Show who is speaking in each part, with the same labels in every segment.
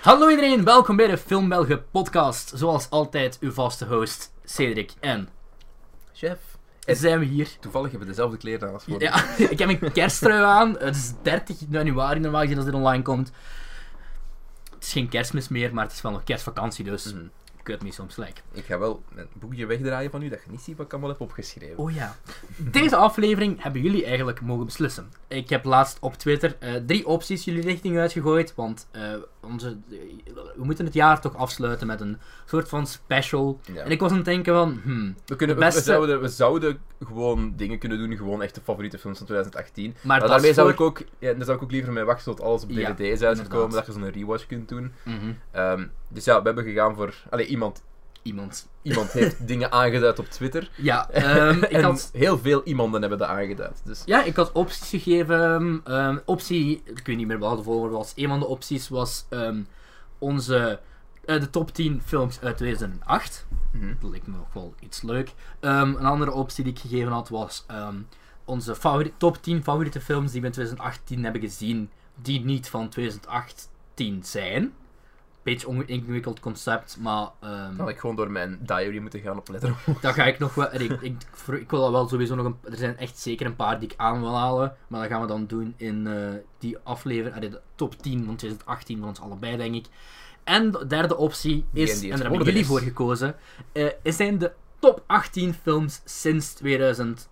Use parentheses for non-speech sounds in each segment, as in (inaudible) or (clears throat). Speaker 1: Hallo iedereen, welkom bij de Film Belgen podcast. Zoals altijd, uw vaste host Cedric en
Speaker 2: Chef.
Speaker 1: zijn we hier.
Speaker 2: Toevallig hebben we dezelfde kleren aan als voor.
Speaker 1: Ja, (laughs) ik heb een kersttrui aan. Het is 30 januari normaal gezien als dit online komt. Het is geen kerstmis meer, maar het is wel nog kerstvakantie, dus
Speaker 2: Mhm.
Speaker 1: kut me soms like.
Speaker 2: Ik ga wel een boekje wegdraaien van u dat je niet ziet wat ik allemaal heb opgeschreven.
Speaker 1: Oh ja. Deze aflevering hebben jullie eigenlijk mogen beslissen. Ik heb laatst op Twitter eh, drie opties jullie richting uitgegooid. Want eh, onze, eh, we moeten het jaar toch afsluiten met een soort van special.
Speaker 2: Ja.
Speaker 1: En ik was aan het denken van, hmm, de
Speaker 2: we, kunnen, we- we
Speaker 1: beste-
Speaker 2: zouden, we zouden gewoon dingen kunnen doen, gewoon echte favoriete films van 2018. Maar,
Speaker 1: maar dat
Speaker 2: daarmee
Speaker 1: is
Speaker 2: zou ik
Speaker 1: voor-
Speaker 2: ook, ja, dan zou ik ook liever mee wachten tot alles op
Speaker 1: Ja,
Speaker 2: DVD is
Speaker 1: inderdaad.
Speaker 2: uitgekomen, dat je zo'n rewatch kunt doen.
Speaker 1: Mhm.
Speaker 2: Ehm, dus ja, we hebben gegaan voor... Allee, iemand,
Speaker 1: iemand. (laughs)
Speaker 2: iemand heeft dingen aangeduid op Twitter. (laughs)
Speaker 1: Ja, ehm, ik
Speaker 2: en
Speaker 1: had,
Speaker 2: heel veel iemanden hebben dat aangeduid. Dus
Speaker 1: ja, ik had opties gegeven. ehm, optie, ik weet niet meer wat de volgorde was. Een van de opties was ehm, onze, eh, de top 10 films uit 2008.
Speaker 2: mhm.
Speaker 1: Dat leek me nog wel iets leuk. Ehm, een andere optie die ik gegeven had was ehm, onze favori- top 10 favoriete films die we in 2018 hebben gezien, die niet van 2018 zijn. Beetje onge- ingewikkeld concept, maar ehm,
Speaker 2: Dan had ik gewoon door mijn diary moeten gaan op letter.
Speaker 1: daar ga ik nog wel. Ik, ik, ik, ik wil dat wel sowieso nog een. Er zijn echt zeker een paar die ik aan wil halen, maar dat gaan we dan doen in eh, die aflevering, allee, de top 10 van 2018 van ons allebei, denk ik. En de derde optie
Speaker 2: en
Speaker 1: is,
Speaker 2: die
Speaker 1: en
Speaker 2: het
Speaker 1: daar hebben
Speaker 2: geworden
Speaker 1: jullie
Speaker 2: is.
Speaker 1: voor gekozen, eh, is zijn de top 18 films sinds 2000.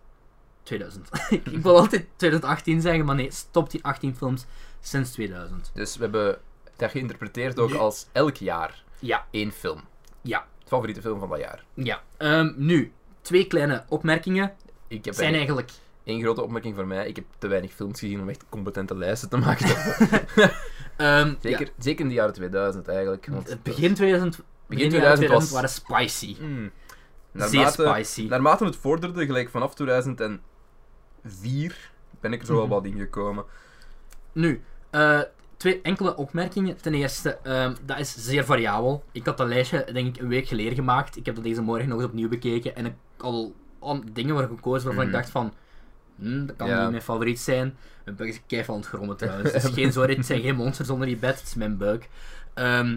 Speaker 1: 2000. (laughs) ik ik wil altijd 2018 zeggen, maar nee, top 10, 18 films sinds 2000.
Speaker 2: Dus we hebben dat geïnterpreteerd ook
Speaker 1: Ja.
Speaker 2: als elk jaar
Speaker 1: Ja,
Speaker 2: één film.
Speaker 1: ja,
Speaker 2: Het favoriete film van dat jaar.
Speaker 1: ja. Ehm, nu, twee kleine opmerkingen.
Speaker 2: Ik heb
Speaker 1: Zijn
Speaker 2: eigenlijk
Speaker 1: eigenlijk
Speaker 2: één grote opmerking voor mij. Ik heb te weinig films gezien om echt competente lijsten te
Speaker 1: (laughs)
Speaker 2: maken.
Speaker 1: ehm, ja,
Speaker 2: zeker, zeker in de jaren 2000 eigenlijk. Want
Speaker 1: Het begin 2000, begin
Speaker 2: 2000 was-
Speaker 1: waren spicy.
Speaker 2: Mm.
Speaker 1: Zeer
Speaker 2: naarmate,
Speaker 1: spicy.
Speaker 2: naarmate het vorderde, gelijk vanaf 2004, ben ik er zo wel
Speaker 1: Mhm.
Speaker 2: wat in gekomen.
Speaker 1: Nu, eh, twee enkele opmerkingen. Ten eerste, ehm, dat is zeer variabel. Ik had dat lijstje denk ik een week geleden gemaakt. Ik heb dat deze morgen nog eens opnieuw bekeken. En ik had al al dingen voor gekozen waarvan ik
Speaker 2: Mhm.
Speaker 1: dacht van... "Hmm, dat kan
Speaker 2: Ja.
Speaker 1: niet mijn favoriet zijn. Mijn buik is keihard aan het grommen trouwens. Het, is geen, sorry, het zijn geen monsters onder je bed. Het is mijn buik. Ehm,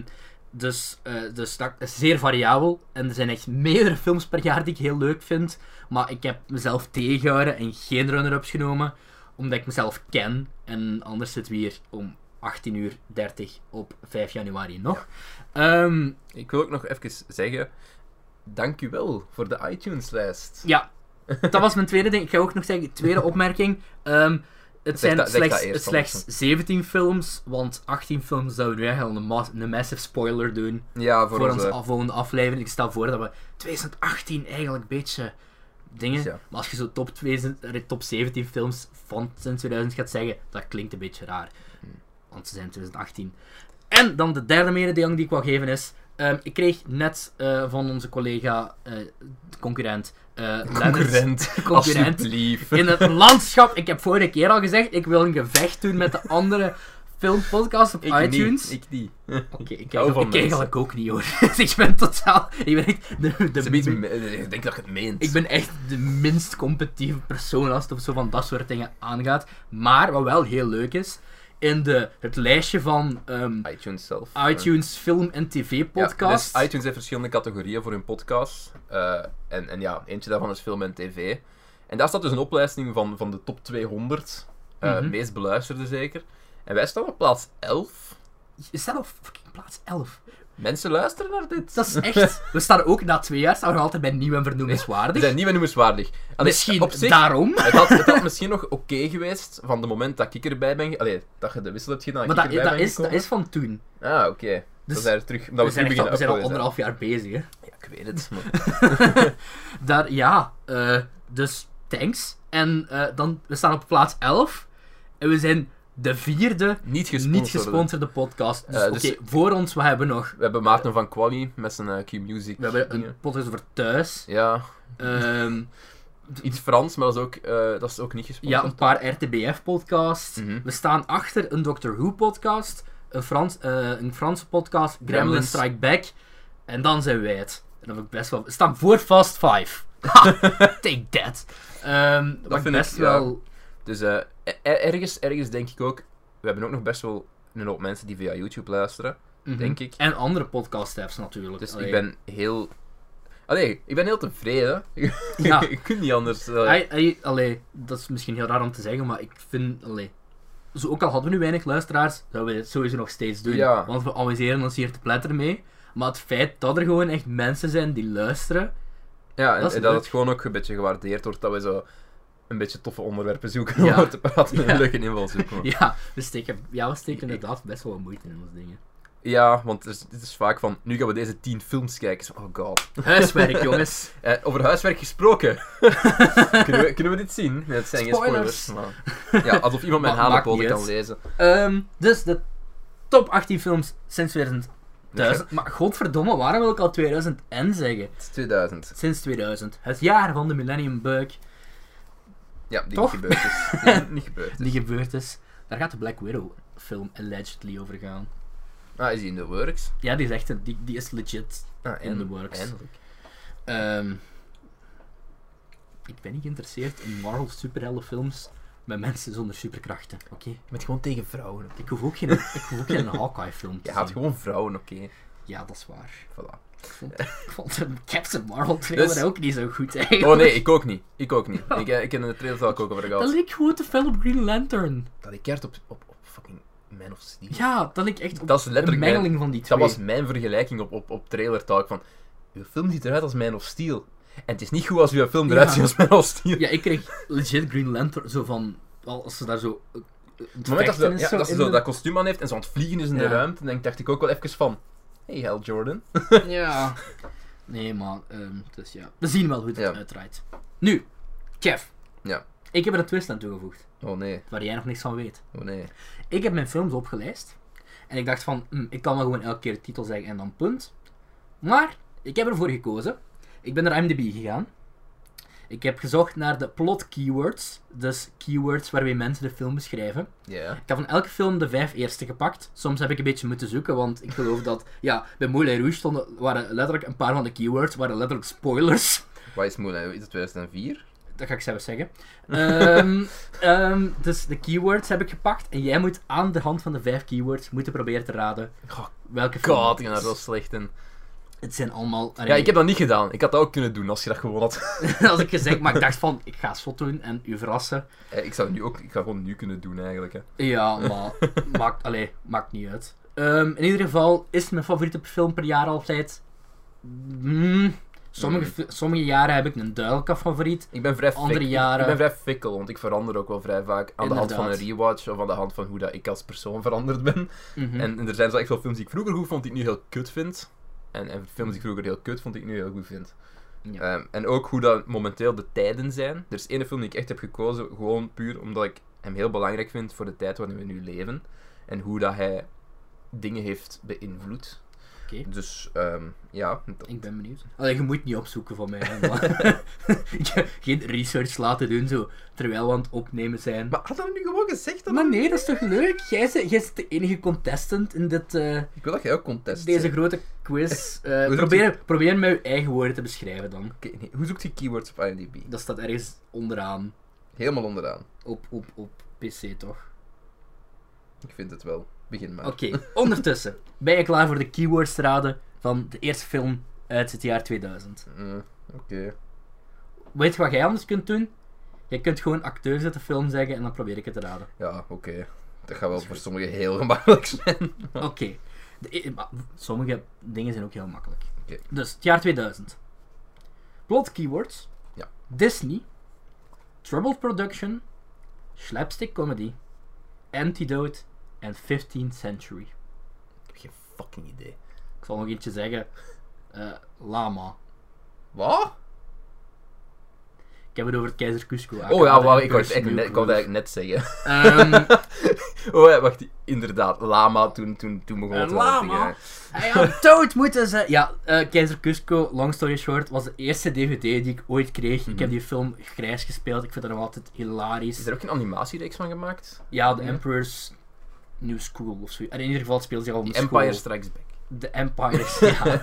Speaker 1: dus, eh, dus dat is zeer variabel. En er zijn echt meerdere films per jaar die ik heel leuk vind. Maar ik heb mezelf tegengehouden en geen runner-ups genomen. Omdat ik mezelf ken. En anders zitten we hier om 18.30 uur op 5 januari nog. Ehm,
Speaker 2: Ik wil ook nog even zeggen, dank u wel voor de iTunes-lijst.
Speaker 1: ja, dat was mijn tweede ding. Ik ga ook nog zeggen, tweede opmerking. Ehm, het
Speaker 2: Zeg
Speaker 1: zijn
Speaker 2: dat- zeg
Speaker 1: slechts,
Speaker 2: dat eerst
Speaker 1: het
Speaker 2: dan.
Speaker 1: slechts 17 films. Want 18 films zouden we nu eigenlijk al een, mas- een massive spoiler doen.
Speaker 2: Ja, voor,
Speaker 1: voor,
Speaker 2: onze...
Speaker 1: onze af- volgende aflevering. Ik stel voor dat we 2018 eigenlijk een beetje dingen.
Speaker 2: Dus Ja.
Speaker 1: Maar als je zo top, 2000 eh, top 17 films van sinds 2000 gaat zeggen, dat klinkt een beetje raar. Want ze zijn 2018. En dan de derde mededeling die ik wou geven is. ehm, ik kreeg net eh, van onze collega, eh, de concurrent, eh, Lennart-
Speaker 2: concurrent.
Speaker 1: concurrent
Speaker 2: (laughs) Alsjeblieft.
Speaker 1: in het landschap. Ik heb vorige keer al gezegd, ik wil een gevecht doen met de
Speaker 2: (laughs)
Speaker 1: andere filmpodcast op
Speaker 2: Ik
Speaker 1: iTunes.
Speaker 2: niet, ik niet.
Speaker 1: Oké, ik kijk,
Speaker 2: hou
Speaker 1: ik
Speaker 2: van
Speaker 1: kijk
Speaker 2: mensen.
Speaker 1: eigenlijk ook niet hoor. (laughs) Dus ik ben totaal. Ik ben echt de, de-
Speaker 2: Ze biedt me- Ik denk dat je het meent.
Speaker 1: ik ben echt de minst competitieve persoon als het op zo van dat soort dingen aangaat. Maar wat wel heel leuk is, in de, het lijstje van ehm,
Speaker 2: iTunes zelf.
Speaker 1: iTunes Film en TV
Speaker 2: Ja,
Speaker 1: podcast.
Speaker 2: dus iTunes heeft verschillende categorieën voor hun podcast. Eh, en, en ja, eentje daarvan is film en tv. En daar staat dus een opleiding van, van de top 200. eh,
Speaker 1: Mhm.
Speaker 2: Meest beluisterde zeker. En wij staan op plaats 11.
Speaker 1: Zelf, fucking plaats 11.
Speaker 2: Mensen luisteren naar dit.
Speaker 1: Dat is
Speaker 2: (laughs)
Speaker 1: echt. We staan ook na twee jaar staan we nog altijd bij nieuw en
Speaker 2: We
Speaker 1: vernoemenswaardig.
Speaker 2: zijn niet meer noemenswaardig. Allee,
Speaker 1: Misschien
Speaker 2: op zich,
Speaker 1: daarom.
Speaker 2: het, had, het had misschien nog oké geweest van de moment dat ik erbij ben... ge- Allee, dat je de wissel hebt gedaan,
Speaker 1: Maar
Speaker 2: ik
Speaker 1: dat,
Speaker 2: erbij
Speaker 1: dat,
Speaker 2: ben
Speaker 1: is, dat
Speaker 2: gekomen.
Speaker 1: is van toen.
Speaker 2: Ah, oké.
Speaker 1: Dus
Speaker 2: we zijn er terug... Dat
Speaker 1: We zijn,
Speaker 2: terug
Speaker 1: echt al, we zijn al
Speaker 2: beginnen uploaden
Speaker 1: anderhalf jaar bezig. Hè.
Speaker 2: zijn. Ja, ik weet het. maar-
Speaker 1: Daar, ja, eh, dus thanks. En eh, dan, we staan op plaats 11. En we zijn de vierde
Speaker 2: Niet gesponsord.
Speaker 1: niet gesponsorde podcast. Dus
Speaker 2: Eh,
Speaker 1: oké,
Speaker 2: dus-
Speaker 1: voor ons, we hebben nog...
Speaker 2: We hebben Maarten van Kwami met zijn eh, Q-Music.
Speaker 1: We hebben
Speaker 2: dingen.
Speaker 1: een podcast over thuis.
Speaker 2: Ja,
Speaker 1: Ehm,
Speaker 2: iets Frans, maar dat is ook, eh, dat is ook niet
Speaker 1: ja,
Speaker 2: gesponsord.
Speaker 1: een paar RTBF-podcasts.
Speaker 2: Mhm.
Speaker 1: We staan achter een Doctor Who-podcast. Een, Frans, eh, een Franse podcast. Gremlin
Speaker 2: Gremlins.
Speaker 1: Strike Back. En dan zijn wij het. En dat heb ik best wel... We staan voor Fast
Speaker 2: (laughs)
Speaker 1: Five. Ha, take that. Ehm dat
Speaker 2: vind ik,
Speaker 1: best
Speaker 2: ja.
Speaker 1: wel...
Speaker 2: Dus eh, er- ergens, ergens denk ik ook, we hebben ook nog best wel een hoop mensen die via YouTube luisteren.
Speaker 1: Mhm.
Speaker 2: denk ik.
Speaker 1: En andere podcast-apps natuurlijk.
Speaker 2: Dus
Speaker 1: Allee.
Speaker 2: ik ben heel... Allee, ik ben heel tevreden.
Speaker 1: Ja.
Speaker 2: (laughs) ik kan niet anders. eh.
Speaker 1: Ai, ai, allee, dat is misschien heel raar om te zeggen, maar ik vind... Allee, zo, ook al hadden we nu weinig luisteraars, zouden we dit sowieso nog steeds doen.
Speaker 2: Ja.
Speaker 1: Want we amuseren ons hier te pletter mee. Maar het feit dat er gewoon echt mensen zijn die luisteren... (laughs)
Speaker 2: Ja, en en
Speaker 1: Dat
Speaker 2: dat,
Speaker 1: is leuk.
Speaker 2: het gewoon ook een beetje gewaardeerd wordt dat we zo een beetje toffe onderwerpen zoeken
Speaker 1: Ja.
Speaker 2: om over te praten en
Speaker 1: Ja.
Speaker 2: een leuke invalshoek. hoor.
Speaker 1: (laughs) Ja, we steken, ja, we steken inderdaad best wel wat moeite in onze dingen.
Speaker 2: Ja, want het is, het is vaak van, nu gaan we deze tien films kijken. Zo, Oh god. (laughs)
Speaker 1: Huiswerk, jongens.
Speaker 2: Eh, over huiswerk (laughs) gesproken. kunnen, we, kunnen we dit zien? Nee, het zijn
Speaker 1: Spoilers.
Speaker 2: geen spoilers. (laughs) Maar... Ja, alsof iemand mijn
Speaker 1: Ma- maakt
Speaker 2: halenpoten
Speaker 1: niet
Speaker 2: kan
Speaker 1: uit.
Speaker 2: lezen.
Speaker 1: Ehm, dus de top 18 films sinds 2000. Maar godverdomme, waarom wil ik al 2000 zeggen?
Speaker 2: Het is 2000.
Speaker 1: Sinds 2000. Het jaar van de Millennium Bug.
Speaker 2: Ja, die
Speaker 1: Toch?
Speaker 2: niet gebeurd (laughs) is. Die niet gebeurd is.
Speaker 1: die gebeurd is. Daar gaat de Black Widow film allegedly over gaan.
Speaker 2: Ah, is die in the works?
Speaker 1: Ja, die is echt, een- die, die is legit.
Speaker 2: Ah,
Speaker 1: In
Speaker 2: en-
Speaker 1: the works.
Speaker 2: Eindelijk.
Speaker 1: Ehm, ik ben niet geïnteresseerd in Marvel superheldenfilms met mensen zonder superkrachten. Oké.
Speaker 2: Met gewoon tegen vrouwen.
Speaker 1: Ik hoef ook geen, ik hoef ook geen Hawkeye film te
Speaker 2: Je haat
Speaker 1: zien.
Speaker 2: gewoon vrouwen, oké.
Speaker 1: Ja, dat is waar.
Speaker 2: Voilà.
Speaker 1: Ik vond, ik vond de Captain Marvel trailer
Speaker 2: Dus-
Speaker 1: ook niet zo goed eigenlijk.
Speaker 2: Oh nee, ik ook niet. Ik ook (laughs) niet. Ik, eh, ik heb in de trailer daar ook over gehad.
Speaker 1: Dat leek gewoon te fel op Green Lantern.
Speaker 2: Dat ik keert op, op, op fucking Man of Steel.
Speaker 1: Ja, dat leek echt op
Speaker 2: dat is
Speaker 1: een
Speaker 2: letterlijk mijn,
Speaker 1: mengeling van die
Speaker 2: Dat
Speaker 1: twee.
Speaker 2: was mijn vergelijking op, op, op trailer talk van. Uw film ziet eruit als Man of Steel. En het is niet goed als uw film eruit
Speaker 1: Ja.
Speaker 2: ziet als Man of Steel.
Speaker 1: Ja, ik kreeg legit Green Lantern zo van... al- Als ze daar zo... eh, Het
Speaker 2: Op het moment dat ze,
Speaker 1: vechten
Speaker 2: ja,
Speaker 1: is zo
Speaker 2: dat, ze
Speaker 1: in
Speaker 2: zo
Speaker 1: de-
Speaker 2: dat kostuum aan heeft en zo aan het vliegen is in de
Speaker 1: Ja.
Speaker 2: ruimte, dan dacht ik ook wel even van. Hey, Hal Jordan.
Speaker 1: Ja. Nee, maar... ehm, dus ja. We zien wel hoe het
Speaker 2: Ja.
Speaker 1: uitdraait. Nu. Jeff.
Speaker 2: Ja.
Speaker 1: Ik heb er een twist aan toegevoegd.
Speaker 2: Oh nee,
Speaker 1: Waar jij nog niks van weet.
Speaker 2: oh nee.
Speaker 1: Ik heb mijn films opgelijst. En ik dacht van... hm, ik kan wel gewoon elke keer de titel zeggen en dan punt. Maar... Ik heb ervoor gekozen. Ik ben naar IMDb gegaan. Ik heb gezocht naar de plot keywords. Dus keywords waarmee mensen de film beschrijven.
Speaker 2: Ja.
Speaker 1: Ik heb van elke film de vijf eerste gepakt. Soms heb ik een beetje moeten zoeken, want ik geloof (laughs) dat... Ja, bij Moulin Rouge stonden, waren letterlijk een paar van de keywords, waren letterlijk spoilers. (laughs)
Speaker 2: Waar is Moulin? Rouge? Is het 2004?
Speaker 1: Dat ga ik zelf
Speaker 2: (laughs)
Speaker 1: zeggen. Ehm, ehm, dus de keywords heb ik gepakt. En jij moet aan de hand van de vijf keywords moeten proberen te raden
Speaker 2: Oh,
Speaker 1: welke film
Speaker 2: God, ik ben
Speaker 1: het
Speaker 2: daar
Speaker 1: is.
Speaker 2: zo slecht in.
Speaker 1: Het zijn allemaal...
Speaker 2: Ja, ik heb dat niet gedaan. Ik had dat ook kunnen doen als je dat gewoon (laughs) had.
Speaker 1: (laughs) Als ik gezegd, maar ik dacht van, ik ga zot doen en u verrassen.
Speaker 2: Eh, Ik zou het nu ook, ik ga gewoon nu kunnen doen eigenlijk. Hè.
Speaker 1: Ja, (laughs) maar maakt, allee, maakt niet uit. Ehm, in ieder geval is mijn favoriete film per jaar altijd. Mm, sommige,
Speaker 2: Mm.
Speaker 1: fi- sommige jaren heb ik een duidelijke favoriet.
Speaker 2: Ik ben vrij
Speaker 1: Andere
Speaker 2: fik-
Speaker 1: jaren.
Speaker 2: Ik ben vrij fikkel, want ik verander ook wel vrij vaak aan de hand
Speaker 1: Inderdaad.
Speaker 2: van een rewatch of aan de hand van hoe dat ik als persoon veranderd ben.
Speaker 1: Mhm.
Speaker 2: En, en er zijn zo echt wel films die ik vroeger goed vond, die ik nu heel kut vind. En, en films die ik vroeger heel kut vond, die ik nu heel goed vind.
Speaker 1: Ja.
Speaker 2: Ehm, en ook hoe dat momenteel de tijden zijn. Er is één film die ik echt heb gekozen, gewoon puur omdat ik hem heel belangrijk vind voor de tijd waarin we nu leven. En hoe dat hij dingen heeft beïnvloed.
Speaker 1: Oké.
Speaker 2: Dus ehm, ja, dat-
Speaker 1: Ik ben benieuwd. Allee, je moet niet opzoeken van mij. hè, maar- (laughs) Ik heb Geen research laten doen zo, terwijl we aan het opnemen zijn. Maar,
Speaker 2: Maar hadden we nu gewoon gezegd dat...
Speaker 1: nee, dat is toch leuk? Jij zit- jij zit de enige contestant in dit, eh,
Speaker 2: Ik wil dat jij ook contest
Speaker 1: deze
Speaker 2: zegt.
Speaker 1: grote (laughs) quiz. Eh,
Speaker 2: zoekt
Speaker 1: probeer, probeer met je eigen woorden te beschrijven dan.
Speaker 2: Oké, nee, Hoe zoekt je keywords op IMDb?
Speaker 1: Dat staat ergens onderaan.
Speaker 2: Helemaal onderaan.
Speaker 1: op, op, op PC toch?
Speaker 2: Ik vind het wel. Begin maar.
Speaker 1: Oké, (laughs) ondertussen ben je klaar voor de keywords te raden van de eerste film uit het jaar 2000.
Speaker 2: Mm, Oké.
Speaker 1: Weet je wat jij anders kunt doen? Je kunt gewoon acteurs uit de film zeggen en dan probeer ik het te raden.
Speaker 2: Ja, oké. Dat gaat wel voor sommigen heel gemakkelijk (laughs) zijn.
Speaker 1: Oké, De e- maar sommige dingen zijn ook heel makkelijk.
Speaker 2: Oké.
Speaker 1: Dus het jaar 2000. Plot keywords.
Speaker 2: Ja.
Speaker 1: Disney. Troubled production. Slapstick comedy. Antidote. En 15th century.
Speaker 2: Ik heb geen fucking idee.
Speaker 1: Ik zal nog eentje zeggen. Eh, lama.
Speaker 2: Wat?
Speaker 1: Ik heb het over het Keizer Cusco. Ah,
Speaker 2: Oh ja, wauw, ik wou
Speaker 1: word
Speaker 2: het eigenlijk net, ik wou het eigenlijk net zeggen.
Speaker 1: Ehm
Speaker 2: (laughs) Oh ja, wacht, inderdaad. Lama, toen, toen, toen begon
Speaker 1: Een
Speaker 2: het wel te
Speaker 1: lama?
Speaker 2: gaan.
Speaker 1: hij had dood moeten ze. Ja, eh, Keizer Cusco, long story short, was de eerste DVD die ik ooit kreeg. Ik heb die film grijs gespeeld. Ik vind dat nog altijd
Speaker 2: Mhm. Is
Speaker 1: hilarisch.
Speaker 2: er Mhm. ook een animatiereeks van gemaakt?
Speaker 1: Ja, The
Speaker 2: Ja.
Speaker 1: Emperor's New School of zo. En in ieder geval speelt zich al op
Speaker 2: Die
Speaker 1: een
Speaker 2: Empire
Speaker 1: school.
Speaker 2: (laughs) Strikes Back.
Speaker 1: The Empires, ja.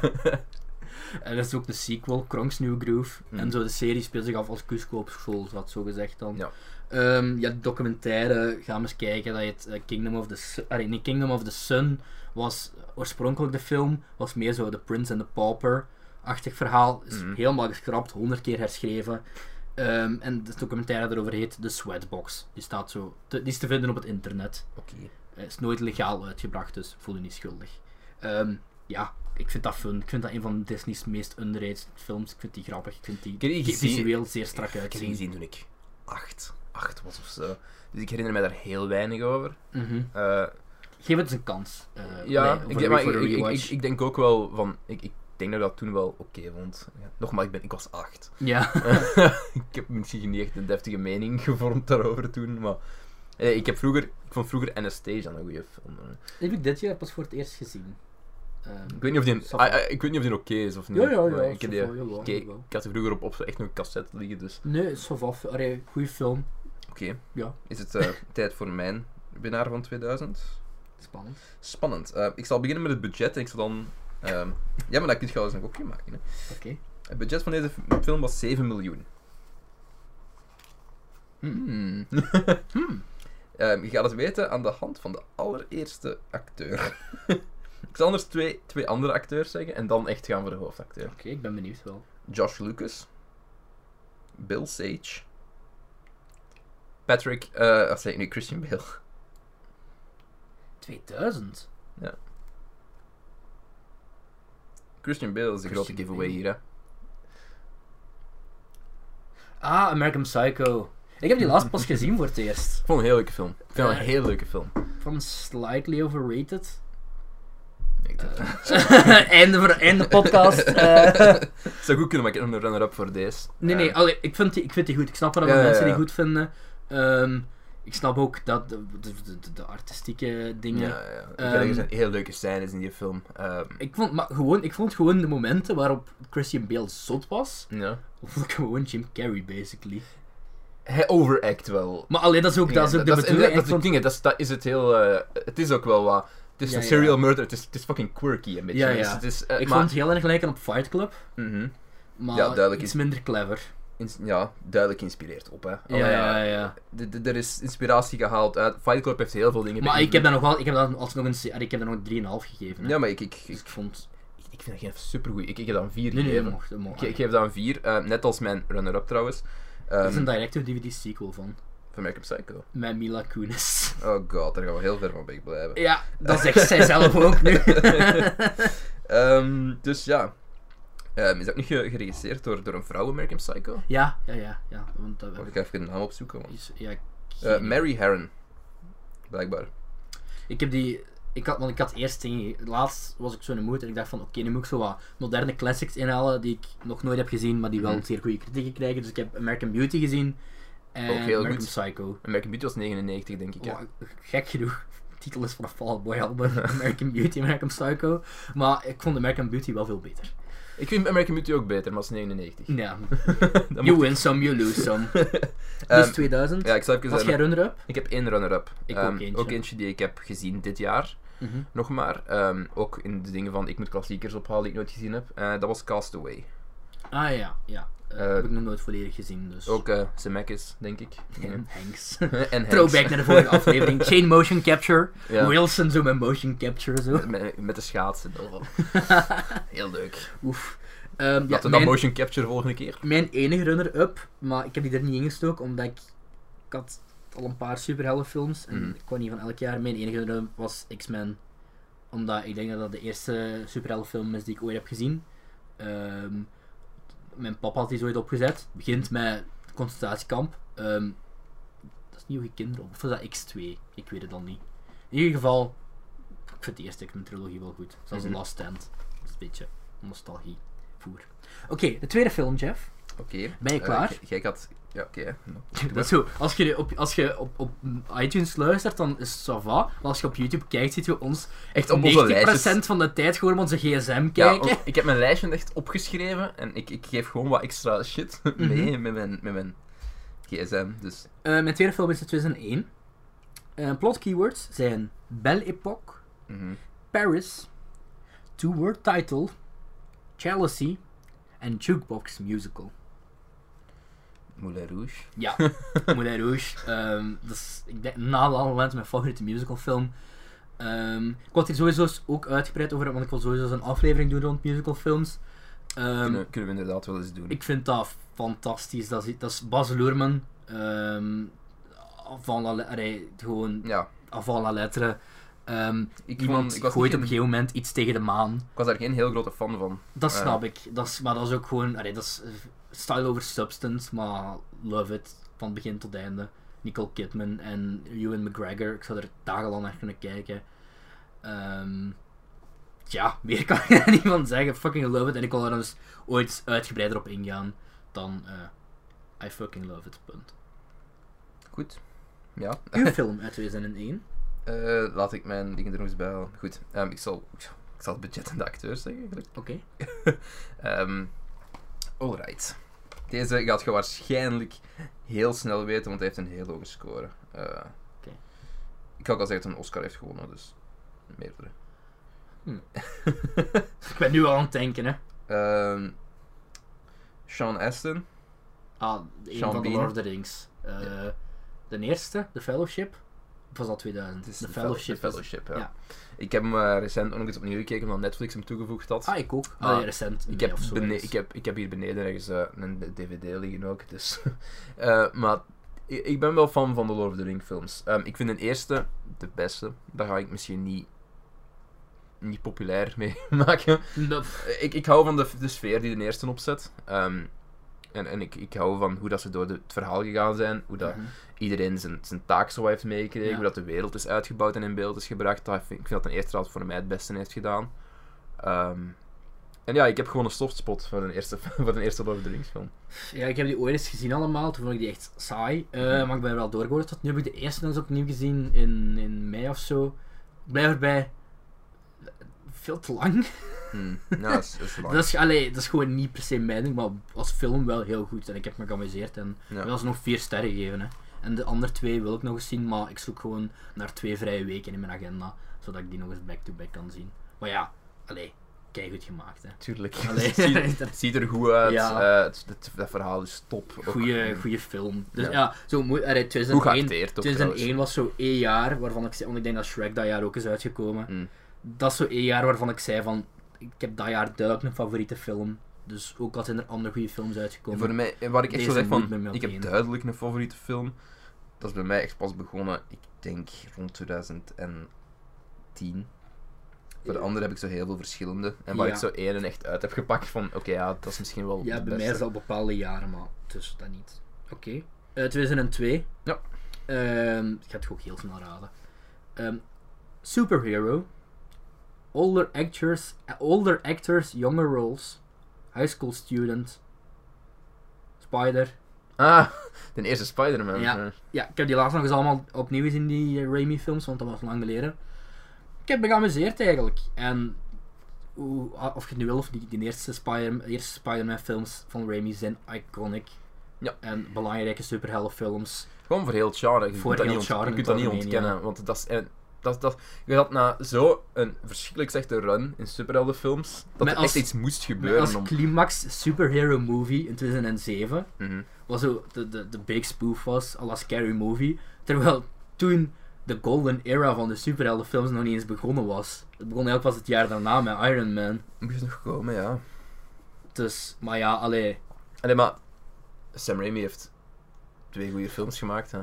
Speaker 1: En dat is ook de sequel, Kronk's New Groove.
Speaker 2: Mm.
Speaker 1: En zo de serie speelt zich af als Cusco op school, wat zo gezegd dan.
Speaker 2: Ja.
Speaker 1: Ehm, ja, de documentaire, ga maar eens kijken. Dat heet eh, Kingdom of the Sun. Allee, nee, Kingdom of the Sun was oorspronkelijk de film, was meer zo The Prince and the Pauper-achtig verhaal. Is
Speaker 2: Mhm.
Speaker 1: helemaal geschrapt, honderd keer herschreven. Ehm, en de documentaire daarover heet The Sweatbox. Die, staat zo te- die is te vinden op het internet.
Speaker 2: Oké.
Speaker 1: Eh, is nooit legaal uitgebracht, dus voel je niet schuldig. Ehm, ja, ik vind dat fun. Ik vind dat een van Disney's meest underrated films. Ik vind die grappig. Ik vind die
Speaker 2: Ik heb die gezien-
Speaker 1: visueel zeer strak
Speaker 2: Ik heb die
Speaker 1: uitzien.
Speaker 2: gezien toen ik acht, acht was of zo. Dus ik herinner me daar heel weinig over.
Speaker 1: Mhm.
Speaker 2: Eh,
Speaker 1: Geef het eens een kans. eh,
Speaker 2: ja,
Speaker 1: nee,
Speaker 2: ik,
Speaker 1: voor-
Speaker 2: denk- maar
Speaker 1: voor
Speaker 2: ik,
Speaker 1: een
Speaker 2: ik, ik,
Speaker 1: rewatch.
Speaker 2: ik denk ook wel van... Ik, ik denk dat ik dat toen wel oké vond. Ja. Nogmaals, ik, ben, ik was acht.
Speaker 1: (laughs) Ja.
Speaker 2: ik heb misschien niet echt een deftige mening (laughs) gevormd daarover toen, maar... eh, ik, heb vroeger, ik vond vroeger Anastasia een goede film. hoor.
Speaker 1: Die heb ik dit jaar pas voor het eerst gezien. Ehm,
Speaker 2: Ik weet niet of die,
Speaker 1: Safa.
Speaker 2: ah, ah, ik weet niet of die oké is of niet.
Speaker 1: ja, ja, ja.
Speaker 2: maar Ik, heb die-
Speaker 1: zo van, jawel,
Speaker 2: gekeken.
Speaker 1: jawel.
Speaker 2: ik had die vroeger op, op zo echt een cassette liggen, dus...
Speaker 1: Nee, is zo van. Allee, goede film.
Speaker 2: Oké.
Speaker 1: Ja.
Speaker 2: Is
Speaker 1: (laughs)
Speaker 2: het eh, tijd voor mijn winnaar van 2000?
Speaker 1: Spannend.
Speaker 2: Spannend. Eh, ik zal beginnen met het budget en ik zal dan... ehm, ja, maar dat kun je wel eens een gokje maken. Hè.
Speaker 1: Oké.
Speaker 2: Het budget van deze f- film was 7 miljoen. (laughs) Hmm. Ehm, je gaat het weten aan de hand van de allereerste acteur. (laughs) ik zal anders twee, twee andere acteurs zeggen en dan echt gaan voor de hoofdacteur.
Speaker 1: Oké, ik ben benieuwd wel.
Speaker 2: Josh Lucas. Bill Sage. Patrick... eh wat zei ik nu? Christian Bale. (laughs)
Speaker 1: 2000?
Speaker 2: Christian Bale is de grote
Speaker 1: Christian
Speaker 2: giveaway
Speaker 1: Bale.
Speaker 2: hier, hè.
Speaker 1: Ah, American Psycho. Ik heb die laatst pas gezien voor het eerst.
Speaker 2: Ik vond het een heel leuke film. Ik vind het een
Speaker 1: Eh.
Speaker 2: heel leuke film.
Speaker 1: Van slightly
Speaker 2: (laughs)
Speaker 1: overrated. (laughs)
Speaker 2: Ik dacht, eh,
Speaker 1: einde, ver- einde
Speaker 2: (laughs)
Speaker 1: podcast. eh.
Speaker 2: het (laughs) zou goed kunnen, maar ik heb een runner-up voor deze.
Speaker 1: nee, nee,
Speaker 2: Eh,
Speaker 1: allee, ik, vind die, ik vind die goed. Ik snap dat
Speaker 2: Ja,
Speaker 1: er
Speaker 2: ja,
Speaker 1: mensen
Speaker 2: ja.
Speaker 1: die goed vinden. Ehm, ik snap ook dat de, de, de- de artistieke dingen.
Speaker 2: ja, ja. Ik
Speaker 1: Ehm.
Speaker 2: vind er zijn heel leuke scènes in die film. Ehm,
Speaker 1: Ik, vond, maar gewoon, ik vond gewoon de momenten waarop Christian Bale zot was.
Speaker 2: ja.
Speaker 1: Vond ik gewoon Jim Carrey, basically.
Speaker 2: Hij overact wel.
Speaker 1: Maar alleen dat is ook, dat is
Speaker 2: Ja,
Speaker 1: ook de bedoeling. echt
Speaker 2: inderdaad- Dat is het
Speaker 1: van-
Speaker 2: ding, hè. dat is, dat is het heel... eh, het is ook wel wat... Het is
Speaker 1: Ja,
Speaker 2: een
Speaker 1: ja.
Speaker 2: serial murder, het is, het is fucking quirky een beetje.
Speaker 1: Ja,
Speaker 2: Dus
Speaker 1: ja.
Speaker 2: het is, eh,
Speaker 1: ik
Speaker 2: maar-
Speaker 1: vond het heel erg lijken op Fight Club.
Speaker 2: Mhm.
Speaker 1: Maar
Speaker 2: Ja, duidelijk
Speaker 1: iets
Speaker 2: is-
Speaker 1: minder clever.
Speaker 2: Ins- ja, duidelijk geïnspireerd op, hè.
Speaker 1: Ja, ja, ja.
Speaker 2: D- d- Er is inspiratie gehaald uit... Fight Club heeft heel veel dingen
Speaker 1: Maar ik heb daar nog
Speaker 2: beïnvloed.
Speaker 1: wel, ik heb daar alsnog een, se- ik heb daar nog een 3,5 gegeven. hè.
Speaker 2: Ja, maar ik, ik,
Speaker 1: Dus
Speaker 2: ik,
Speaker 1: ik vond...
Speaker 2: ik vind dat geen supergoed. Ik, ik heb dan vier
Speaker 1: Nee, nee,
Speaker 2: gegeven.
Speaker 1: dat mocht, dat mocht.
Speaker 2: Ik, ik geef dat een 4, net als mijn runner-up trouwens. Ehm,
Speaker 1: Er is een director DVD sequel van.
Speaker 2: van American Psycho.
Speaker 1: Met Mila Kunis.
Speaker 2: Oh god, daar gaan we heel ver van weg blijven.
Speaker 1: Ja, dat zegt zij zelf ook nu.
Speaker 2: Ehm, dus ja. Ehm, is dat niet ge- geregisseerd door, door een vrouw, American Psycho?
Speaker 1: ja, ja, ja, ja. Want dat
Speaker 2: Wacht,
Speaker 1: heb
Speaker 2: ik
Speaker 1: ik
Speaker 2: ga even de naam opzoeken. want-
Speaker 1: iets. Ja, ik,
Speaker 2: Eh, Mary Herron. Blijkbaar.
Speaker 1: ik heb die. Ik had, want ik had eerst dingen. Laatst was ik zo in de moed en ik dacht van oké, nu moet ik zo wat moderne classics inhalen die ik nog nooit heb gezien, maar die wel
Speaker 2: Mhm.
Speaker 1: zeer goede kritieken krijgen. Dus ik heb American Beauty gezien en
Speaker 2: Ook heel
Speaker 1: American
Speaker 2: goed.
Speaker 1: Psycho.
Speaker 2: American Beauty was 99, denk ik. hè.
Speaker 1: Ja, gek genoeg. (laughs) De titel is van een Fall Out Boy album. American Beauty, American Psycho. Maar ik vond American Beauty wel veel beter.
Speaker 2: Ik vind American Beauty ook beter, maar het
Speaker 1: (laughs)
Speaker 2: is 99.
Speaker 1: Ja.
Speaker 2: Dan
Speaker 1: You
Speaker 2: moet-
Speaker 1: win some, you lose
Speaker 2: (laughs)
Speaker 1: some.
Speaker 2: Ehm,
Speaker 1: dus 2000.
Speaker 2: ja, ik zal even
Speaker 1: was
Speaker 2: zeggen,
Speaker 1: jij runner-up?
Speaker 2: Ik heb één runner-up.
Speaker 1: Ik
Speaker 2: Ehm,
Speaker 1: ook eentje.
Speaker 2: ook eentje die ik heb gezien dit jaar. Nog maar, ehm, ook in de dingen van ik moet klassiekers ophalen die ik nooit gezien heb. Eh, dat was Castaway.
Speaker 1: Ah ja, ja. Eh,
Speaker 2: Eh,
Speaker 1: heb ik nog nooit volledig gezien, dus. (laughs)
Speaker 2: Ook eh Zemeckis, denk ik.
Speaker 1: En
Speaker 2: (laughs)
Speaker 1: Hanks.
Speaker 2: en Hanks.
Speaker 1: Throwback naar de vorige
Speaker 2: (laughs)
Speaker 1: aflevering. Chain motion capture.
Speaker 2: Ja.
Speaker 1: Wilson zo met motion capture
Speaker 2: (laughs)
Speaker 1: zo.
Speaker 2: Met, met de schaatsen. Oh.
Speaker 1: (laughs)
Speaker 2: Heel leuk.
Speaker 1: Oef. Ehm ja,
Speaker 2: Laten we
Speaker 1: mijn,
Speaker 2: dat motion capture volgende keer.
Speaker 1: mijn enige runner-up, maar ik heb die er niet ingestoken omdat ik, ik had al een paar superheldenfilms en
Speaker 2: Mhm.
Speaker 1: ik kwam niet van elk jaar. Mijn enige runner-up was X-Men. Omdat ik denk dat dat de eerste superheldenfilm is die ik ooit heb gezien. Ehm, mijn papa had die zo ooit opgezet. Het begint met concentratiekamp. Ehm, dat is Nieuwe Kinderen, of is dat X2? Ik weet het al niet. In ieder geval, ik vind de eerste X-Men-trilogie wel goed. Zoals
Speaker 2: Mhm.
Speaker 1: The Last Stand. Dat is een beetje nostalgie voer. Oké, de tweede film, Jeff.
Speaker 2: Oké.
Speaker 1: Ben je
Speaker 2: Eh,
Speaker 1: klaar?
Speaker 2: jij- jij gaat... Ja, oké. hè.
Speaker 1: (laughs) Dat is zo. Als je op, als je op, op iTunes luistert, dan is het ça va. Maar als je op YouTube kijkt, ziet je ons
Speaker 2: Echt
Speaker 1: 90%
Speaker 2: op onze lijstjes.
Speaker 1: van de tijd gewoon op onze gsm
Speaker 2: Ja,
Speaker 1: kijken.
Speaker 2: ook- ik heb mijn lijstje echt opgeschreven en ik, ik geef gewoon wat extra shit (laughs) mee
Speaker 1: Mhm.
Speaker 2: met, mijn, met mijn gsm. Dus
Speaker 1: Eh, mijn tweede film is uit 2001. Eh plot keywords zijn Belle Époque,
Speaker 2: mhm.
Speaker 1: Paris, Two Word Title, Jealousy en Jukebox Musical.
Speaker 2: Moulin Rouge.
Speaker 1: Ja,
Speaker 2: (laughs)
Speaker 1: Moulin Rouge. Ehm, dat is, ik denk, na La La Land mijn favoriete musicalfilm. Ehm ik wil het hier sowieso eens ook uitgebreid over hebben, want ik wil sowieso eens een aflevering doen rond musicalfilms. Ehm,
Speaker 2: kunnen, kunnen we inderdaad wel eens doen.
Speaker 1: ik vind dat fantastisch. Dat is, dat is Bas Luhrmann. ehm van la, allee, gewoon
Speaker 2: ja,
Speaker 1: avant la lettre. Ehm,
Speaker 2: ik,
Speaker 1: iemand
Speaker 2: vond- ik, was
Speaker 1: gooit
Speaker 2: niet
Speaker 1: op
Speaker 2: een-
Speaker 1: een gegeven moment iets tegen de maan.
Speaker 2: ik was daar geen heel grote fan van.
Speaker 1: Dat
Speaker 2: Ja.
Speaker 1: snap ik. Dat is, maar dat is ook gewoon... Allee, dat is eh, style over substance, maar love it. Van begin tot einde. Nicole Kidman en Ewan McGregor. Ik zou er dagenlang naar kunnen kijken. Ehm, ja, meer (laughs) kan ik er niet van zeggen. Fucking love it. En ik wil er dus ooit uitgebreider op ingaan dan... eh, I fucking love it, punt.
Speaker 2: Goed. Ja.
Speaker 1: Uw film uit 2001.
Speaker 2: Eh, laat ik mijn dingen er nog eens bij halen. Goed. ehm, ik, zal, ik zal het budget en de acteurs zeggen, eigenlijk.
Speaker 1: Oké.
Speaker 2: Ehm, alright. Deze gaat je waarschijnlijk heel snel weten, want hij heeft een heel hoge score. Eh,
Speaker 1: Oké.
Speaker 2: Ik kan ook al zeggen dat hij een Oscar heeft gewonnen, dus meerdere.
Speaker 1: Ik ben nu al aan het denken, hè.
Speaker 2: Ehm, Sean Astin.
Speaker 1: Ah, de een
Speaker 2: Sean
Speaker 1: van de
Speaker 2: Bean.
Speaker 1: Lord of the Rings. Eh,
Speaker 2: Ja.
Speaker 1: De eerste, The Fellowship. Of was dat 2000?
Speaker 2: Het is
Speaker 1: the
Speaker 2: de
Speaker 1: Fellowship.
Speaker 2: fel- de fellowship, ja.
Speaker 1: ja.
Speaker 2: Ik heb hem eh, recent ook nog eens opnieuw gekeken, omdat Netflix hem toegevoegd had.
Speaker 1: Ah, ik ook.
Speaker 2: Ah,
Speaker 1: Allee, recent. een
Speaker 2: Ik
Speaker 1: mei
Speaker 2: heb,
Speaker 1: of zo
Speaker 2: bene-
Speaker 1: ergens.
Speaker 2: ik, heb, ik heb hier beneden ergens eh, een DVD liggen ook. Dus. (laughs) Eh, maar ik, ik ben wel fan van de Lord of the Rings films. Ehm, ik vind de eerste de beste. Daar ga ik misschien niet, niet populair mee (laughs) maken.
Speaker 1: Dat-
Speaker 2: Eh, Ik, ik hou van de, de sfeer die de eerste opzet. Ehm, en en ik, ik hou van hoe dat ze door de, het verhaal gegaan zijn. Hoe dat
Speaker 1: Mhm.
Speaker 2: iedereen zijn, zijn taak zo heeft meegekregen.
Speaker 1: Ja.
Speaker 2: Hoe dat de wereld is uitgebouwd en in beeld is gebracht. Dat vind, ik vind dat de eerste altijd voor mij het beste heeft gedaan. Ehm, en ja, ik heb gewoon een softspot voor een eerste, (laughs) voor een eerste Lord of the Rings film.
Speaker 1: Ja, ik heb die ooit eens gezien allemaal. Toen vond ik die echt saai. Eh,
Speaker 2: Mhm.
Speaker 1: Maar ik ben wel doorgehoord. Tot nu heb ik de eerste nog eens opnieuw gezien in, in mei of zo. Ik blijf erbij. Veel te lang.
Speaker 2: Hmm. Ja, dat is, dat is lang.
Speaker 1: Dat is, allee, dat is gewoon niet per se mijn ding, maar als film wel heel goed. En ik heb me geamuseerd. En
Speaker 2: Ja.
Speaker 1: Ik wil ze nog vier sterren geven. Hè. En de andere twee wil ik nog eens zien, maar ik zoek gewoon naar twee vrije weken in mijn agenda, zodat ik die nog eens back-to-back kan zien. Maar ja, allee, kijk goed gemaakt. Hè.
Speaker 2: Tuurlijk.
Speaker 1: Allee.
Speaker 2: (laughs) het, ziet, het ziet er goed uit.
Speaker 1: Ja.
Speaker 2: eh, het, het- dat verhaal is top. Ook,
Speaker 1: Goeie,
Speaker 2: mm,
Speaker 1: goeie film. Dus
Speaker 2: Ja.
Speaker 1: ja, zo moe, allee,
Speaker 2: Goed
Speaker 1: 2001,
Speaker 2: geacteerd ook
Speaker 1: 2001 was zo één jaar waarvan ik zei, want ik denk dat Shrek dat jaar ook is uitgekomen.
Speaker 2: Mm.
Speaker 1: Dat is zo één jaar waarvan ik zei van, ik heb dat jaar duidelijk een favoriete film. Dus ook al zijn er andere goede films uitgekomen.
Speaker 2: Voor mij, eh, waar ik echt
Speaker 1: Deze
Speaker 2: zo zeg
Speaker 1: moet bij
Speaker 2: van,
Speaker 1: mij
Speaker 2: ik heb
Speaker 1: één.
Speaker 2: duidelijk een favoriete film. Dat is bij mij echt pas begonnen, ik denk rond 2010. Voor de
Speaker 1: Eh.
Speaker 2: andere heb ik zo heel veel verschillende. En waar
Speaker 1: Ja.
Speaker 2: ik zo één en echt uit heb gepakt van, oké ja, dat is misschien wel
Speaker 1: Ja,
Speaker 2: de
Speaker 1: bij mij is
Speaker 2: beste.
Speaker 1: dat op bepaalde jaren, maar dus dat niet. Oké. Eh, 2002.
Speaker 2: Ja.
Speaker 1: Ehm, ik ga het ook heel snel raden. Ehm, superhero. Older actors, eh, older actors, younger roles. High school student. Spider.
Speaker 2: Ah, de eerste Spider-Man.
Speaker 1: Ja.
Speaker 2: eh.
Speaker 1: Ja, ik heb die laatst nog eens allemaal opnieuw gezien, die eh, Raimi-films, want dat was lang geleden. Ik heb me geamuseerd eigenlijk. En hoe- ah, of je het nu wil of niet, die eerste Spider- eerste Spider-Man-films van Raimi zijn iconic.
Speaker 2: Ja.
Speaker 1: En belangrijke superheldenfilms.
Speaker 2: Gewoon voor heel het genre. Je
Speaker 1: Voor
Speaker 2: kunt dat
Speaker 1: heel
Speaker 2: niet ont-
Speaker 1: het genre
Speaker 2: Je kunt dat
Speaker 1: in
Speaker 2: niet
Speaker 1: het algemeen,
Speaker 2: ontkennen. Want dat is... en dat, dat, je had na zo'n verschrikkelijk slechte run in superheldenfilms, dat
Speaker 1: Met
Speaker 2: er
Speaker 1: als-
Speaker 2: echt iets moest
Speaker 1: Met
Speaker 2: gebeuren
Speaker 1: als
Speaker 2: om...
Speaker 1: climax superhero movie in 2007,
Speaker 2: Mhm.
Speaker 1: wat zo de, de, de big spoof was, à la scary movie. Terwijl toen de golden era van de superheldenfilms nog niet eens begonnen was. Het begon eigenlijk pas het jaar daarna met Iron Man.
Speaker 2: Moest nog komen, ja.
Speaker 1: Dus, maar ja, allee...
Speaker 2: Allee, maar Sam Raimi heeft twee goede films gemaakt, hè.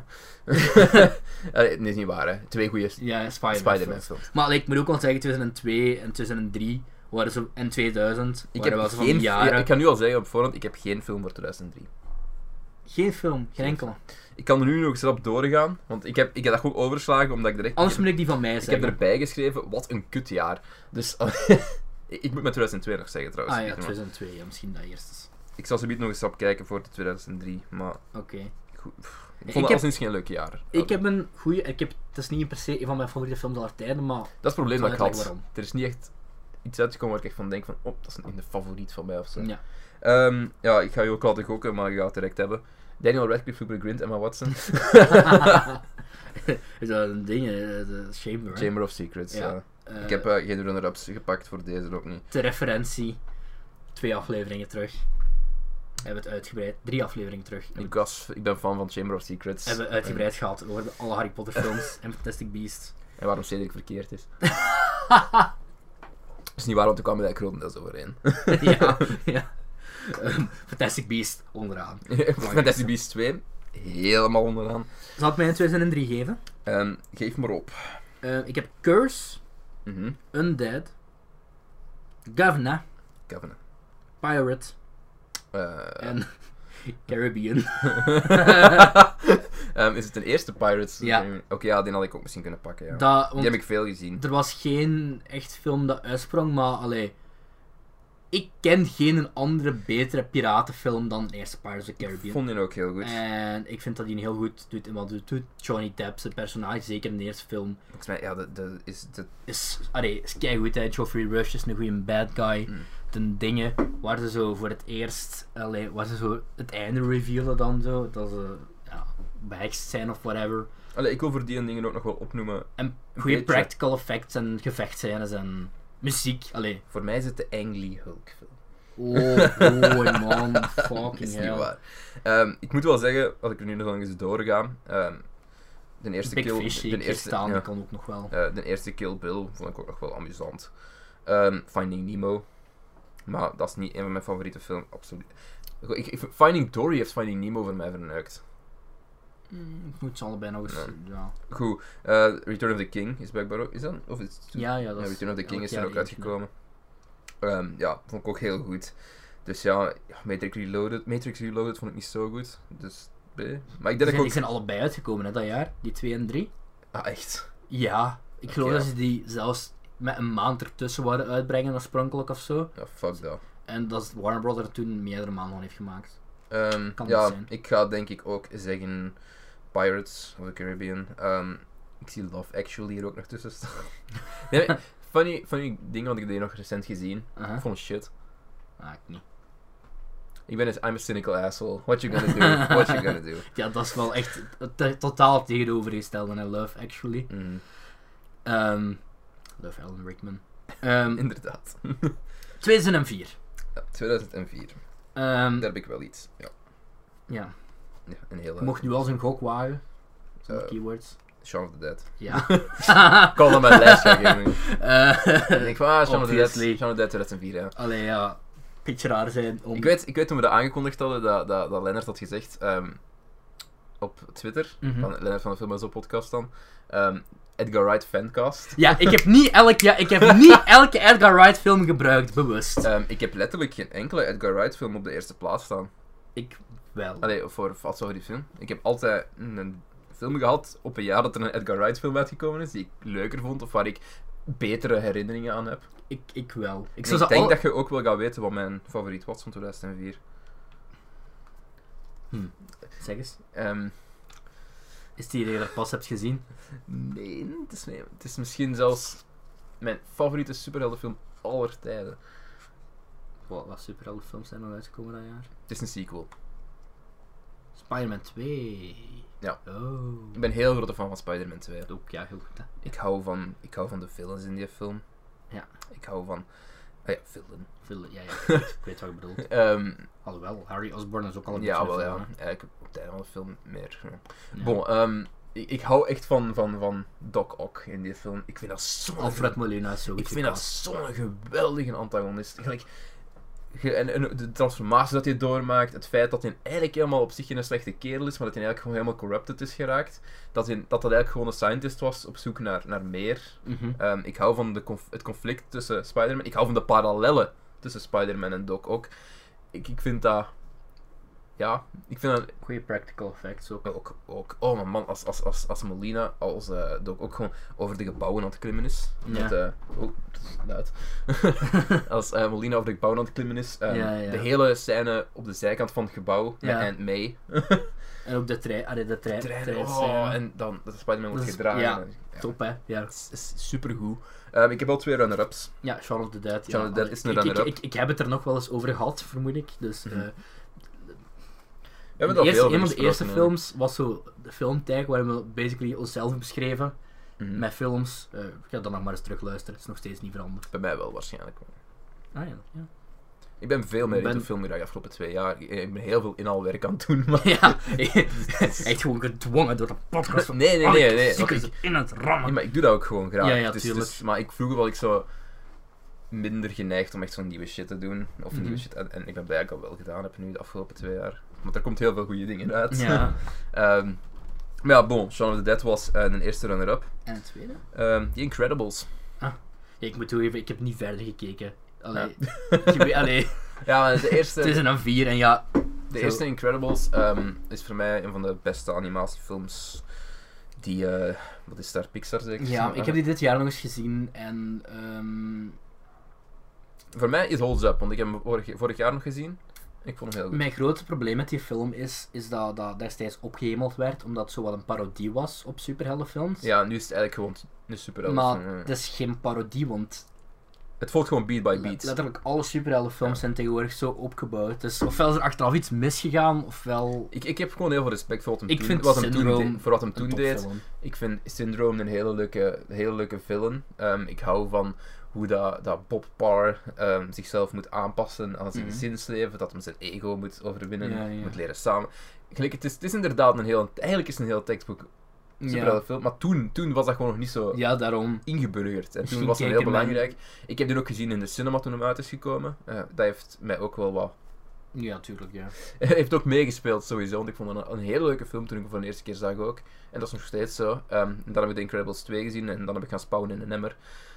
Speaker 2: (laughs) Allee, nee, is niet waar, hè. Twee goede
Speaker 1: Ja, Spider-Man.
Speaker 2: Spider-Man films.
Speaker 1: Maar like, ik moet ook wel zeggen, 2002 en 2003 waren zo, en 2000
Speaker 2: Ik
Speaker 1: waren
Speaker 2: heb
Speaker 1: wel zo van
Speaker 2: geen...
Speaker 1: die
Speaker 2: ja,
Speaker 1: jaren.
Speaker 2: ik kan nu al zeggen op voorhand, ik heb geen film voor 2003.
Speaker 1: Geen film, geen enkele.
Speaker 2: Ik kan er nu nog eens op doorgaan, want ik heb, ik heb dat goed overslagen, omdat ik direct...
Speaker 1: Anders moet ik die van mij
Speaker 2: Ik heb
Speaker 1: zeggen.
Speaker 2: erbij geschreven, wat een kutjaar. Dus (laughs) ik moet mijn 2002 nog zeggen trouwens.
Speaker 1: Ah ja,
Speaker 2: Pieter, maar
Speaker 1: 2002, ja, misschien dat eerst is.
Speaker 2: Ik zal zo niet nog eens op kijken voor de 2003, maar
Speaker 1: Oké.
Speaker 2: goed, pff, ik
Speaker 1: Ik
Speaker 2: vond het
Speaker 1: heb-
Speaker 2: alleszins geen leuk jaar.
Speaker 1: Ik heb een goede. Ik heb, het is niet per se een van mijn favoriete films aller tijden, maar
Speaker 2: Dat is het probleem dat ik
Speaker 1: Ik zal
Speaker 2: had.
Speaker 1: uitleggen waarom.
Speaker 2: Er is niet echt iets uitgekomen waar ik echt van denk van, oh, dat is niet de favoriet van mij of zo.
Speaker 1: ja. (laughs)
Speaker 2: Ehm, ja, ik ga je ook laten gokken, maar je gaat het direct hebben. Daniel Radcliffe, Rupert Grint, Emma Watson,
Speaker 1: is dat een ding? eh, De Chamber. hè?
Speaker 2: Chamber of Secrets.
Speaker 1: Ja.
Speaker 2: ja.
Speaker 1: Eh,
Speaker 2: ik heb eh, geen runner-ups gepakt voor deze ook niet.
Speaker 1: de referentie. twee afleveringen terug. Hebben we het uitgebreid. Drie afleveringen terug.
Speaker 2: Ik, was, ik ben fan van Chamber of Secrets.
Speaker 1: Hebben we uitgebreid gehad over alle Harry Potter (laughs) films en Fantastic Beasts.
Speaker 2: En, en waarom Cedric
Speaker 1: (laughs)
Speaker 2: verkeerd is. Dat is niet waar, want toen kwamen we daar grotendeels
Speaker 1: (laughs)
Speaker 2: (laughs) overheen.
Speaker 1: ja, ja. Ehm, Fantastic Beast onderaan.
Speaker 2: Fantastic Beasts 2, helemaal onderaan.
Speaker 1: Zal ik mij een 2003 geven?
Speaker 2: Ehm, geef maar op.
Speaker 1: Eh, ik heb Curse,
Speaker 2: Mhm.
Speaker 1: Undead, Governor,
Speaker 2: Covenant.
Speaker 1: Pirate
Speaker 2: Eh,
Speaker 1: en (laughs) Caribbean.
Speaker 2: (laughs) ehm, is het een eerste Pirates?
Speaker 1: Ja.
Speaker 2: Oké, ja, die had ik ook misschien kunnen pakken. Ja.
Speaker 1: Dat,
Speaker 2: Die
Speaker 1: want
Speaker 2: heb ik veel gezien.
Speaker 1: Er was geen echt film dat uitsprong, maar allee, ik ken geen andere betere piratenfilm dan de eerste Pirates of the
Speaker 2: Ik
Speaker 1: Caribbean. Eh.
Speaker 2: vond die ook heel goed.
Speaker 1: En ik vind dat hij een heel goed doet. En wat doet Johnny Depp, zijn personage, zeker in de eerste film,
Speaker 2: Volgens mij, ja, dat, dat is... Dat,
Speaker 1: is, allee, is keigoed. Hè? Geoffrey Rush is een goede bad guy.
Speaker 2: Mm.
Speaker 1: Ten dingen waar ze zo voor het eerst, allee, waar ze zo het einde revealen dan zo, dat ze ja, behext zijn of whatever.
Speaker 2: Allee, ik wil voor die dingen ook nog wel opnoemen.
Speaker 1: En goede
Speaker 2: beetje.
Speaker 1: practical effects en gevechtscènes en muziek, allee.
Speaker 2: Voor mij is het de Ang Lee Hulk film.
Speaker 1: (laughs) Oh, boy, man. (laughs) Fucking
Speaker 2: is niet
Speaker 1: hell.
Speaker 2: waar. Ehm, ik moet wel zeggen, als ik er nu nog eens doorga... ehm, de eerste
Speaker 1: Big
Speaker 2: kill...
Speaker 1: Fish zie
Speaker 2: de
Speaker 1: ik hier
Speaker 2: eerste,
Speaker 1: staan,
Speaker 2: ja.
Speaker 1: die kan ook nog wel.
Speaker 2: Eh, de eerste Kill Bill vond ik ook nog wel amusant. Ehm, Finding Nemo. Maar dat is niet een van mijn favoriete films, absoluut. Ik, ik- Finding Dory heeft Finding Nemo voor mij verneukt.
Speaker 1: Mm, Ik moet ze allebei nog eens...
Speaker 2: Ja.
Speaker 1: Ja,
Speaker 2: Goed, eh, Return of the King is blijkbaar ook. Is dat? Of is het-
Speaker 1: ja, ja, dat
Speaker 2: Ja,
Speaker 1: is...
Speaker 2: Return of the King
Speaker 1: elk
Speaker 2: is er
Speaker 1: jaar
Speaker 2: ook
Speaker 1: eentje.
Speaker 2: uitgekomen. Ehm, ja, vond ik ook heel goed. Dus ja, ja, Matrix Reloaded. Matrix Reloaded vond ik niet zo goed. Dus. eh. Maar ik
Speaker 1: Die
Speaker 2: denk dat
Speaker 1: zijn,
Speaker 2: ik
Speaker 1: die
Speaker 2: ook.
Speaker 1: zijn allebei uitgekomen, hè, dat jaar. Die twee en drie.
Speaker 2: Ah, echt.
Speaker 1: Ja. Ik geloof
Speaker 2: Oké,
Speaker 1: dat
Speaker 2: ja.
Speaker 1: ze die zelfs met een maand ertussen waren uitbrengen, oorspronkelijk of zo.
Speaker 2: Ja, fuck dat.
Speaker 1: En dat Warner Brothers toen meerdere maanden gewoon heeft gemaakt.
Speaker 2: Ehm,
Speaker 1: Kan
Speaker 2: ja,
Speaker 1: dat zijn?
Speaker 2: ik ga denk ik ook zeggen Pirates of the Caribbean. Ehm, ik zie Love Actually hier ook nog tussen staan. (laughs) nee, maar funny, funny ding, want ik heb die nog recent gezien.
Speaker 1: Aha.
Speaker 2: Ik vond het shit.
Speaker 1: Ah, ik niet.
Speaker 2: Ik ben eens, I'm a cynical asshole. What you gonna do? What you gonna do?
Speaker 1: Ja, dat is wel echt het te- totaal het tegenovergestelde, hè, Love Actually.
Speaker 2: Mm,
Speaker 1: Ehm, Love Alan Rickman. Ehm
Speaker 2: inderdaad.
Speaker 1: 2004.
Speaker 2: Ja, 2004.
Speaker 1: Ehm,
Speaker 2: Daar heb ik wel iets. Ja,
Speaker 1: ja.
Speaker 2: ja een hele...
Speaker 1: Je mocht nu wel eens een gok wagen. Zonder
Speaker 2: Eh.
Speaker 1: keywords.
Speaker 2: Shaun of the Dead. (laughs)
Speaker 1: Ja. Ah.
Speaker 2: Call hem mijn
Speaker 1: (laughs)
Speaker 2: lijst. ja, ik weet niet. Ik
Speaker 1: Eh (laughs)
Speaker 2: denk van, ah, Shaun of the Dead.
Speaker 1: Obviously.
Speaker 2: Shaun of the Dead 2004, ja.
Speaker 1: Allee, ja. Beetje raar zijn om...
Speaker 2: Ik weet, ik weet toen we dat aangekondigd hadden, dat, dat, dat Lennart had gezegd ehm, op Twitter,
Speaker 1: Mhm.
Speaker 2: van Lennart van de Film en Zo podcast dan, ehm, Edgar Wright fancast.
Speaker 1: Ja, ik heb niet, elk, ja, ik heb
Speaker 2: (laughs)
Speaker 1: niet elke Edgar Wright film gebruikt, bewust.
Speaker 2: Ehm, ik heb letterlijk geen enkele Edgar Wright film op de eerste plaats staan.
Speaker 1: Ik wel.
Speaker 2: Allee, voor wat zou die film? Ik heb altijd een film gehad op een jaar dat er een Edgar Wright film uitgekomen is, die ik leuker vond of waar ik betere herinneringen aan heb.
Speaker 1: Ik, ik wel. Ik
Speaker 2: Ik,
Speaker 1: zou
Speaker 2: ik
Speaker 1: ze
Speaker 2: denk
Speaker 1: al...
Speaker 2: dat je ook wel gaat weten wat mijn favoriet was van 2004.
Speaker 1: Zeg eens.
Speaker 2: Ehm,
Speaker 1: Is die die je pas hebt gezien?
Speaker 2: Nee, het is, nee, het is misschien zelfs mijn favoriete superheldenfilm aller tijden.
Speaker 1: Wat, wat superheldenfilms zijn er uitgekomen dat jaar?
Speaker 2: Het is een sequel.
Speaker 1: Spider-Man 2.
Speaker 2: Ja.
Speaker 1: Oh.
Speaker 2: Ik ben heel grote fan van Spider-Man 2.
Speaker 1: Ook, ja, heel goed, hè.
Speaker 2: Ik hou van, ik hou van de villains in die film.
Speaker 1: Ja.
Speaker 2: Ik hou van... Ah ja, villain.
Speaker 1: Veel,
Speaker 2: (laughs)
Speaker 1: ja, ja, ik weet- ik weet wat je bedoelt.
Speaker 2: Ehm,
Speaker 1: Alhoewel, Harry Osborn is ook al een
Speaker 2: ja,
Speaker 1: beetje
Speaker 2: wel
Speaker 1: een
Speaker 2: ja.
Speaker 1: film,
Speaker 2: Ja, Ik heb op het einde van de film meer... eh.
Speaker 1: hè. Ja.
Speaker 2: Bon, ehm, ik, ik hou echt van, van, van Doc Ock in die film. Ik vind dat zo'n...
Speaker 1: Alfred Molina is zo
Speaker 2: Ik vind dat zo'n geweldige antagonist. Gelijk, ge- en, en de transformatie dat hij doormaakt, het feit dat hij eigenlijk helemaal op zich geen slechte kerel is, maar dat hij eigenlijk gewoon helemaal corrupted is geraakt. Dat hij, dat, dat eigenlijk gewoon een scientist was op zoek naar, naar meer.
Speaker 1: Mhm.
Speaker 2: Ehm, ik hou van de conf- het conflict tussen Spider-Man. Ik hou van de parallellen tussen Spider-Man en Doc ook. Ik, ik vind dat... Ja, ik vind dat
Speaker 1: Goeie practical effects
Speaker 2: (laughs)
Speaker 1: ook. (laughs)
Speaker 2: ook... ook oh mijn man, als, als, als, als Molina, als eh, Doc ook gewoon over de gebouwen aan het klimmen is.
Speaker 1: Ja.
Speaker 2: Dat, eh, oh, dat is luid. (laughs) als eh, Molina over de gebouwen aan het klimmen is. ehm,
Speaker 1: Ja, ja.
Speaker 2: De hele scène op de zijkant van het gebouw met
Speaker 1: Ja.
Speaker 2: Aunt May.
Speaker 1: En ook de trein. Allee, de trein.
Speaker 2: Treinen,
Speaker 1: trein-
Speaker 2: oh, en dan dat Spider-Man wordt
Speaker 1: Dat is-
Speaker 2: gedragen.
Speaker 1: ja.
Speaker 2: Ja.
Speaker 1: Top, hè. Ja.
Speaker 2: Het is, is supergoed. Ehm, ik heb al twee runner-ups.
Speaker 1: Ja, Shaun of the Dead.
Speaker 2: Shaun
Speaker 1: ja,
Speaker 2: of the Dead
Speaker 1: allee,
Speaker 2: is een
Speaker 1: ik- ik-
Speaker 2: runner-up.
Speaker 1: Ik, ik, heb het er nog wel eens over gehad, vermoed ik. Dus, eh,
Speaker 2: Mhm. We
Speaker 1: de
Speaker 2: hebben het al
Speaker 1: eerste-
Speaker 2: veel
Speaker 1: een van de eerste
Speaker 2: besproken,
Speaker 1: films was zo de filmtijd waar we basically onszelf beschreven
Speaker 2: hè. Mhm.
Speaker 1: met films. Eh, ik ga dat nog maar eens terugluisteren, het is nog steeds niet veranderd.
Speaker 2: Bij mij wel waarschijnlijk.
Speaker 1: Ah ja, (laughs) ja.
Speaker 2: Ik Ik ben veel meer
Speaker 1: Ik ben-
Speaker 2: in de film de afgelopen twee jaar. Ik- Ik ben heel veel inhaalwerk aan het doen. Maar... (laughs)
Speaker 1: Ja, (laughs) echt gewoon gedwongen door de podcast. van
Speaker 2: Nee, nee,
Speaker 1: Ark,
Speaker 2: nee, nee,
Speaker 1: ziek
Speaker 2: oké.
Speaker 1: is in het rammen.
Speaker 2: Ja, maar ik doe dat ook gewoon graag.
Speaker 1: Ja, ja,
Speaker 2: Dus-
Speaker 1: tuurlijk.
Speaker 2: dus- maar ik, vroeger was ik zo minder geneigd om echt zo'n nieuwe shit te doen. Of
Speaker 1: Mhm.
Speaker 2: nieuwe shit. En, en ik ben blij dat ik dat wel gedaan heb nu de afgelopen twee jaar. Want er komt heel veel goede dingen uit.
Speaker 1: Ja.
Speaker 2: (laughs) Ehm, maar ja, bon. Shaun of the Dead was eh, een eerste runner-up.
Speaker 1: (laughs) En het tweede?
Speaker 2: Ehm The Incredibles.
Speaker 1: Ja, ik moet toegeven, ik heb niet verder gekeken. Allee,
Speaker 2: Ja.
Speaker 1: ik weet-
Speaker 2: (laughs)
Speaker 1: allee,
Speaker 2: Ja,
Speaker 1: (laughs)
Speaker 2: maar de eerste...
Speaker 1: het is een 4 en ja,
Speaker 2: De
Speaker 1: Zo.
Speaker 2: eerste Incredibles ehm, is voor mij een van de beste animatiefilms die, eh, wat is daar, Pixar zeker?
Speaker 1: ja ik heb die dit jaar nog eens gezien en ehm,
Speaker 2: Voor mij is Holds Up, want ik heb hem vorig, vorig jaar nog gezien. Ik vond hem heel goed.
Speaker 1: mijn grote probleem met die film is, is dat dat destijds opgehemeld werd omdat het zo wat een parodie was op superheldenfilms.
Speaker 2: Ja, nu is het eigenlijk gewoon een superheld.
Speaker 1: maar
Speaker 2: Ja.
Speaker 1: het is geen parodie, want
Speaker 2: Het volgt gewoon beat by
Speaker 1: le-
Speaker 2: beat.
Speaker 1: letterlijk alle superheldenfilms
Speaker 2: Ja.
Speaker 1: zijn tegenwoordig zo opgebouwd. Dus ofwel is er achteraf iets misgegaan, ofwel
Speaker 2: ik, ik heb gewoon heel veel respect voor wat hem
Speaker 1: Ik
Speaker 2: toen,
Speaker 1: vind
Speaker 2: wat hem toen
Speaker 1: Syndrome
Speaker 2: deed. Voor wat hem toen
Speaker 1: een
Speaker 2: deed.
Speaker 1: topfilm.
Speaker 2: Ik vind Syndrome een hele leuke, hele leuke film. Ehm, ik hou van hoe dat, dat Bob Parr ehm, zichzelf moet aanpassen aan zijn
Speaker 1: Mhm.
Speaker 2: gezinsleven. Dat hem zijn ego moet overwinnen,
Speaker 1: Ja, ja.
Speaker 2: moet leren samen. Gelijk, het, is, het is inderdaad een heel... Eigenlijk is het een heel tekstboek
Speaker 1: Ja.
Speaker 2: superheldenfilm. Maar toen, toen was dat gewoon nog niet zo
Speaker 1: ja, daarom.
Speaker 2: ingeburgerd. En toen
Speaker 1: Hmm. Misschien
Speaker 2: was het heel
Speaker 1: kijken mijn-
Speaker 2: belangrijk. Ik heb die ook gezien in de cinema toen hem uit is gekomen. Eh, dat heeft mij ook wel wat
Speaker 1: Ja, tuurlijk, ja.
Speaker 2: (laughs) heeft ook meegespeeld sowieso. Want ik vond het een, een hele leuke film toen ik hem voor de eerste keer zag ook. En dat is nog steeds zo. Ehm, en dan heb ik The Incredibles 2 gezien en dan heb ik gaan spouwen in een emmer.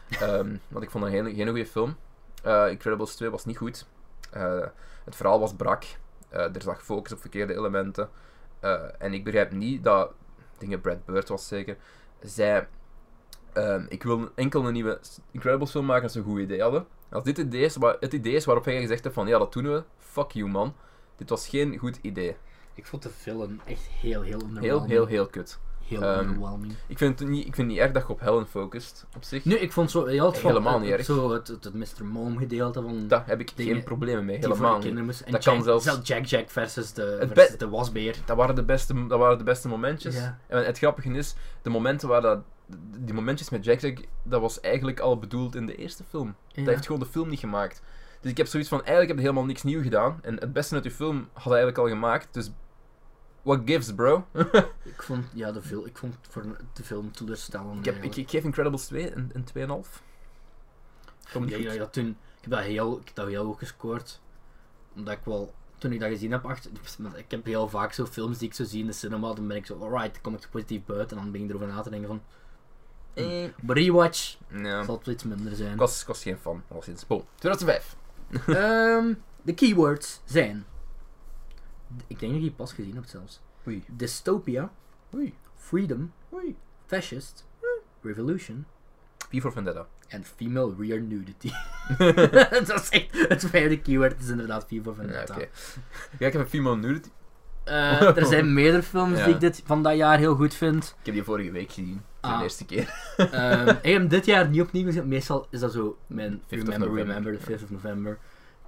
Speaker 2: Ehm, (laughs) want ik vond het een hele, hele goede film. Eh, Incredibles 2 was niet goed. Eh, het verhaal was brak. Eh, er zag focus op verkeerde elementen. Eh, en ik begrijp niet dat... Dingen Brad Bird was zeker. Zij... ehm, ik wil enkel een nieuwe Incredibles film maken als ze een goed idee hadden. Als dit idee is, waar, het idee is waarop jij gezegd hebt van ja, dat doen we. Fuck you man. Dit was geen goed idee.
Speaker 1: Ik vond de film echt heel, heel
Speaker 2: Heel,
Speaker 1: underwhelming.
Speaker 2: heel, heel kut.
Speaker 1: heel
Speaker 2: ehm,
Speaker 1: underwhelming.
Speaker 2: Ik vind het niet, ik vind het niet erg dat je op Helen focust, op zich.
Speaker 1: Nu, ik vond zo heel het van-
Speaker 2: Helemaal
Speaker 1: het-
Speaker 2: niet
Speaker 1: het-
Speaker 2: erg.
Speaker 1: Zo het, het, het Mr. Mom gedeelte van
Speaker 2: Daar heb ik
Speaker 1: Dingen
Speaker 2: geen problemen mee,
Speaker 1: die voor de
Speaker 2: helemaal niet.
Speaker 1: kinderen moest- En
Speaker 2: Dat
Speaker 1: Jack,
Speaker 2: kan zelfs-
Speaker 1: Jack Jack versus de,
Speaker 2: Het
Speaker 1: versus
Speaker 2: be-
Speaker 1: de wasbeer.
Speaker 2: Dat waren de beste, dat waren de beste momentjes.
Speaker 1: Ja.
Speaker 2: En het grappige is, de momenten waar dat, die momentjes met Jack Jack, dat was eigenlijk al bedoeld in de eerste film.
Speaker 1: Ja.
Speaker 2: Dat heeft gewoon de film niet gemaakt. Dus ik heb zoiets van, eigenlijk heb je helemaal niks nieuw gedaan. En het beste uit je film had hij eigenlijk al gemaakt, dus... What gives, bro?
Speaker 1: Ik vond, ja, de film, ik vond voor de film teleurstellend.
Speaker 2: ik, heb, ik,
Speaker 1: eigenlijk.
Speaker 2: ik geef Incredibles 2 een, een 2,5. Kom niet
Speaker 1: Ja,
Speaker 2: goed.
Speaker 1: ja, dat toen, ik heb dat heel, ik heb dat heel hoog gescoord. Omdat ik wel, toen ik dat gezien heb, achter, ik heb heel vaak zo films die ik zo zie in de cinema, dan ben ik zo, alright, dan kom ik er positief buiten. En dan begin ik erover na te denken van, hmm,
Speaker 2: Eh,
Speaker 1: rewatch
Speaker 2: ja.
Speaker 1: zal het wel iets minder zijn.
Speaker 2: Ik was, ik was geen fan, al sinds. Bon, 2005.
Speaker 1: (laughs) Ehm, de keywords zijn. Ik denk dat je die pas gezien hebt zelfs.
Speaker 2: Oei.
Speaker 1: Dystopia,
Speaker 2: Oei.
Speaker 1: freedom,
Speaker 2: Oei.
Speaker 1: fascist, revolution
Speaker 2: Wie voor Vendetta.
Speaker 1: en female rear
Speaker 2: (laughs)
Speaker 1: nudity. (laughs) dat is echt het vijfde keyword is inderdaad V voor
Speaker 2: Ja, oké.
Speaker 1: Vendetta.
Speaker 2: Ja, ik heb een female nudity.
Speaker 1: Eh, er zijn meerdere films die
Speaker 2: Ja.
Speaker 1: ik dit, van dat jaar heel goed vind.
Speaker 2: (laughs) Ik heb die vorige week gezien. Voor
Speaker 1: Ah.
Speaker 2: de eerste keer.
Speaker 1: Ehm, ik heb hem dit jaar niet opnieuw gezien. Meestal is dat zo mijn
Speaker 2: 5th of
Speaker 1: Remember,
Speaker 2: November.
Speaker 1: Remember, the 5th of November.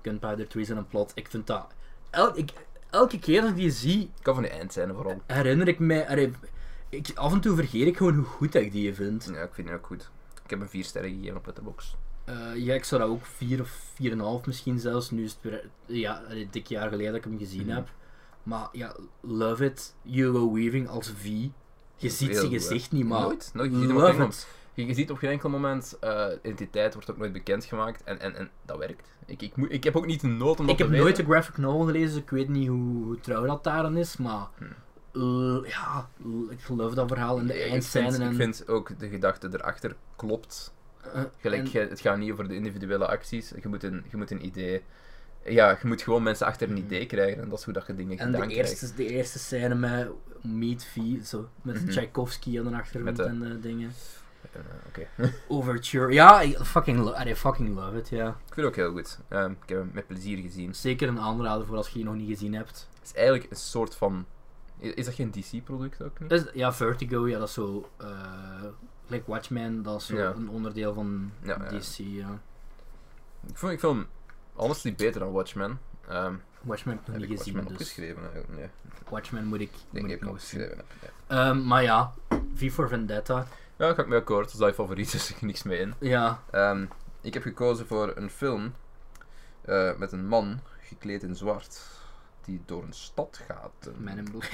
Speaker 1: Gunpowder, Treason en Plot. Ik vind dat... El, ik, elke keer dat ik die zie,
Speaker 2: Ik kan van die eindscène vooral.
Speaker 1: herinner ik mij. allee, ik, af en toe vergeet ik gewoon hoe goed dat ik die vind.
Speaker 2: Ja, ik vind die ook goed. Ik heb een 4 sterren gegeven op Letterboxd.
Speaker 1: Eh, ja, ik zou dat ook 4 of 4,5 misschien zelfs. Nu is het weer. Ja, allee, dik jaar geleden dat ik hem gezien
Speaker 2: Mhm.
Speaker 1: heb. Maar ja, love it. Hugo Weaving als V. Je ziet
Speaker 2: Heel
Speaker 1: zijn
Speaker 2: goed,
Speaker 1: gezicht niet, maar.
Speaker 2: Nooit. nooit. Je, ziet hem op geen
Speaker 1: Love
Speaker 2: moment-
Speaker 1: it.
Speaker 2: je, je ziet op geen enkel moment, eh, identiteit wordt ook nooit bekendgemaakt. En, en, en dat werkt. Ik, ik, moet, ik heb ook niet de nood om dat
Speaker 1: Ik heb
Speaker 2: te
Speaker 1: nooit de
Speaker 2: weten.
Speaker 1: graphic novel gelezen, dus ik weet niet hoe, hoe trouw dat daaraan is. Maar.
Speaker 2: Hmm.
Speaker 1: eh, ja, l- ik love dat verhaal en de
Speaker 2: Ik- ik
Speaker 1: eindscène.
Speaker 2: vind-
Speaker 1: en,
Speaker 2: Ik vind ook de gedachte erachter klopt.
Speaker 1: eh,
Speaker 2: Gelijk,
Speaker 1: en-
Speaker 2: je- het gaat niet over de individuele acties. Je moet een, je moet een idee. Ja, je moet gewoon mensen achter een
Speaker 1: Mhm.
Speaker 2: idee krijgen. En dat is hoe dat je dingen
Speaker 1: En de
Speaker 2: gedaan krijgt.
Speaker 1: eerste, de eerste scène met Meet V, zo, met
Speaker 2: Mhm.
Speaker 1: Tchaikovsky aan de achtergrond
Speaker 2: Met de-
Speaker 1: en eh, dingen.
Speaker 2: Eh, Oké. (laughs)
Speaker 1: Overture, ja, ik fucking, lo I fucking love it, ja.
Speaker 2: ik vind het ook heel goed. Ehm, ik heb hem met plezier gezien.
Speaker 1: Zeker een aanrader voor als je die nog niet gezien hebt.
Speaker 2: Het is eigenlijk een soort van... i- Is dat geen DC-product ook niet?
Speaker 1: Dus, ja, Vertigo, ja, dat is zo... eh like Watchmen, dat is zo
Speaker 2: Ja.
Speaker 1: een onderdeel van
Speaker 2: Ja, ja.
Speaker 1: DC, ja.
Speaker 2: Ik vond, ik vond hem honestly beter dan Watchmen. Ehm
Speaker 1: Watchmen heb ik nog niet
Speaker 2: heb ik
Speaker 1: gezien,
Speaker 2: Watchmen
Speaker 1: dus
Speaker 2: opgeschreven? hè? Nee, ik
Speaker 1: Watchmen moet ik, moet
Speaker 2: denk dat
Speaker 1: ik
Speaker 2: ik hem
Speaker 1: nog zien.
Speaker 2: opgeschreven heb. Ja,
Speaker 1: Ehm, maar ja, V for Vendetta,
Speaker 2: ja daar ga ik mee akkoord. (laughs) dus Als dat je favoriet is, is er niks mee in.
Speaker 1: ja.
Speaker 2: Ehm, ik heb gekozen voor een film. eh, eh, met een man gekleed in zwart die door een stad gaat. eh,
Speaker 1: Man in Black.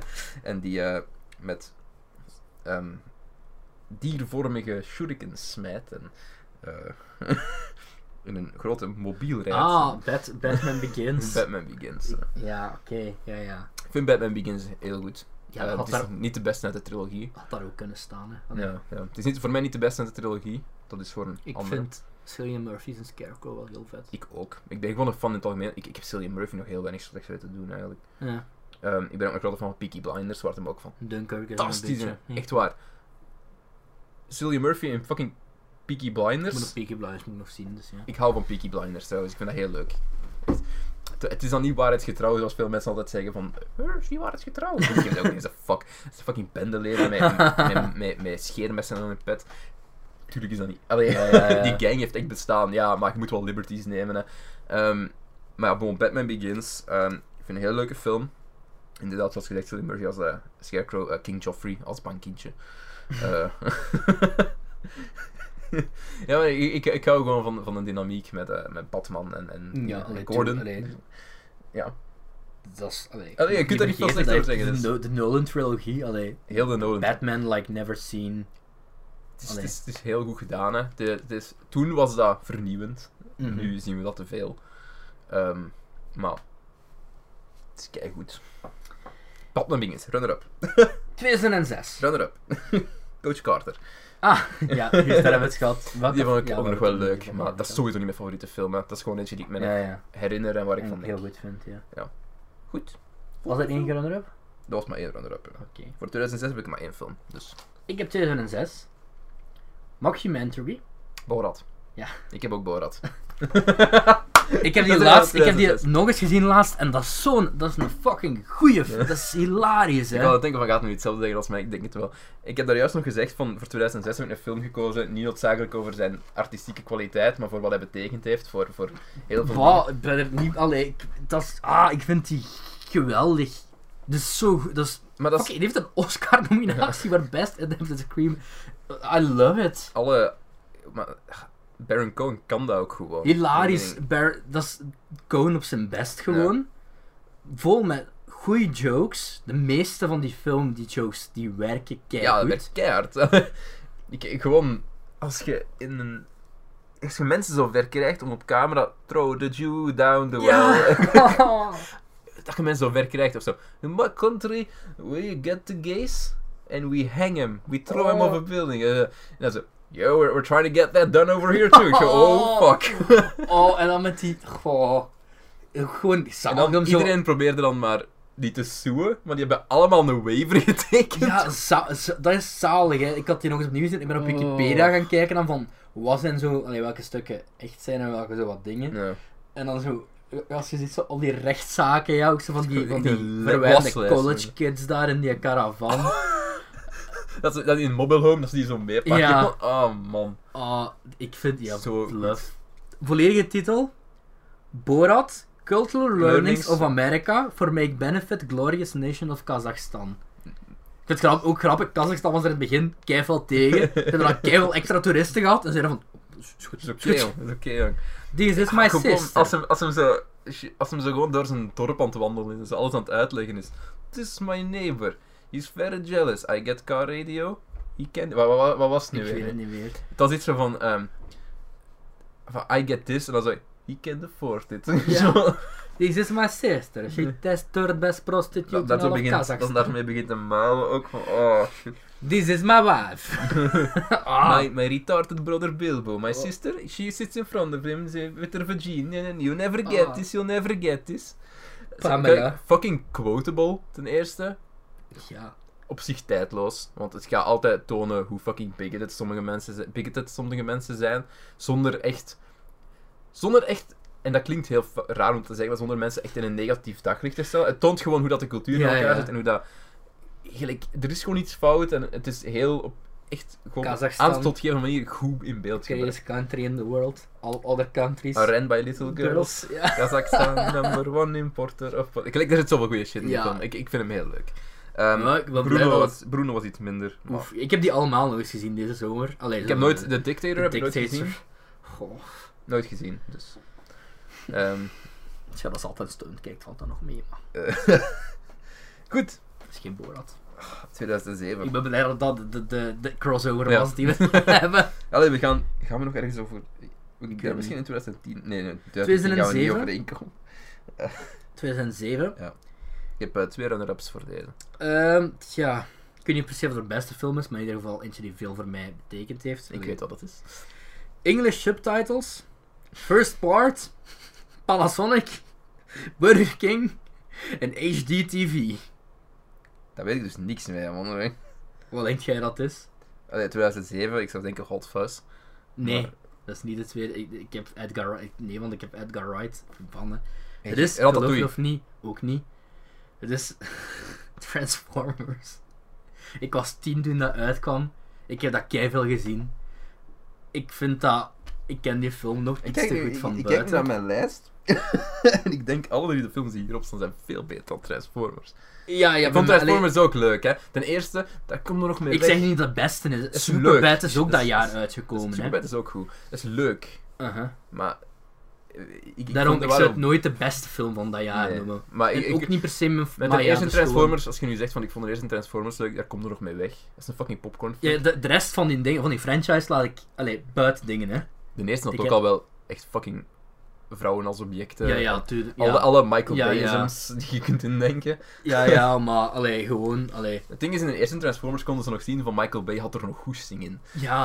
Speaker 2: (laughs) en die eh, met ehm, diervormige shurikens smijt en eh, (laughs) in een grote mobiel rijdt.
Speaker 1: Ah, Bat- Batman
Speaker 2: In
Speaker 1: Begins.
Speaker 2: (laughs) Batman Begins. eh.
Speaker 1: Ja, oké. Ja, ja.
Speaker 2: Ik vind Batman Begins heel goed.
Speaker 1: Ja,
Speaker 2: Eh,
Speaker 1: dat
Speaker 2: het
Speaker 1: had
Speaker 2: is
Speaker 1: daar,
Speaker 2: niet de beste uit de trilogie.
Speaker 1: had daar ook kunnen staan. Hè. Allee,
Speaker 2: Ja, ja. Het is niet, voor mij niet de beste uit de trilogie. Dat is voor een
Speaker 1: Ik
Speaker 2: andere.
Speaker 1: vind Cillian Murphy's en Scarecrow wel heel vet.
Speaker 2: Ik ook. Ik ben gewoon een fan in het algemeen. Ik, ik heb Cillian Murphy nog heel weinig slecht weten te doen eigenlijk.
Speaker 1: Ja,
Speaker 2: Ehm, ik ben ook een grote fan van Peaky Blinders, waar het hem ook van.
Speaker 1: Dunkirk is een
Speaker 2: Fantastisch,
Speaker 1: beetje... Hm.
Speaker 2: hè. echt waar. Cillian Murphy in fucking Peaky
Speaker 1: Ik moet nog
Speaker 2: Blinders.
Speaker 1: Peaky Blinders moet ik nog zien, dus ja.
Speaker 2: Ik hou van Peaky Blinders trouwens, ik vind dat heel leuk. Het- Het is dan niet waarheidsgetrouw, zoals veel mensen altijd zeggen van... "Eh, Het is niet waarheidsgetrouw. Ik heb dat ook eens een fuck. Het is een fucking bendeleden met, met, met, met scheermessen aan hun pet. Tuurlijk is dat niet... Allee,
Speaker 3: Ja, ja, ja.
Speaker 2: (laughs) die gang heeft echt bestaan. Ja, maar je moet wel liberties nemen, hè. Ehm, maar ja, bon, Batman Begins. ehm, ik vind het een heel leuke film. Inderdaad, zoals gezegd, Cillian Murphy als eh, Scarecrow, eh, King Joffrey
Speaker 1: (laughs)
Speaker 2: als bankindje. Eh, (laughs) ja, maar ik, ik, ik hou gewoon van, van de dynamiek met, eh, met Batman en, en,
Speaker 1: Ja,
Speaker 2: en
Speaker 1: allee,
Speaker 2: Mm, Gordon.
Speaker 1: tuurlijk, allee.
Speaker 2: Ja,
Speaker 1: Dat is... Allee,
Speaker 2: Allee, je
Speaker 1: mag
Speaker 2: kunt daar niet veel
Speaker 1: vergeten
Speaker 2: slechter
Speaker 1: dat
Speaker 2: over zeggen,
Speaker 1: De, No- de Nolan-trilogie, allee.
Speaker 2: heel de Nolan.
Speaker 1: Batman like never seen.
Speaker 2: Het is, het,
Speaker 1: allee.
Speaker 2: is, het is heel goed gedaan, hè. De, het is, toen was dat vernieuwend.
Speaker 1: Mhm.
Speaker 2: Nu zien we dat te veel. Ehm, maar het is keigoed. Batman Begins,
Speaker 1: (laughs)
Speaker 2: runner-up.
Speaker 1: 2006.
Speaker 2: Runner-up. (laughs) Coach Carter.
Speaker 1: Ah, ja, hier daar hebben we het
Speaker 2: (laughs)
Speaker 1: gehad. Wat
Speaker 2: Die
Speaker 1: de-
Speaker 2: vond ik
Speaker 1: ja,
Speaker 2: ook
Speaker 1: wat
Speaker 2: nog
Speaker 1: de-
Speaker 2: wel leuk,
Speaker 1: wat
Speaker 2: maar
Speaker 1: de-
Speaker 2: dat is sowieso niet mijn favoriete film. Hè. Dat is gewoon eentje die ik me
Speaker 1: Ja, ja.
Speaker 2: herinner en waar ik
Speaker 1: En
Speaker 2: van
Speaker 1: ik heel
Speaker 2: denk.
Speaker 1: goed vind, ja.
Speaker 2: Goed.
Speaker 1: Was dat één keer runner-up?
Speaker 2: Dat was maar één runner-up. ja.
Speaker 1: Oké.
Speaker 2: Voor 2006 heb ik maar één film, dus
Speaker 1: Ik heb 2006. Mockumentary.
Speaker 2: Borat.
Speaker 1: Ja.
Speaker 2: Ik heb ook Borat.
Speaker 1: Ik heb die laatst, ik
Speaker 2: (laughs) Dat is
Speaker 1: heb
Speaker 2: inderdaad
Speaker 1: die
Speaker 2: 2006.
Speaker 1: nog eens gezien laatst en dat is zo'n, dat is een fucking goeie film. Dat is hilarisch,
Speaker 2: Ik had
Speaker 1: hè.
Speaker 2: het denken van, gaat nu hetzelfde zeggen als mij? Ik denk het wel. Ik heb daar juist nog gezegd van, voor 2006 heb ik een film gekozen, niet noodzakelijk over zijn artistieke kwaliteit, maar voor wat hij betekend heeft, voor, voor heel veel...
Speaker 1: Wow, ik ben er niet, allee, ik, dat is, ah, ik vind die geweldig. Dat is zo goed, dat is,
Speaker 2: Maar dat is
Speaker 1: fucking- die heeft een Oscar-nominatie voor Best Adapted Scream. I love it.
Speaker 2: alle... Maar, Baron Cohen kan dat ook gewoon.
Speaker 1: Hilarisch.
Speaker 2: Ik denk-
Speaker 1: Bar- dat is Cohen op zijn best gewoon. Vol met goede jokes. De meeste van die film, die jokes, die werken
Speaker 2: Ja, dat
Speaker 1: keihard.
Speaker 2: werd keihard. (laughs) ik, ik gewoon, als je in een... Als je mensen zo ver krijgt om op camera, throw the Jew down the well.
Speaker 1: (laughs)
Speaker 2: (laughs) dat je mensen zo ver krijgt of zo. In my country, we get the gays and we hang him. We throw
Speaker 1: Oh.
Speaker 2: him off a building. Eh, en dan zo, yo, we're, we're trying to get that done over here too. Ik zo, oh
Speaker 1: (laughs)
Speaker 2: fuck.
Speaker 1: oh, en dan met die... Goh, gewoon
Speaker 2: en
Speaker 1: zag
Speaker 2: dan,
Speaker 1: hem zo...
Speaker 2: iedereen probeerde dan maar die te suwen, maar die hebben allemaal een waiver (laughs) getekend.
Speaker 1: Ja, za- za- dat is zalig, hè. Ik had die nog eens opnieuw gezien. Ik ben op
Speaker 2: Oh.
Speaker 1: Wikipedia gaan kijken dan van... Wat zijn zo... Allee, welke stukken echt zijn en welke zo wat dingen.
Speaker 2: Ja.
Speaker 1: En dan zo, als je ziet zo al die rechtszaken, ja, ook zo van die, van
Speaker 2: Die
Speaker 1: die
Speaker 2: le-
Speaker 1: verwijfde
Speaker 2: waslijst,
Speaker 1: college kids daar in die caravan.
Speaker 2: Dat, ze- dat die in Mobile Home, dat ze die zo meepakken.
Speaker 1: Ja.
Speaker 2: (laughs) Oh man.
Speaker 1: Ah, ik vind, ja,
Speaker 2: Zo goed.
Speaker 1: love. Volledige titel, Borat, Cultural Learnings,
Speaker 2: Learnings.
Speaker 1: of America, for Make Benefit, Glorious Nation of Kazachstan. Ik vind het grap- ook grappig, Kazachstan was er in het begin keiveel
Speaker 2: (laughs)
Speaker 1: tegen. Ze hebben dan keiveel extra toeristen gehad en zeiden van, is goed,
Speaker 2: Dat is oké, jong. Dat is oké, jong.
Speaker 1: die is dus my
Speaker 2: Gewoon,
Speaker 1: sister.
Speaker 2: Als hem, als, hem zo, als hem zo gewoon door zijn dorp aan het wandelen is, en alles aan het uitleggen is. This is my neighbor. He's very jealous. I get car radio. He can... Wat, wat, wat was het nu
Speaker 1: Ik weet
Speaker 2: weer?
Speaker 1: het
Speaker 2: hè?
Speaker 1: niet meer.
Speaker 2: Het was iets zo van... ehm, van I get this. En dan zo... He can afford it.
Speaker 1: Ja.
Speaker 2: (laughs) Zo.
Speaker 1: This is dus my sister. She tests third best prostitute
Speaker 2: Dat,
Speaker 1: in
Speaker 2: daartoe
Speaker 1: all of
Speaker 2: begint, dat
Speaker 1: Kazakhstan.
Speaker 2: daarmee begint te malen ook van... Oh, shit.
Speaker 1: This is my wife.
Speaker 2: (laughs)
Speaker 1: ah,
Speaker 2: My, my retarded brother Bilbo. My
Speaker 1: Oh.
Speaker 2: sister, she sits in front of him ze- with her vagina. And you never get
Speaker 1: Ah.
Speaker 2: this, you'll never get this. Zo,
Speaker 1: Pamela.
Speaker 2: kijk, Fucking quotable, ten eerste.
Speaker 1: ja.
Speaker 2: op zich tijdloos. Want het gaat altijd tonen hoe fucking bigoted sommige mensen zijn, bigoted sommige mensen zijn zonder echt... Zonder echt... En dat klinkt heel fa- raar om te zeggen, maar zonder mensen echt in een negatief daglicht te stellen. Het toont gewoon hoe dat de cultuur
Speaker 1: Ja,
Speaker 2: in elkaar
Speaker 1: ja.
Speaker 2: zit en hoe dat... Gelijk, er is gewoon iets fout en het is heel op... Echt gewoon
Speaker 1: Kazachstan.
Speaker 2: aan tot gegeven manier goed in beeld gebracht.
Speaker 1: Greatest country in the world. All other countries.
Speaker 2: I Ran by little girls.
Speaker 1: Ja. (laughs)
Speaker 2: Kazachstan, number one importer of... Gelijk, er zit zoveel goede shit in die
Speaker 1: Ja.
Speaker 2: film. Ik, ik vind hem heel leuk. Ehm,
Speaker 1: Ja, ik ben blij
Speaker 2: Bruno,
Speaker 1: dat-
Speaker 2: was, Bruno was iets minder. maar-
Speaker 1: Oef, ik heb die allemaal nog eens gezien deze zomer. Allee,
Speaker 2: Ik
Speaker 1: zo-
Speaker 2: heb nooit The Dictator heb ik nooit
Speaker 1: Dictator.
Speaker 2: gezien.
Speaker 1: Goh. (laughs)
Speaker 2: Nooit gezien, dus. Ehm,
Speaker 1: Ja, dat is altijd steun. Kijkt valt dat nog mee, maar
Speaker 2: eh, (laughs) goed,
Speaker 1: dat is geen Borat.
Speaker 2: 2007.
Speaker 1: Ik ben blij dat dat de, de, de, de crossover
Speaker 2: Ja.
Speaker 1: was die
Speaker 2: (laughs)
Speaker 1: we hebben.
Speaker 2: Allee, we gaan, gaan we nog ergens over. Ik
Speaker 1: weet
Speaker 2: denk
Speaker 1: het
Speaker 2: misschien in 2010. Nee, nee, 2010 gaan we niet
Speaker 1: 2007?
Speaker 2: overeenkomen.
Speaker 1: 2007.
Speaker 2: Ik heb eh, twee runner-ups voor deze.
Speaker 1: Ehm tja, ik weet niet precies of het de beste film is, maar in ieder geval eentje die veel voor mij betekend heeft.
Speaker 2: Ik weet wat dat is.
Speaker 1: English subtitles, First Part, Panasonic, Burger King en HDTV.
Speaker 2: Daar weet ik dus niks mee, man. hoor.
Speaker 1: Wat denk jij dat is?
Speaker 2: Allee, 2007, ik zou denken Hot Fuzz.
Speaker 1: Nee,
Speaker 2: Maar-
Speaker 1: dat is niet het tweede. Ik, ik heb Edgar Wright. Nee, want ik heb Edgar Wright verbannen.
Speaker 2: Hey,
Speaker 1: het is, geloof
Speaker 2: Ratatouille.
Speaker 1: je of niet, ook niet. Het is (laughs) Transformers. Ik was tien toen dat uitkwam. Ik heb dat keiveel gezien. Ik vind dat... Ik ken die film nog
Speaker 2: Ik
Speaker 1: iets
Speaker 2: kijk,
Speaker 1: te
Speaker 2: nu-
Speaker 1: goed van
Speaker 2: ik, ik kijk nu
Speaker 1: buiten.
Speaker 2: naar mijn lijst. (laughs) en ik denk, alle drie de films die hierop staan zijn veel beter dan Transformers.
Speaker 1: Ja, ja,
Speaker 2: ik vond
Speaker 1: bij mij-
Speaker 2: Transformers ook leuk, hè. Ten eerste, daar komt er nog mee
Speaker 1: Ik
Speaker 2: weg.
Speaker 1: zeg niet dat het beste
Speaker 2: is
Speaker 1: is.
Speaker 2: leuk.
Speaker 1: Superbad is ook
Speaker 2: Dat
Speaker 1: dat
Speaker 2: is-
Speaker 1: jaar
Speaker 2: Dus
Speaker 1: uitgekomen. hè.
Speaker 2: Superbad is ook goed. Dat is leuk,
Speaker 1: Uh-huh.
Speaker 2: maar... eh, Ik, ik
Speaker 1: Daarom,
Speaker 2: vond
Speaker 1: ik
Speaker 2: er wel
Speaker 1: zou het
Speaker 2: een-
Speaker 1: nooit de beste film van dat jaar
Speaker 2: Nee,
Speaker 1: noemen.
Speaker 2: Maar
Speaker 1: En
Speaker 2: ik,
Speaker 1: ook
Speaker 2: ik-
Speaker 1: niet per se mijn
Speaker 2: met
Speaker 1: maar
Speaker 2: de
Speaker 1: ja,
Speaker 2: eerste
Speaker 1: dat is gewoon-
Speaker 2: Transformers, als je nu zegt van ik vond de eerste Transformers leuk, daar komt er nog mee weg. Dat is een fucking popcorn.
Speaker 1: Ja, de, de rest van die, dingen, van die franchise laat ik allee, buiten dingen, hè.
Speaker 2: De eerste had
Speaker 1: Ik
Speaker 2: ook
Speaker 1: heb-
Speaker 2: al wel echt fucking vrouwen als objecten.
Speaker 1: ja, ja, tuurlijk. Ja,
Speaker 2: Alle, alle Michael
Speaker 1: Ja, ja.
Speaker 2: Bayisms die je kunt indenken.
Speaker 1: ja, ja, maar allee, gewoon... Allee.
Speaker 2: Het ding is, in de eerste Transformers konden ze nog zien van Michael Bay had er nog goesting in.
Speaker 1: Ja,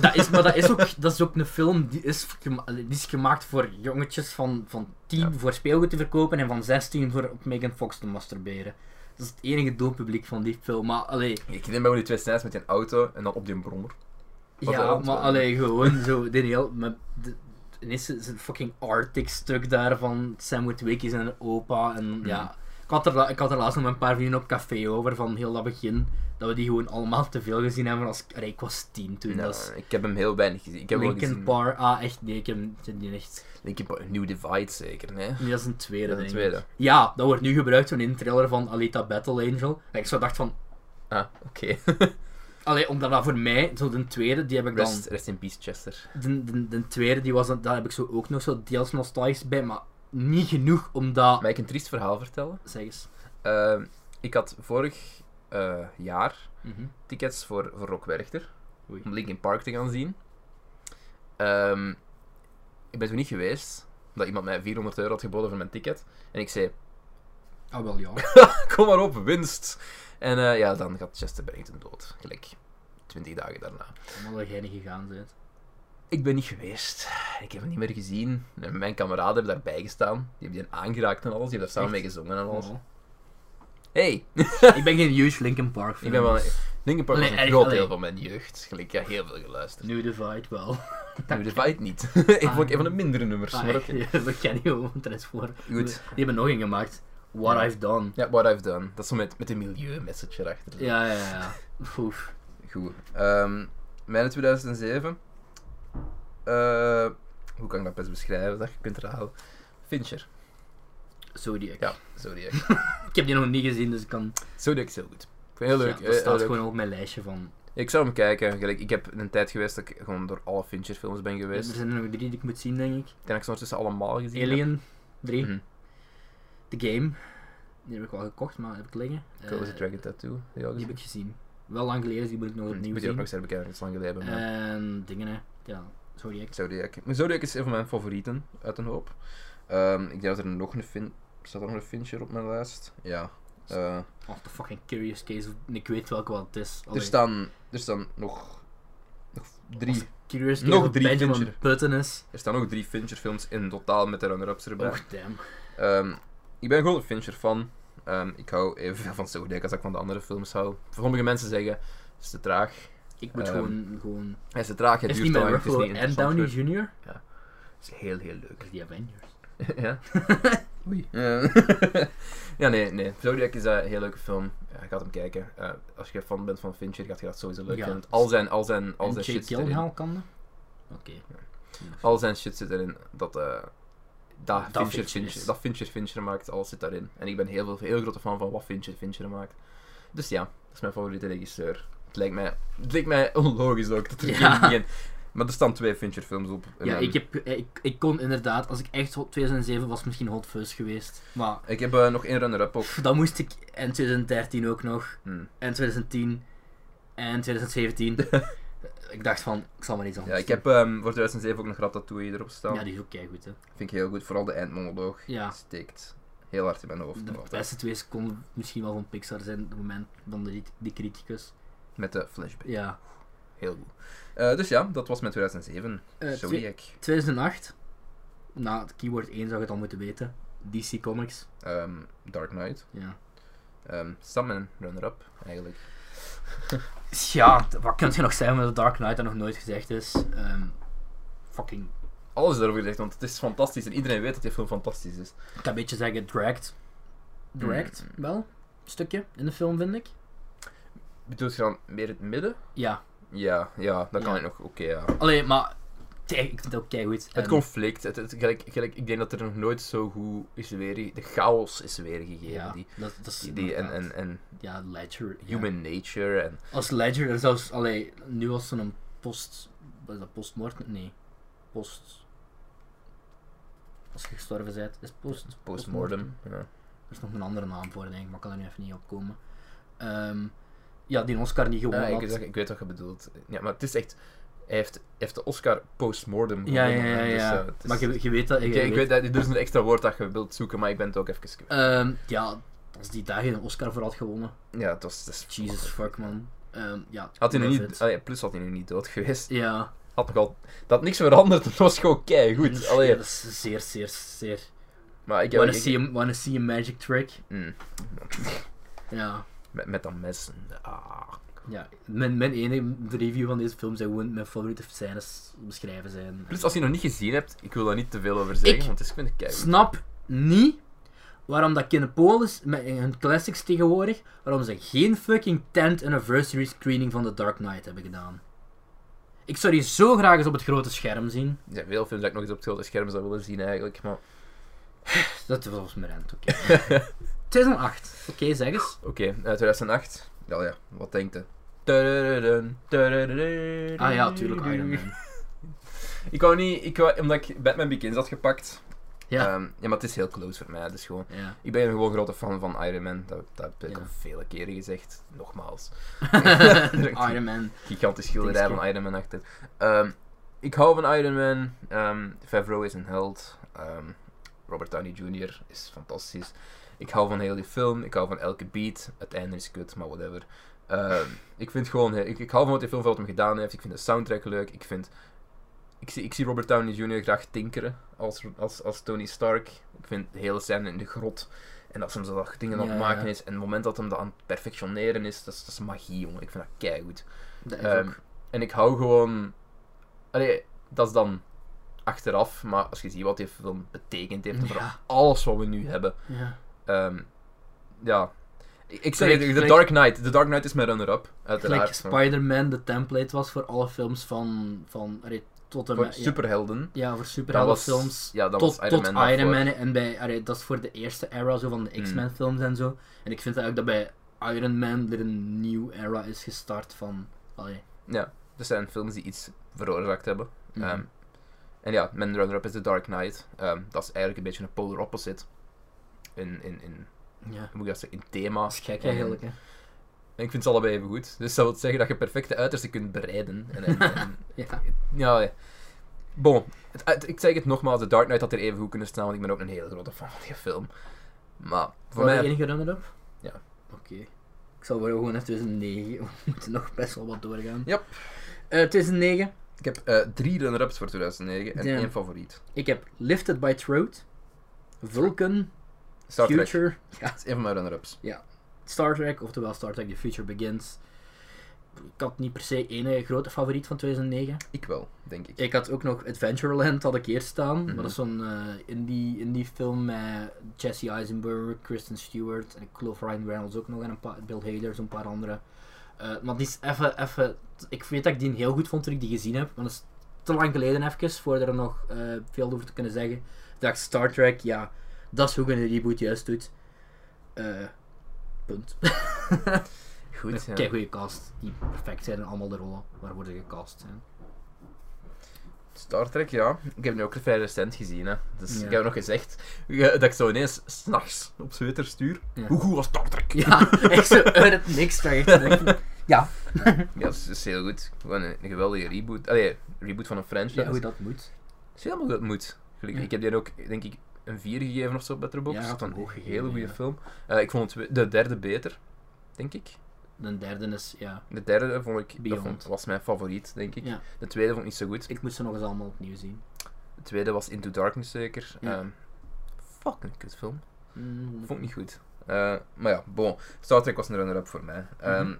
Speaker 1: dat is, maar dat is, ook, dat is ook een film die is, gema- allee, die is gemaakt voor jongetjes van, van 10
Speaker 2: Ja.
Speaker 1: voor speelgoed te verkopen en van 16 voor op Megan Fox te masturberen. Dat is het enige doelpubliek van die film, maar allee...
Speaker 2: Ik herinner me hoe die twee scènes met die auto en dan op die brommer. Wat
Speaker 1: ja,
Speaker 2: eruit
Speaker 1: maar
Speaker 2: wil.
Speaker 1: alleen gewoon zo. Dit heel. Met de, en is het een fucking Arctic stuk daar van Sam Witwicky en een opa. En
Speaker 2: Mhm.
Speaker 1: ja. Ik had, er, la- ik had er laatst nog met een paar vrienden op café over van heel dat begin. Dat we die gewoon allemaal te veel gezien hebben. Als, allee, ik was tien toen.
Speaker 2: Nou,
Speaker 1: dat is
Speaker 2: ik heb hem heel weinig gezien. Ik heb wel
Speaker 1: Linkin
Speaker 2: gezien-
Speaker 1: Park. Ah, echt. Nee, ik heb ik heb die echt.
Speaker 2: Linkin Park, New Divide zeker, nee?
Speaker 1: Nee, dat is een tweede.
Speaker 2: Dat is een
Speaker 1: denk ik.
Speaker 2: tweede.
Speaker 1: Ja, dat wordt nu gebruikt toen in een trailer van Alita Battle Angel. En ik zo dacht van.
Speaker 2: Ah, oké.
Speaker 1: Allee, omdat dat voor mij, zo de tweede, die heb ik dan.
Speaker 2: Rest, rest in peace, Chester.
Speaker 1: De, de, de tweede, die was, daar heb ik zo ook nog zo deels nostalgisch bij, maar niet genoeg omdat...
Speaker 2: Mag ik een triest verhaal vertellen?
Speaker 1: Zeg eens.
Speaker 2: Ehm, ik had vorig eh, jaar
Speaker 1: Mhm.
Speaker 2: tickets voor, voor Rock Werchter.
Speaker 1: Oei.
Speaker 2: Om Linkin Park te gaan zien. Ehm, ik ben toen niet geweest. Omdat iemand mij 400 euro had geboden voor mijn ticket. En ik zei, (laughs)
Speaker 1: Ah, wel (laughs) ja.
Speaker 2: kom maar op, winst. En eh, ja, dan gaat Chester Bennington dood. Gelijk 20 dagen daarna.
Speaker 1: Omdat dat jij niet gegaan bent.
Speaker 2: Ik ben niet geweest. Ik heb hem niet meer gezien. En mijn kameraden hebben daarbij gestaan. Die hebben die aangeraakt en alles. Die hebben daar samen
Speaker 1: Echt?
Speaker 2: mee gezongen en alles.
Speaker 1: Oh.
Speaker 2: Hey!
Speaker 1: (laughs) ik ben geen huge Linkin Park fan. dus-
Speaker 2: Ik ben wel... Linkin Park was
Speaker 1: Allee,
Speaker 2: een
Speaker 1: echt,
Speaker 2: groot
Speaker 1: allee.
Speaker 2: deel van mijn jeugd. Gelijk, ja, heel veel
Speaker 1: (laughs)
Speaker 2: geluisterd.
Speaker 1: New Divide wel.
Speaker 2: Nu de fight niet. (laughs) ik vond een van de mindere nummers.
Speaker 1: Ah,
Speaker 2: maar
Speaker 1: echt,
Speaker 2: oké.
Speaker 1: ja, (laughs) dat ken je gewoon Transformers.
Speaker 2: Goed.
Speaker 1: Die hebben nog een gemaakt. What
Speaker 2: Ja.
Speaker 1: I've Done.
Speaker 2: Ja, What I've Done. Dat is zo met, met een milieu-message erachter.
Speaker 1: Ja, ja, ja. ja. (laughs) Oef.
Speaker 2: Goed. Ehm mijn 2007. Eh, hoe kan ik dat best beschrijven? Dat je kunt herhalen. Fincher.
Speaker 1: Zodiac.
Speaker 2: Ja, Zodiac.
Speaker 1: (laughs) Ik heb die nog niet gezien, dus ik kan...
Speaker 2: Zodiac is heel goed. Ik vind het heel
Speaker 1: Ja,
Speaker 2: leuk. heel-
Speaker 1: dat
Speaker 2: heel
Speaker 1: staat
Speaker 2: leuk.
Speaker 1: gewoon op mijn lijstje van...
Speaker 2: Ik zou hem kijken. Gelijk, ik heb een tijd geweest dat ik gewoon door alle Fincher films ben
Speaker 1: Er
Speaker 2: geweest. Ik
Speaker 1: zijn er nog drie die ik moet zien, denk ik.
Speaker 2: denk dat ik ze ondertussen allemaal gezien heb.
Speaker 1: Alien 3.
Speaker 2: Mhm.
Speaker 1: The Game. Die heb ik wel gekocht, maar heb ik liggen.
Speaker 2: Girl with
Speaker 1: Eh,
Speaker 2: the Dragon Tattoo. Die, heb
Speaker 1: die heb ik gezien. Wel lang geleden, dus die moet ik nog
Speaker 2: Hmm, Hm, Moet
Speaker 1: opnieuw
Speaker 2: je ook
Speaker 1: zien. Eh.
Speaker 2: nog eens herbekijken, dat is lang geleden. maar-
Speaker 1: En dingen, hè. Ja, sorry. Ik...
Speaker 2: Zodiac. Maar Zodiac is een van mijn favorieten uit een hoop. Ehm, ik denk dat er nog een fin staat er nog een Fincher op mijn lijst. Ja. Eh,
Speaker 1: Oh, the fucking Curious Case. of- Ik weet welke wat het is.
Speaker 2: er,
Speaker 1: Allee,
Speaker 2: staan, er staan nog, nog drie.
Speaker 1: Curious Case
Speaker 2: nog
Speaker 1: of
Speaker 2: drie
Speaker 1: Benjamin
Speaker 2: Fincher.
Speaker 1: Button is.
Speaker 2: Er staan ook drie Fincher films in totaal met de runner-ups erbij.
Speaker 1: Oh, damn.
Speaker 2: Ehm, ik ben gewoon een Fincher fan. Ehm, ik hou evenveel van Zodiac als ik van de andere films hou. Sommige mensen zeggen, het is te traag.
Speaker 1: Ik moet
Speaker 2: Ehm,
Speaker 1: gewoon... gewoon...
Speaker 2: Hij is te traag, het
Speaker 1: Is
Speaker 2: duurt
Speaker 1: niet
Speaker 2: te
Speaker 1: met
Speaker 2: lang, het is
Speaker 1: Ruffalo
Speaker 2: niet
Speaker 1: en
Speaker 2: interessant.
Speaker 1: Downey
Speaker 2: Het
Speaker 1: Jr.?
Speaker 2: is heel, heel leuk.
Speaker 1: Of die Avengers?
Speaker 2: (laughs)
Speaker 1: (laughs)
Speaker 2: ja. Oei. (laughs) ja, nee, nee. Zodiac is eh, een heel leuke film. Ja, ik ga hem kijken. Eh, als je fan bent van Fincher, gaat je dat sowieso leuk
Speaker 1: Ja.
Speaker 2: vinden. Al zijn, al zijn, al
Speaker 1: En
Speaker 2: zijn
Speaker 1: Jake
Speaker 2: shit zit erin.
Speaker 1: Gyllenhaal kan dat? Oké.
Speaker 2: Al zijn shit zit erin. Dat, eh dat,
Speaker 1: Dat
Speaker 2: Fincher,
Speaker 1: Fincher
Speaker 2: Fincher,
Speaker 1: is.
Speaker 2: dat Fincher Fincher maakt, alles zit daarin. En ik ben heel, veel, heel grote fan van wat Fincher Fincher maakt. Dus ja, dat is mijn favoriete regisseur. Het lijkt mij, het lijkt mij onlogisch ook dat
Speaker 1: (laughs)
Speaker 2: er
Speaker 1: Ja.
Speaker 2: geen- geen Maar er staan twee Fincher-films op. En ehm,
Speaker 1: Ja,
Speaker 2: dan-
Speaker 1: ik, heb, ik, ik kon inderdaad, als ik echt 2007 was, misschien Hot Fuzz geweest. Maar
Speaker 2: ik heb eh, nog één runner-up ook.
Speaker 1: pff, dan moest ik. En 2013 ook nog.
Speaker 2: Hmm.
Speaker 1: En 2010. En
Speaker 2: (laughs)
Speaker 1: 2017. ik dacht van, ik zal maar iets
Speaker 2: Ja,
Speaker 1: anders
Speaker 2: ik heb ehm, voor 2007 ook nog Ratatouille erop staan.
Speaker 1: doen. Ja, die is ook kei goed, hè.
Speaker 2: Vind ik heel goed. Vooral de eindmonoloog.
Speaker 1: Ja.
Speaker 2: Steekt heel hard in mijn hoofd.
Speaker 1: De
Speaker 2: nog altijd.
Speaker 1: beste twee seconden misschien wel van Pixar zijn op het moment van de, die criticus.
Speaker 2: Met de flashback.
Speaker 1: Ja.
Speaker 2: Heel goed. Eh, dus ja, dat was mijn 2007.
Speaker 1: Eh, twe-
Speaker 2: Zodiac.
Speaker 1: 2008. Na het keyword 1 zou je het al moeten weten. DC Comics.
Speaker 2: ehm, Dark Knight.
Speaker 1: Ja.
Speaker 2: Ehm Sam en runner-up, eigenlijk.
Speaker 1: Ja, wat kun je nog zeggen met The Dark Knight dat nog nooit gezegd is? Ehm, fucking
Speaker 2: Alles erover gezegd, want het is fantastisch. En iedereen weet dat die film fantastisch is.
Speaker 1: Ik kan een beetje zeggen, dragged.
Speaker 2: Mm.
Speaker 1: Dragged, wel. Een stukje in de film, vind ik.
Speaker 2: Bedoelt je dan meer het midden?
Speaker 1: Ja.
Speaker 2: Ja, ja, dat kan
Speaker 1: Ja.
Speaker 2: ik nog. Oké, ja.
Speaker 1: Alleen, maar... Kijk, ik vind het ook keigoed.
Speaker 2: Het
Speaker 1: En-
Speaker 2: conflict, het, het- gelijk, gelijk, ik denk dat er nog nooit zo goed is weer... De chaos is weergegeven.
Speaker 1: Ja,
Speaker 2: Die,
Speaker 1: dat, dat is...
Speaker 2: die, die- en, en,
Speaker 1: inderdaad.
Speaker 2: en
Speaker 1: Ja, Ledger. ja.
Speaker 2: human nature en...
Speaker 1: Als Ledger, en zelfs... Allee, nu was zo'n post... Wat is dat, postmoord? Nee. Post... Als je gestorven bent, is post...
Speaker 2: Postmortem. Ja.
Speaker 1: Er is nog een andere naam voor, denk ik, maar ik kan er nu even niet op komen. Ehm, ja, die een Oscar niet gewonnen
Speaker 2: Ah, ik,
Speaker 1: had.
Speaker 2: weet wat- ik weet wat je bedoelt. Ja, maar het is echt... Hij heeft, hij heeft de Oscar postmortem
Speaker 1: Ja, ja,
Speaker 2: gewonnen,
Speaker 1: ja.
Speaker 2: hè, dus,
Speaker 1: ja.
Speaker 2: eh, het is-
Speaker 1: maar je, je weet dat... je
Speaker 2: ik, ik weet dat er is een extra woord dat je wilt zoeken, maar ik ben het ook even kwijt.
Speaker 1: Ehm, ja, als die daar geen Oscar voor had gewonnen.
Speaker 2: Ja, dat was... dat is-
Speaker 1: Jesus fuck man. Ehm, ja,
Speaker 2: Had hij nu
Speaker 1: love
Speaker 2: niet,
Speaker 1: it.
Speaker 2: allee, plus had hij nu niet dood geweest.
Speaker 1: Ja,
Speaker 2: Had nog al, dat had niks veranderd, (laughs) het was gewoon kei
Speaker 1: (laughs)
Speaker 2: goed.
Speaker 1: Ja,
Speaker 2: Allee,
Speaker 1: dat is zeer, zeer, zeer.
Speaker 2: maar ik heb.
Speaker 1: wanna,
Speaker 2: ik-
Speaker 1: see a, wanna see a magic trick?
Speaker 2: Mm.
Speaker 1: Ja.
Speaker 2: met, met dat mes. en de- Ah.
Speaker 1: ja. Mijn, mijn enige review van deze film zijn gewoon mijn favoriete scènes beschrijven zijn.
Speaker 2: Plus, als je het nog niet gezien hebt, ik wil daar niet te veel over zeggen,
Speaker 1: Ik-
Speaker 2: want het is vind ik kei goed.
Speaker 1: snap niet waarom dat Kinepolis met hun classics tegenwoordig, waarom ze geen fucking 10th anniversary screening van The Dark Knight hebben gedaan. Ik zou die zo graag eens op het grote scherm zien.
Speaker 2: Er zijn veel films dat ik nog eens op het grote scherm zou willen zien eigenlijk, maar
Speaker 1: Dat was mijn rent, (laughs) oké.
Speaker 2: (laughs)
Speaker 1: 2008. Oké, zeg eens.
Speaker 2: oké, eh, 2008. Ja, ja, wat denkt je?
Speaker 1: Ah ja, tuurlijk Iron Man.
Speaker 2: Ik wou niet, ik wou, omdat ik Batman Begins had gepakt.
Speaker 1: Ja.
Speaker 2: Ehm, ja, maar het is heel close voor mij, het is gewoon...
Speaker 1: (laughs) Ja.
Speaker 2: Ik ben gewoon een grote fan van Iron Man. Dat, dat heb ik
Speaker 1: Ja.
Speaker 2: al vele keren gezegd. Nogmaals.
Speaker 1: Iron Man.
Speaker 2: Gigantisch schilderij van Iron Man achter. Ehm, ik hou van Iron Man. Ehm Favreau is een held. Ehm, Robert Downey Jr. is fantastisch. Ik hou van heel die film. Ik hou van elke beat. Het einde is kut, maar whatever. Ehm, ik vind gewoon... Ik, ik hou van wat die film voor wat hem gedaan heeft. Ik vind de soundtrack leuk. Ik vind... Ik zie, ik zie Robert Downey Jr. graag tinkeren als, als, als Tony Stark. Ik vind de hele scène in de grot. En dat ze hem zo dat dingen aan het
Speaker 1: Ja,
Speaker 2: maken
Speaker 1: ja.
Speaker 2: is. En het moment dat hem dat aan het perfectioneren is. Dat is, dat is magie, jongen. Ik vind dat keigoed.
Speaker 1: Dat is
Speaker 2: Ehm,
Speaker 1: ook.
Speaker 2: en ik hou gewoon. Allee, dat is dan achteraf, maar als je ziet wat die film betekend heeft, en vooral
Speaker 1: Ja.
Speaker 2: alles wat we nu hebben.
Speaker 1: Ja.
Speaker 2: ehm, ja. Ik, ik zeg,
Speaker 1: Gelijk-
Speaker 2: The
Speaker 1: gelijk-
Speaker 2: Dark Knight. The Dark Knight is mijn runner-up,
Speaker 1: Gelijk
Speaker 2: uiteraard. Voor-
Speaker 1: Spider-Man de template was voor alle films van... van allee, tot en
Speaker 2: voor
Speaker 1: met- ja.
Speaker 2: superhelden.
Speaker 1: Ja, voor
Speaker 2: Dat was-
Speaker 1: superheldenfilms.
Speaker 2: ja, dat
Speaker 1: tot
Speaker 2: was Iron
Speaker 1: tot
Speaker 2: Man
Speaker 1: Iron
Speaker 2: daarvoor. Hmm.
Speaker 1: Man. En bij, allee, dat is voor de eerste era zo van de X-Men films en zo. En ik vind eigenlijk dat bij Iron Man er een nieuwe era is gestart van... Allee.
Speaker 2: Ja, er zijn films die iets veroorzaakt hebben.
Speaker 1: mhm.
Speaker 2: Ehm, en ja, mijn runner-up is The Dark Knight. Ehm, dat is eigenlijk een beetje een polar opposite. In, in, in,
Speaker 1: ja.
Speaker 2: hoe moet ik dat zeggen? In thema.
Speaker 1: Dat is gek
Speaker 2: en in-
Speaker 1: eigenlijk, hè.
Speaker 2: En ik vind ze allebei even goed. Dus dat wil zeggen dat je perfecte uitersten kunt bereiden. En, en-
Speaker 1: (laughs)
Speaker 2: en-
Speaker 1: Ja.
Speaker 2: ja, ja. Bon, het- het- ik zeg het nogmaals, The Dark Knight had er even goed kunnen staan, want ik ben ook een hele grote fan van die film. Maar voor
Speaker 1: Voor mij
Speaker 2: mij...
Speaker 1: de enige runner-up?
Speaker 2: Ja.
Speaker 1: Oké. Ik zal wel gewoon naar 2009. (laughs) We moeten nog best wel wat doorgaan.
Speaker 2: Yep.
Speaker 1: Eh, 2009.
Speaker 2: Ik heb eh, drie runner-ups voor 2009 en
Speaker 1: Ja.
Speaker 2: één favoriet.
Speaker 1: Ik heb Lifted by Throat. Vulcan.
Speaker 2: Star Trek.
Speaker 1: Future. Ja.
Speaker 2: Dat is één van mijn runner-ups.
Speaker 1: Star Trek, oftewel Star Trek The Future Begins. Ik had niet per se één eh, grote favoriet van 2009.
Speaker 2: Ik wel, denk ik.
Speaker 1: Ik had ook nog Adventureland had ik eerst staan. Maar
Speaker 2: Mhm.
Speaker 1: dat is zo'n eh, indie, indie film met Jesse Eisenberg, Kristen Stewart en ik geloof Ryan Reynolds ook nog en een paar, Bill Hader, zo'n paar andere. Eh, maar die is even, even, ik weet dat ik die heel goed vond toen ik die gezien heb, maar dat is te lang geleden even, voor er nog eh, veel over te kunnen zeggen. Ik dacht Star Trek, ja, dat is hoe je een reboot juist doet. Eh, punt. (laughs)
Speaker 2: Goed, ja.
Speaker 1: Kijk goede cast, die perfect zijn en allemaal de rollen waarvoor ze gecast zijn.
Speaker 2: Star Trek, ja. Ik heb nu ook vrij recent gezien, hè. Dus
Speaker 1: Ja.
Speaker 2: ik heb nog gezegd eh, dat ik zo ineens s'nachts op Twitter stuur.
Speaker 1: Ja.
Speaker 2: Hoe goed was Star Trek?
Speaker 1: (laughs) Ja, echt zo uit het niks. Dat je echt denkt, ja,
Speaker 2: Ja, dat is, dat is heel goed. Gewoon een, een geweldige reboot. Allee, reboot van een
Speaker 1: (laughs)
Speaker 2: franchise.
Speaker 1: ja, hoe dat moet.
Speaker 2: Het is helemaal dat moet. Gelukkig.
Speaker 1: Ja.
Speaker 2: Ik heb die ook, denk ik, een 4 gegeven of zo op Letterboxd.
Speaker 1: Ja, ik had hem
Speaker 2: Een
Speaker 1: ook gegeven,
Speaker 2: hele goede
Speaker 1: ja.
Speaker 2: film. Eh, ik vond het, de derde beter, denk ik.
Speaker 1: De derde is, ja,
Speaker 2: De derde vond ik, dat
Speaker 1: Beyond.
Speaker 2: vond, was mijn favoriet, denk ik.
Speaker 1: Ja.
Speaker 2: De tweede vond ik niet zo goed.
Speaker 1: ik moest ze nog eens allemaal opnieuw zien.
Speaker 2: De tweede was Into Darkness zeker.
Speaker 1: Ja.
Speaker 2: Ehm, fucking kutfilm.
Speaker 1: Mm,
Speaker 2: Vond ik niet goed. Eh, maar ja, bon. Star Trek was een runner-up voor mij. Ehm,
Speaker 1: Mhm.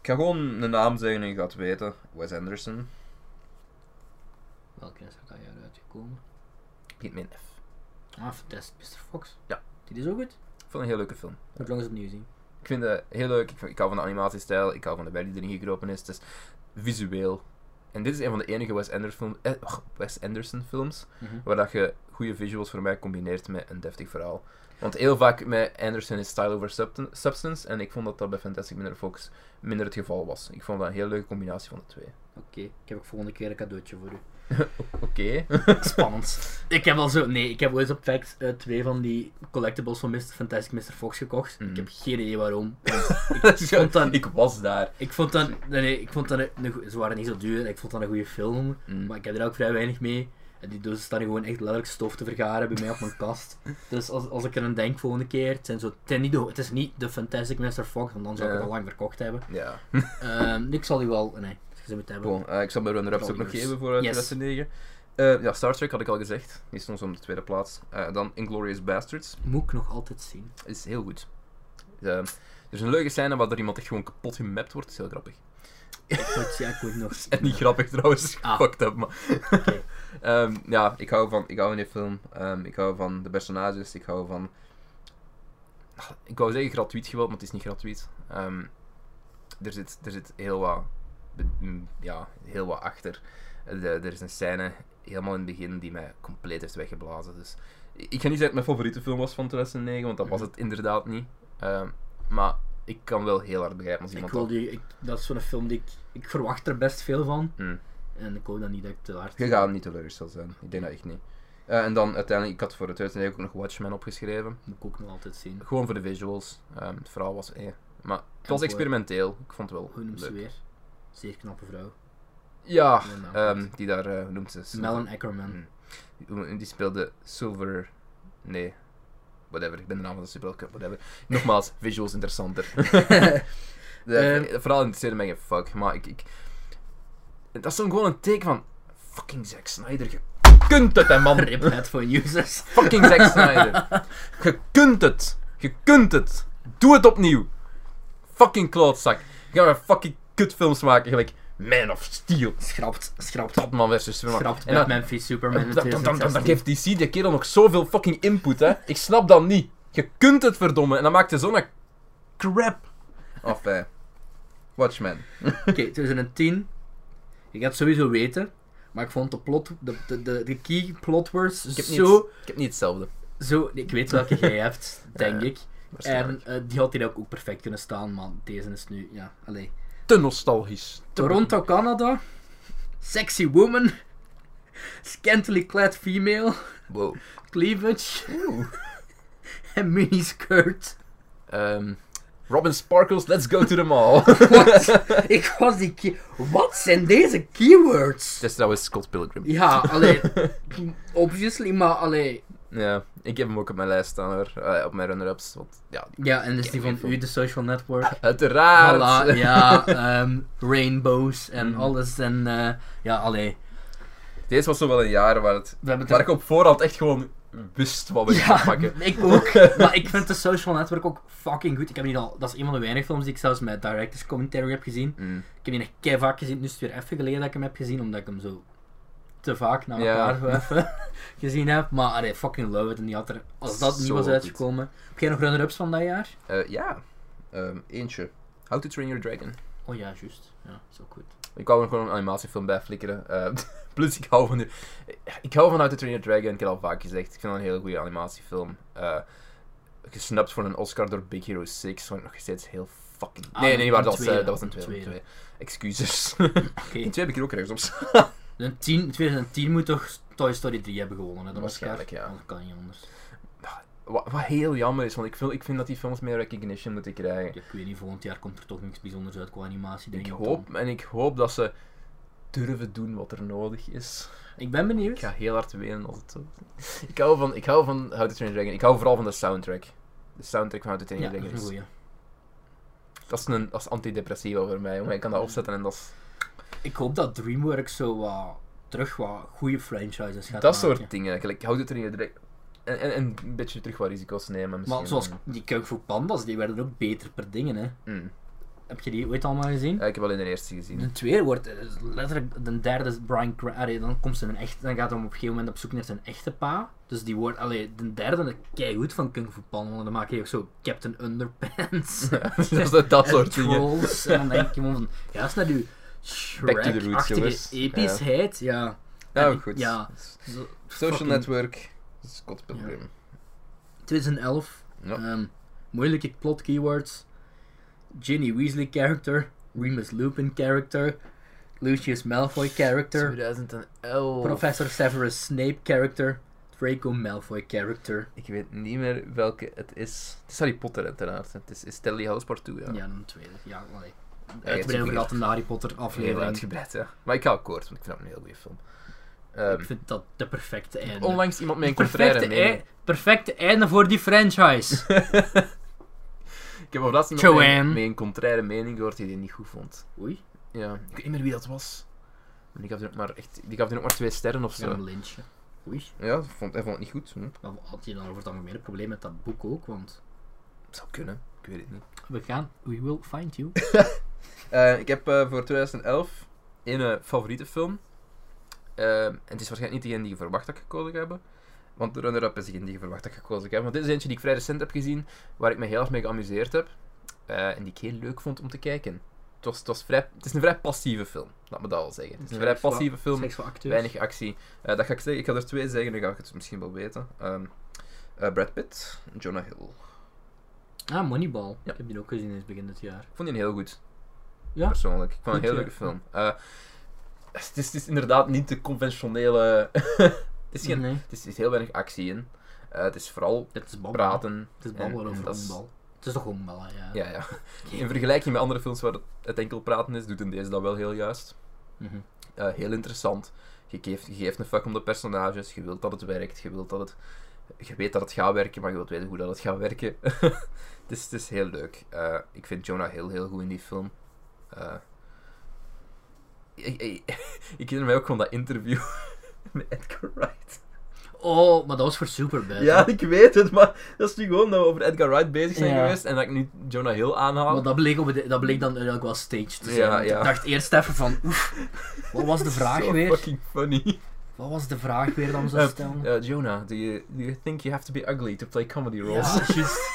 Speaker 2: Ik ga gewoon een naam zeggen en je gaat weten. Wes Anderson.
Speaker 1: Welke is er dat jaar uitgekomen?
Speaker 2: Begint met een F.
Speaker 1: Ah, fantastisch, Mr. Fox.
Speaker 2: Ja.
Speaker 1: Dit is ook goed.
Speaker 2: Ik vond het een heel leuke film.
Speaker 1: Moet ik nog eens opnieuw zien.
Speaker 2: Ik vind het heel leuk. Ik, vind- ik hou van de animatiestijl. Ik hou van de werk die erin gekropen is. Het is visueel. En dit is een van de enige Wes Anderson, eh, och, Wes Anderson films
Speaker 1: Mhm.
Speaker 2: waar dat je goede visuals voor mij combineert met een deftig verhaal. Want heel vaak met Anderson is style over subten- substance. En ik vond dat dat bij Fantastic Mr. Fox minder het geval was. Ik vond dat een heel leuke combinatie van de twee.
Speaker 1: Oké, ik heb ook volgende keer een cadeautje voor u. (laughs)
Speaker 2: Oké. (laughs)
Speaker 1: Spannend. ik heb al zo... Nee, ik heb ooit op fact eh, twee van die collectibles van Mr. Fantastic Mr. Fox gekocht.
Speaker 2: Mhm.
Speaker 1: Ik heb geen idee waarom. want vond
Speaker 2: ik,
Speaker 1: dat-
Speaker 2: was daar.
Speaker 1: ik vond dat... Nee, nee, ik vond dat... Een, een goe- ze waren niet zo duur. Ik vond dat een goede film.
Speaker 2: Mm.
Speaker 1: Maar ik heb er ook vrij weinig mee. En die dozen staan hier gewoon echt letterlijk stof te vergaren bij mij op mijn
Speaker 2: (laughs)
Speaker 1: kast. Dus als, als ik er aan denk volgende keer, het, zijn zo, het, zijn niet de, het is niet de Fantastic Mr. Fox, want dan zou ik
Speaker 2: Ja.
Speaker 1: het al lang verkocht hebben.
Speaker 2: Ja.
Speaker 1: Ehm, ik zal die wel... Nee, ze moeten hebben.
Speaker 2: Bon, eh, ik zal mijn runner-ups ook nog
Speaker 1: Trollers.
Speaker 2: geven voor eh,
Speaker 1: Yes.
Speaker 2: 2009. Eh, ja, Star Trek had ik al gezegd. Die stond zo op de tweede plaats. Eh, dan Inglorious Bastards.
Speaker 1: Moet ik nog altijd zien.
Speaker 2: Is heel goed. Eh, er is een leuke scène waar er iemand echt gewoon kapot gemapt wordt. is heel grappig. (laughs)
Speaker 1: Ik moet, ja, ik moet nog zien.
Speaker 2: En niet grappig trouwens.
Speaker 1: Ah.
Speaker 2: Fucked up, maar...
Speaker 1: Oké.
Speaker 2: (laughs) Ehm, ja, ik hou van, ik hou van die film. Ehm, ik hou van de personages. Ik hou van... Ik wou zeggen gratuit geweld, maar het is niet gratuit. Ehm, er, zit, er zit heel wat... be- mm, Ja, heel wat achter. Eh, De- er is een scène helemaal in het begin die mij compleet heeft weggeblazen. Dus ik ik ga niet zeggen dat het mijn favoriete film was van 2009, want dat was
Speaker 1: Mhm.
Speaker 2: het inderdaad niet. Ehm, maar ik kan wel heel hard begrijpen als
Speaker 1: Ik
Speaker 2: iemand
Speaker 1: wil
Speaker 2: dat...
Speaker 1: die, ik, dat is zo'n film die ik... Ik verwacht er best veel van.
Speaker 2: Mm.
Speaker 1: En ik hoop dan niet dat ik te hard...
Speaker 2: Je gaat niet teleurgesteld zijn. Ik denk dat echt niet. Eh, en dan uiteindelijk, ik had voor het uitzending ook nog Watchmen opgeschreven.
Speaker 1: Moet ik ook nog altijd zien.
Speaker 2: Gewoon voor de visuals. Ehm, het verhaal was eh. Maar het was
Speaker 1: voor-
Speaker 2: experimenteel. Ik vond het wel
Speaker 1: Hoe noemt ze
Speaker 2: leuk.
Speaker 1: weer? Zeer knappe vrouw.
Speaker 2: Ja,
Speaker 1: Mijn naam
Speaker 2: ehm,
Speaker 1: kwijt.
Speaker 2: die daar eh, hoe noemt ze.
Speaker 1: Melon Ackerman.
Speaker 2: Mm. Die speelde Silver. Nee. Whatever, ik ben de naam van de spel kwijt,
Speaker 1: (laughs)
Speaker 2: whatever. Nogmaals, visuals interessanter. (laughs) De,
Speaker 1: Ehm.
Speaker 2: het verhaal interesseerde mij geen fuck, maar ik, ik... Dat is dan gewoon een teken van... Fucking Zack Snyder, je kunt het hè
Speaker 1: (laughs)
Speaker 2: man!
Speaker 1: Rip headphone users.
Speaker 2: Fucking Zack Snyder. (laughs) Je kunt het. Je kunt het. Doe het opnieuw. Fucking klootzak. Ga maar fucking kutfilms maken. Gelijk Man of Steel.
Speaker 1: Schrapt, schrapt.
Speaker 2: Batman versus Superman.
Speaker 1: Schrapt
Speaker 2: En
Speaker 1: met Memphis Superman in
Speaker 2: dan, dan, dan, dan, dan
Speaker 1: 2016.
Speaker 2: geeft DC die kerel nog zoveel fucking input, hè. Ik snap dat niet. Je kunt het, verdomme. En dan maakt hij zo'n crap. Of, eh... Watchmen.
Speaker 1: Oké, 2010. Je gaat het sowieso weten. Maar ik vond de plot, de, de, de, de key plot words
Speaker 2: Ik heb niet,
Speaker 1: zo,
Speaker 2: ik heb niet hetzelfde.
Speaker 1: zo... Ik weet welke jij
Speaker 2: (laughs)
Speaker 1: hebt, denk
Speaker 2: Ja,
Speaker 1: ik. En eh, die had hier ook, ook perfect kunnen staan, man. Deze is nu... Ja, allee.
Speaker 2: Te nostalgisch. Te-
Speaker 1: Toronto, Canada. Sexy woman. Scantily clad female.
Speaker 2: Wow.
Speaker 1: Cleavage. (laughs) En miniskirt.
Speaker 2: Ehm, Robin Sparkles, let's go to the mall. (laughs)
Speaker 1: Ik was die... key- Wat zijn deze keywords?
Speaker 2: Het is trouwens Scott Pilgrim. Ja.
Speaker 1: Ja,
Speaker 2: (laughs)
Speaker 1: allee... Obviously, maar allee...
Speaker 2: ik heb hem ook op mijn lijst staan hoor. Eh, op mijn runner-ups. Want ja, die-
Speaker 1: Ja, en is die van
Speaker 2: Kevin.
Speaker 1: u, de social network.
Speaker 2: uiteraard.
Speaker 1: Voilà, ja, ehm, rainbows en
Speaker 2: Mhm.
Speaker 1: alles en eh, ja, allee.
Speaker 2: Deze was zo wel een jaar waar, het,
Speaker 1: We hebben het
Speaker 2: waar ik op voorhand echt gewoon wist wat we (laughs)
Speaker 1: Ja,
Speaker 2: gaan pakken.
Speaker 1: (laughs) ik ook. Maar
Speaker 2: (laughs)
Speaker 1: ik vind de social network ook fucking goed. Ik heb niet al, dat is een van de weinige films die ik zelfs met directors commentary heb gezien.
Speaker 2: Mm.
Speaker 1: Ik heb die nog kei vaak gezien. Nu is het weer even geleden dat ik hem heb gezien, omdat ik hem zo te vaak na
Speaker 2: Ja.
Speaker 1: elkaar
Speaker 2: (laughs)
Speaker 1: zo even gezien heb. Maar allee, fucking love it. En die had er, als dat niet
Speaker 2: Zo
Speaker 1: was
Speaker 2: goed.
Speaker 1: uitgekomen. Heb jij nog runner-ups van dat jaar?
Speaker 2: Eh, ja, Ehm, eentje. How to Train Your Dragon.
Speaker 1: Oh ja, juist. Ja, zo goed.
Speaker 2: Ik wou er gewoon een animatiefilm bij flikkeren. Eh, (laughs) plus, ik hou van de... Ik hou van How to Train Your Dragon, ik heb al vaak gezegd. Ik vind dat een hele goede animatiefilm. Eh, gesnapt voor een Oscar door Big Hero 6, vond ik nog steeds heel fucking...
Speaker 1: Ah,
Speaker 2: nee, nee,
Speaker 1: een
Speaker 2: waar, dat, was,
Speaker 1: tweede,
Speaker 2: eh, dat was een
Speaker 1: een
Speaker 2: tweede.
Speaker 1: tweede.
Speaker 2: Excuses. (laughs)
Speaker 1: Oké.
Speaker 2: Die twee heb ik er ook ergens op staan.
Speaker 1: Een 10, in 2010 moet toch Toy Story 3 hebben gewonnen, hè, dan
Speaker 2: Waarschijnlijk, ja.
Speaker 1: Dat kan niet anders.
Speaker 2: Wat, wat heel jammer is, want ik vind, ik vind dat die films meer recognition moeten krijgen.
Speaker 1: Ik weet niet, volgend jaar komt er toch niks bijzonders uit qua animatie, denk
Speaker 2: Ik
Speaker 1: ik.
Speaker 2: hoop, en ik hoop dat ze durven doen wat er nodig is.
Speaker 1: dan. Ik ben benieuwd.
Speaker 2: Ik ga heel hard wenen als het zo is. Ik hou van, ik hou van How to Train Your Dragon. Ik hou vooral van de soundtrack. De soundtrack van How to Train
Speaker 1: Ja,
Speaker 2: Your
Speaker 1: dat is
Speaker 2: Dragon
Speaker 1: een
Speaker 2: is-
Speaker 1: goeie.
Speaker 2: Dat is een dat is antidepressiva voor mij, maar ik kan dat opzetten en dat is...
Speaker 1: Ik hoop dat DreamWorks zo wat terug wat goede franchises gaat
Speaker 2: dat
Speaker 1: maken.
Speaker 2: soort dingen. Like, How to Train Your Dragon... En, en, en een beetje terug wat risico's nemen misschien.
Speaker 1: Maar zoals die Kung Fu Pandas, die werden ook beter per dingen, hè.
Speaker 2: Mm.
Speaker 1: Heb je die ooit allemaal gezien?
Speaker 2: Ja, ik heb alleen de eerste gezien.
Speaker 1: De tweede wordt eh, letterlijk de derde is Brian Cra- allee, dan komt zijn echt, dan gaat hij op een gegeven moment op zoek naar zijn echte pa. Dus die wordt, allee, de derde kei goed van Kung Fu Panda, want dan maak je ook zo Captain
Speaker 2: (laughs)
Speaker 1: Underpants.
Speaker 2: dat, is- dat
Speaker 1: (laughs) en
Speaker 2: soort dingen.
Speaker 1: trolls. En dan denk je gewoon van, ja, dat is naar uw
Speaker 2: Back to the roots, jongens.
Speaker 1: Shrek-achtige epischheid. Ja.
Speaker 2: Ja,
Speaker 1: En
Speaker 2: ook
Speaker 1: ik-
Speaker 2: goed.
Speaker 1: ja. Zo-
Speaker 2: Social
Speaker 1: fucking
Speaker 2: Network. Scott Pilgrim.
Speaker 1: 2011.
Speaker 2: Ja.
Speaker 1: ehm, moeilijke plot keywords. Ginny Weasley character. Remus Lupin character. Lucius Malfoy character.
Speaker 2: 2011.
Speaker 1: Professor Severus Snape character, Draco Malfoy character.
Speaker 2: Ik weet niet meer welke het is. Het is Harry Potter uiteraard. Het is, is Telly House Part 2, ja.
Speaker 1: Ja, een tweede. Ja, allee.
Speaker 2: het is
Speaker 1: Uitgebreid over
Speaker 2: ook
Speaker 1: gehad in de Harry Potter
Speaker 2: Heel
Speaker 1: aflevering.
Speaker 2: uitgebreid, ja. Maar ik hou kort, want ik vind dat een heel goede film. Ehm,
Speaker 1: ik vind dat de perfecte einde.
Speaker 2: onlangs iemand mij een contraire
Speaker 1: perfecte,
Speaker 2: mening...
Speaker 1: ei- perfecte einde voor die
Speaker 2: (laughs)
Speaker 1: franchise.
Speaker 2: Ik heb over laatst iemand mij,
Speaker 1: Joanne.
Speaker 2: mij een contraire mening gehoord die hij niet goed vond.
Speaker 1: Oei,
Speaker 2: Ja. Ik weet niet meer wie dat was. Maar die gaf er ook maar, echt, die gaf er ook maar twee sterren of
Speaker 1: ik
Speaker 2: zo.
Speaker 1: een lintje. Oei.
Speaker 2: Ja, vond, hij vond het niet goed. Hm.
Speaker 1: Maar had je dan over het algemeen een probleem met dat boek ook? Want
Speaker 2: Zou kunnen. Ik weet het niet.
Speaker 1: we gaan, we will find you.
Speaker 2: Eh, ik heb eh, voor 2011 een eh, favoriete film. Eh, en het is waarschijnlijk niet degene die je verwacht dat ik gekozen heb. Want de runner-up is degene die je verwacht dat ik gekozen heb. Want dit is eentje die ik vrij recent heb gezien, waar ik me heel erg mee geamuseerd heb. eh, en die ik heel leuk vond om te kijken. Het, was, het, was vrij, het is een vrij passieve film, laat me dat al zeggen. Het is een vrij
Speaker 1: Seks voor-
Speaker 2: passieve film.
Speaker 1: Seks voor acteurs.
Speaker 2: Weinig actie. Eh, dat ga ik zeggen. Ik ga er twee zeggen, dan ga ik het misschien wel weten. Ehm, eh, Brad Pitt, Jonah Hill.
Speaker 1: Ah, Moneyball.
Speaker 2: Ja.
Speaker 1: Ik heb die ook gezien sinds begin dit jaar.
Speaker 2: Ik vond die heel goed.
Speaker 1: Ja?
Speaker 2: Persoonlijk. Ik vond het een heel
Speaker 1: Goed,
Speaker 2: leuke film. Eh, het, is, het is inderdaad niet de conventionele... (laughs) het, is geen,
Speaker 1: Nee.
Speaker 2: het, is, er is heel weinig actie in. Eh, het is vooral
Speaker 1: Het is babbelen.
Speaker 2: praten.
Speaker 1: Het is
Speaker 2: En-
Speaker 1: babbelen
Speaker 2: en
Speaker 1: over
Speaker 2: dat is-
Speaker 1: honkbal. Het is toch honkbal, hè, ja.
Speaker 2: Ja, ja. In vergelijking met andere films waar het enkel praten is, doet in deze dat wel heel juist.
Speaker 1: Mhm.
Speaker 2: Eh, heel interessant. Je geeft, je geeft een fuck om de personages. Je wilt dat het werkt. Je, wilt dat het, je weet dat het gaat werken, maar je wilt weten hoe dat het gaat werken. (laughs) het, is, het is heel leuk. Eh, ik vind Jonah Hill heel goed in die film. Eh, ik, (laughs) ik, ik herinner mij ook gewoon dat interview (laughs) met Edgar Wright.
Speaker 1: Oh, maar dat was voor Superbad.
Speaker 2: Ja,
Speaker 1: hè?
Speaker 2: ik weet het, maar dat is nu gewoon dat we over Edgar Wright bezig zijn
Speaker 1: Ja.
Speaker 2: geweest en dat ik nu Jonah Hill aanhaal.
Speaker 1: Maar dat bleek, op het- e- dat bleek dan ook wel staged te zijn.
Speaker 2: Ja,
Speaker 1: Want
Speaker 2: ja.
Speaker 1: Ik dacht eerst even van, oef, wat was
Speaker 2: (laughs)
Speaker 1: de vraag
Speaker 2: Zo
Speaker 1: weer?
Speaker 2: fucking funny.
Speaker 1: Wat was de vraag weer dan zo
Speaker 2: Eh,
Speaker 1: stellen?
Speaker 2: eh, Jonah, do you, do you think you have to be ugly to play comedy roles?
Speaker 1: Ja, juist.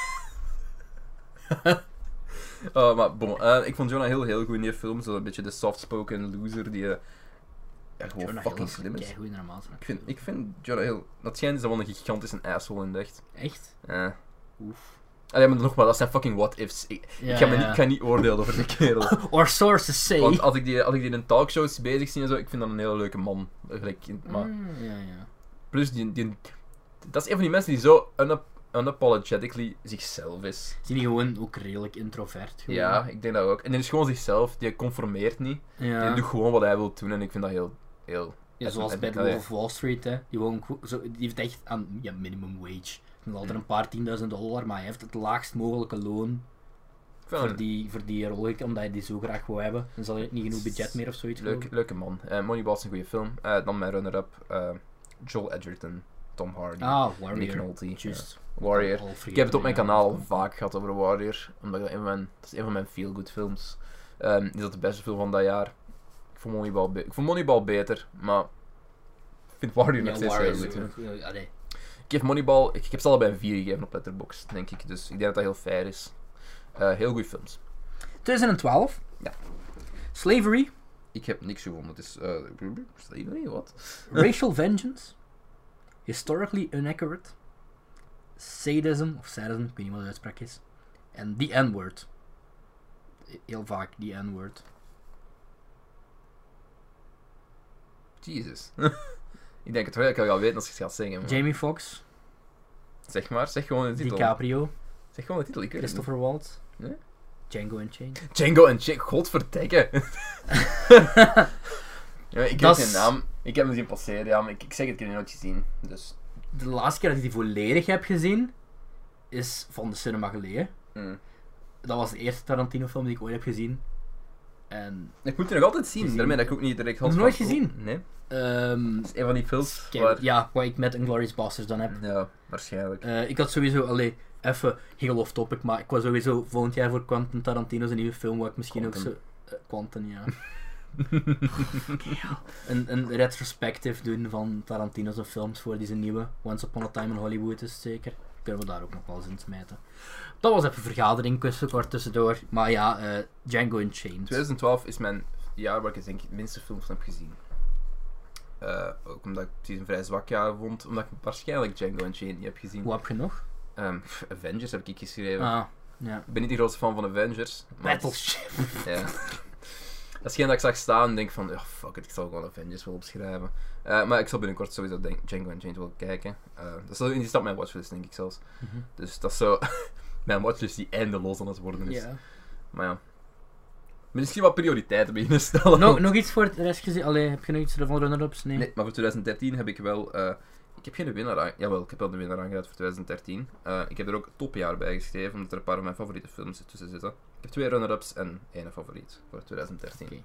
Speaker 2: Oh, maar bon, eh, ik vond Jonah heel heel goed in die film. Zo'n beetje de soft-spoken loser die eh, ja, gewoon
Speaker 1: Jonah Hill
Speaker 2: Oh, fucking
Speaker 1: is
Speaker 2: slim is.
Speaker 1: keigoed in haar maat.
Speaker 2: Ik vind, ik vind Jonah heel... Dat schijnt is dat wel een gigantische asshole in echt.
Speaker 1: Echt?
Speaker 2: Eh.
Speaker 1: Oef.
Speaker 2: Allee, maar nogmaals, dat zijn fucking what-ifs. Ik, ik
Speaker 1: Ja,
Speaker 2: ga me
Speaker 1: ja.
Speaker 2: niet, ik ga niet oordelen over die kerel.
Speaker 1: (laughs) Or sources say.
Speaker 2: Want als ik, die, als ik die in talkshows bezig zie en zo, ik vind dat een hele leuke man. Gelijk in- Maar
Speaker 1: Mm, ja, ja.
Speaker 2: plus, die, die, dat is een van die mensen die zo unap- unapologetically zichzelf is.
Speaker 1: Zijn die gewoon ook redelijk introvert? Gewoon?
Speaker 2: Ja, ik denk dat ook. En hij is gewoon zichzelf, die conformeert niet.
Speaker 1: ja.
Speaker 2: Die doet gewoon wat hij wil doen en ik vind dat heel. heel...
Speaker 1: Ja, zoals
Speaker 2: en-
Speaker 1: bij
Speaker 2: en-
Speaker 1: de
Speaker 2: allee.
Speaker 1: Wolf of Wall Street, hè. Die, woont ook zo, die heeft echt aan ja, minimum wage. Dat is altijd een paar tienduizend dollar, maar hij heeft het laagst mogelijke loon
Speaker 2: Ik vind
Speaker 1: voor
Speaker 2: hem
Speaker 1: die, voor die rol, omdat hij die zo graag wil hebben. Dan zal hij niet genoeg budget meer of zoiets
Speaker 2: een leuk,
Speaker 1: geloven.
Speaker 2: leuke man. Eh, Moneyball is een goede film. Eh, dan mijn runner-up: eh, Joel Edgerton, Tom Hardy,
Speaker 1: Ah,
Speaker 2: Nick
Speaker 1: Warrior.
Speaker 2: Nolte, eh,
Speaker 1: Juist.
Speaker 2: Warrior.
Speaker 1: Al
Speaker 2: Ik heb het op
Speaker 1: vergeten,
Speaker 2: mijn kanaal
Speaker 1: ja.
Speaker 2: vaak gehad over Warrior, omdat ik dat, een van mijn, dat is een van mijn feel-good films. Ehm, is dat de beste film van dat jaar? Ik vond Moneyball, be- ik vond Moneyball beter, maar ik vind Warrior nog
Speaker 1: Ja,
Speaker 2: steeds
Speaker 1: Warrior
Speaker 2: heel
Speaker 1: is
Speaker 2: goed. hè.
Speaker 1: ook- ja, allee.
Speaker 2: Ik geef Moneyball, ik, ik heb ze allebei een 4 gegeven op Letterboxd, denk ik. Dus ik denk dat dat heel fair is. Eh, heel goede films.
Speaker 1: 2012.
Speaker 2: Ja.
Speaker 1: Slavery,
Speaker 2: Ik heb niks gevonden. Het is. eh, Slavery, wat?
Speaker 1: racial vengeance, historically inaccurate, sadism, of sadism, ik weet niet wat de uitspraak is, en the N-word. Heel vaak, die N-word. (laughs)
Speaker 2: Jesus. ik denk het wel dat ik al weet als je het gaat zingen. maar-
Speaker 1: Jamie Foxx,
Speaker 2: Zeg maar, zeg gewoon de titel.
Speaker 1: DiCaprio,
Speaker 2: Zeg gewoon de titel, ik weet het niet.
Speaker 1: Christopher Waltz,
Speaker 2: Ja?
Speaker 1: Django Unchained.
Speaker 2: Django en Chick,
Speaker 1: (laughs)
Speaker 2: godverdekke. (laughs) ja, ik
Speaker 1: Dat
Speaker 2: weet
Speaker 1: is-
Speaker 2: geen naam. Ik heb hem zien passeren, ja, maar ik, ik zeg het, ik heb hem nooit gezien. Dus,
Speaker 1: De laatste keer dat ik die volledig heb gezien, is van de cinema geleden.
Speaker 2: mm.
Speaker 1: Dat was de eerste Tarantino-film die ik ooit heb gezien. En
Speaker 2: Ik moet het nog altijd zien,
Speaker 1: Gezien.
Speaker 2: daarmee dat ik ook niet direct
Speaker 1: Nog
Speaker 2: had
Speaker 1: nooit
Speaker 2: van-
Speaker 1: gezien?
Speaker 2: Nee,
Speaker 1: ehm,
Speaker 2: dat is een van die films
Speaker 1: kijk,
Speaker 2: waar...
Speaker 1: ja, wat ik met Inglourious Basterds dan heb.
Speaker 2: Ja, waarschijnlijk.
Speaker 1: Eh, ik had sowieso, allee, even heel off topic, maar ik was sowieso volgend jaar voor Quentin Tarantino zijn nieuwe film, waar ik misschien
Speaker 2: Quentin.
Speaker 1: ook zo... eh, Quentin, (laughs) ja. Fucking hell. een, een retrospective doen van Tarantino's films voor die zijn nieuwe Once Upon a Time in Hollywood is het zeker. Kunnen we daar ook nog wel eens in smijten. Dat was even een vergadering, kussen kort tussendoor. Maar ja, eh, Django Unchained.
Speaker 2: 2012 is mijn jaar waar ik denk ik de minste films heb gezien. Eh, ook omdat ik het een vrij zwak jaar vond, omdat ik waarschijnlijk Django Unchained niet heb gezien.
Speaker 1: Hoe heb je nog?
Speaker 2: Ehm, pff, Avengers heb ik geschreven.
Speaker 1: Ah, ja.
Speaker 2: Ik ben niet de grootste fan van Avengers. maar-
Speaker 1: Battleship.
Speaker 2: Ja. Dat is geen dat ik zag staan en denk van, ja fuck it, ik zal gewoon Avengers wel opschrijven. Eh, maar ik zal binnenkort sowieso denk, Django Unchained wel kijken. Eh, dat is wel- die staat op mijn watchlist, denk ik zelfs.
Speaker 1: Mhm.
Speaker 2: Dus dat is zo (laughs) mijn watchlist die eindeloos aan het worden
Speaker 1: (laughs)
Speaker 2: is.
Speaker 1: Ja.
Speaker 2: Maar ja. Misschien wat prioriteiten beginnen stellen.
Speaker 1: Nog, nog iets voor het rest gezien? Allee, heb je nog iets van runner-ups? Nee.
Speaker 2: Nee, maar voor 2013 heb ik wel. eh, ik heb geen winnaar aan. Jawel, ik heb wel de winnaar aangeduid voor 2013. Eh, ik heb er ook topjaar bij geschreven, omdat er een paar van mijn favoriete films tussen zitten. Ik heb twee runner-ups en één favoriet voor 2013.
Speaker 1: Oké.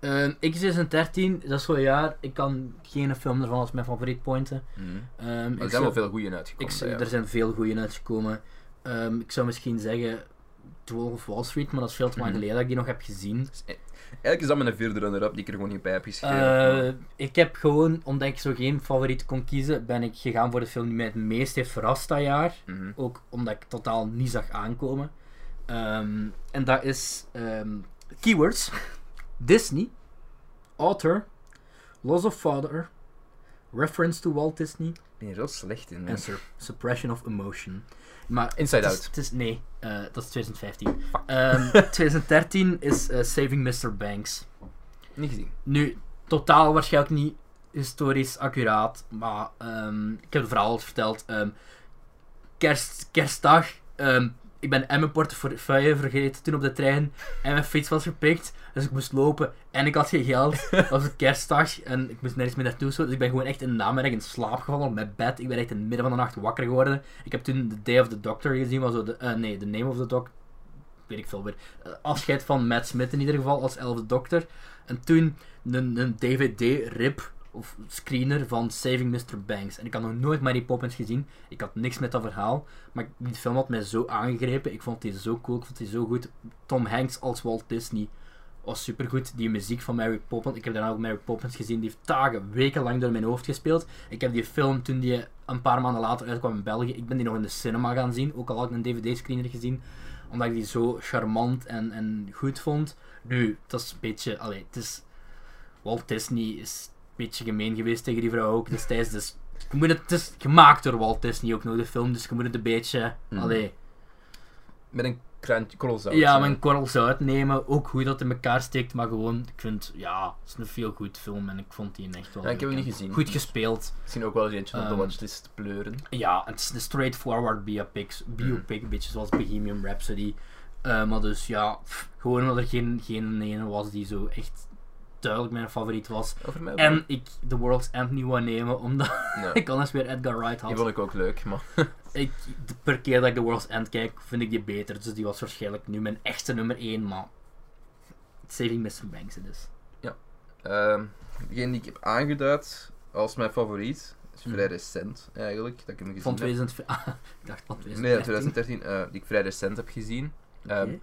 Speaker 1: Ehm, ik is 13, dat is zo'n jaar. Ik kan geen film ervan als mijn favoriet pointen.
Speaker 2: Mhm.
Speaker 1: Ehm,
Speaker 2: Maar er
Speaker 1: ik
Speaker 2: zijn wel
Speaker 1: zou-
Speaker 2: veel goeie
Speaker 1: ik
Speaker 2: uitgekomen.
Speaker 1: zou-
Speaker 2: hè, ja.
Speaker 1: er zijn veel goeie uitgekomen. Ehm, ik zou misschien zeggen 12 of Wall Street, maar dat is veel te lang
Speaker 2: Mhm.
Speaker 1: geleden dat ik die nog heb gezien.
Speaker 2: Dus e- Eigenlijk is dat mijn vierde runner-up die ik er gewoon niet bij heb geschreven.
Speaker 1: Eh, ik heb gewoon, omdat ik zo geen favoriet kon kiezen, ben ik gegaan voor de film die mij het meest heeft verrast dat jaar.
Speaker 2: Mhm.
Speaker 1: Ook omdat ik totaal niet zag aankomen. Ehm, en dat is ehm, keywords: Disney, author, loss of father, reference to Walt Disney
Speaker 2: Ik ben hier heel slecht in.
Speaker 1: en sur- suppression of emotion. Maar
Speaker 2: Inside
Speaker 1: het is-
Speaker 2: Out.
Speaker 1: het is- nee, eh, dat is 2015. Ehm, 2013 is eh, Saving Mr. Banks.
Speaker 2: Niet gezien.
Speaker 1: Nu, totaal waarschijnlijk niet historisch accuraat, maar ehm, ik heb het verhaal al verteld. ehm, kerst, kerstdag, ehm, ik ben en mijn portefeuille vergeten toen op de trein en mijn fiets was gepikt, dus ik moest lopen en ik had geen geld. Het was het kerstdag en ik moest nergens meer naartoe, zo, dus ik ben gewoon echt in de namiddag in slaap gevallen op mijn bed. Ik ben echt in het midden van de nacht wakker geworden. Ik heb toen The Day of the Doctor gezien, was zo de, eh, nee, The Name of the Doctor. Weet ik veel meer. Eh, afscheid van Matt Smith in ieder geval als elfde dokter. En toen een, een DVD-rip of screener van Saving Mr. Banks. En ik had nog nooit Mary Poppins gezien. Ik had niks met dat verhaal. Maar die film had mij zo aangegrepen. Ik vond die zo cool. Ik vond die zo goed. Tom Hanks als Walt Disney was supergoed. Die muziek van Mary Poppins. Ik heb daarna ook Mary Poppins gezien. Die heeft dagen, wekenlang door mijn hoofd gespeeld. Ik heb die film toen die een paar maanden later uitkwam in België. Ik ben die nog in de cinema gaan zien. Ook al had ik een DVD-screener gezien. Omdat ik die zo charmant en, en goed vond. Nu, dat is een beetje... Allee, het is... Walt Disney is een beetje gemeen geweest tegen die vrouw ook destijds. Dus je moet het, het is gemaakt door Walt Disney ook nog, de film. Dus je moet het een beetje...
Speaker 2: Hmm.
Speaker 1: Allee,
Speaker 2: Met een krantje kolossaal.
Speaker 1: ja, mijn korrel zout nemen. Ook hoe dat in elkaar steekt. Maar gewoon, ik vind... Ja, het is een veel goed film. En ik vond die echt wel
Speaker 2: Ja, ik heb
Speaker 1: leuk
Speaker 2: hem niet
Speaker 1: en
Speaker 2: gezien.
Speaker 1: Goed gespeeld.
Speaker 2: Misschien ook wel eens eentje op de
Speaker 1: Ehm.
Speaker 2: watchlist te pleuren.
Speaker 1: Ja, het is een straightforward biopic, biopic
Speaker 2: Mm.
Speaker 1: een beetje zoals Bohemian Rhapsody. Eh, maar dus ja, pff, gewoon omdat er geen, geen ene was die zo echt duidelijk mijn favoriet was.
Speaker 2: Over mij?
Speaker 1: En ik The World's End niet wou nemen, omdat (laughs)
Speaker 2: Nee.
Speaker 1: ik anders weer Edgar Wright
Speaker 2: Die
Speaker 1: had.
Speaker 2: vond ik ook leuk, maar...
Speaker 1: Ik, de- per keer dat ik The World's End kijk, vind ik die beter. Dus die was waarschijnlijk nu mijn echte nummer 1, maar... Saving Mr. Banks het is.
Speaker 2: Ehm, degene die ik heb aangeduid als mijn favoriet, is
Speaker 1: Mhm.
Speaker 2: vrij recent eigenlijk, dat ik hem gezien
Speaker 1: Van
Speaker 2: heb.
Speaker 1: 2000... (laughs) Ah, ik dacht van
Speaker 2: Nee,
Speaker 1: 2013.
Speaker 2: 2013, eh, die ik vrij recent heb gezien. Ehm,
Speaker 1: Oké.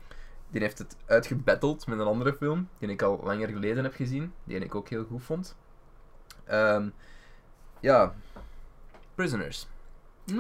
Speaker 2: Die heeft het uitgebatteld met een andere film, die ik al langer geleden heb gezien, die ik ook heel goed vond. Ehm, ja, Prisoners.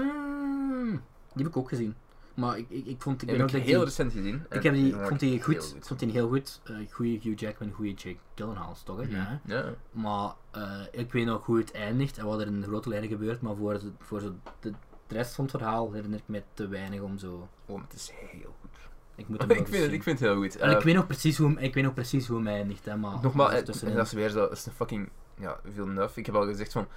Speaker 1: Mm, die heb ik ook gezien. Maar ik, ik, ik vond... Ik
Speaker 2: Die
Speaker 1: weet
Speaker 2: heb
Speaker 1: nog
Speaker 2: ik
Speaker 1: dat
Speaker 2: heel
Speaker 1: die-
Speaker 2: recent gezien. en
Speaker 1: Ik, heb die,
Speaker 2: vond
Speaker 1: ik vond die goed.
Speaker 2: heel
Speaker 1: Ik vond die heel goed. Eh goede Hugh Jackman, goede Jake Gyllenhaal, is toch? Hè? Ja. hè?
Speaker 2: Mhm. Ja.
Speaker 1: Maar eh, ik weet nog hoe het eindigt en wat er in de grote lijnen gebeurt. Maar voor, de, voor zo de, de rest van het verhaal herinner ik me te weinig om zo.
Speaker 2: Oh, maar het is heel goed.
Speaker 1: Ik moet hem
Speaker 2: (laughs) Ik
Speaker 1: wel
Speaker 2: vind,
Speaker 1: eens
Speaker 2: het,
Speaker 1: zien.
Speaker 2: ik vind het heel goed.
Speaker 1: Wel,
Speaker 2: Eh,
Speaker 1: ik weet nog precies hoe hem- ik weet nog precies hoe hem eindigt, hè, maar
Speaker 2: Nogmaals,
Speaker 1: Ah, dat is
Speaker 2: en
Speaker 1: tussenin.
Speaker 2: dat is weer zo, dat is een fucking ja, Villeneuve, ik heb al gezegd van.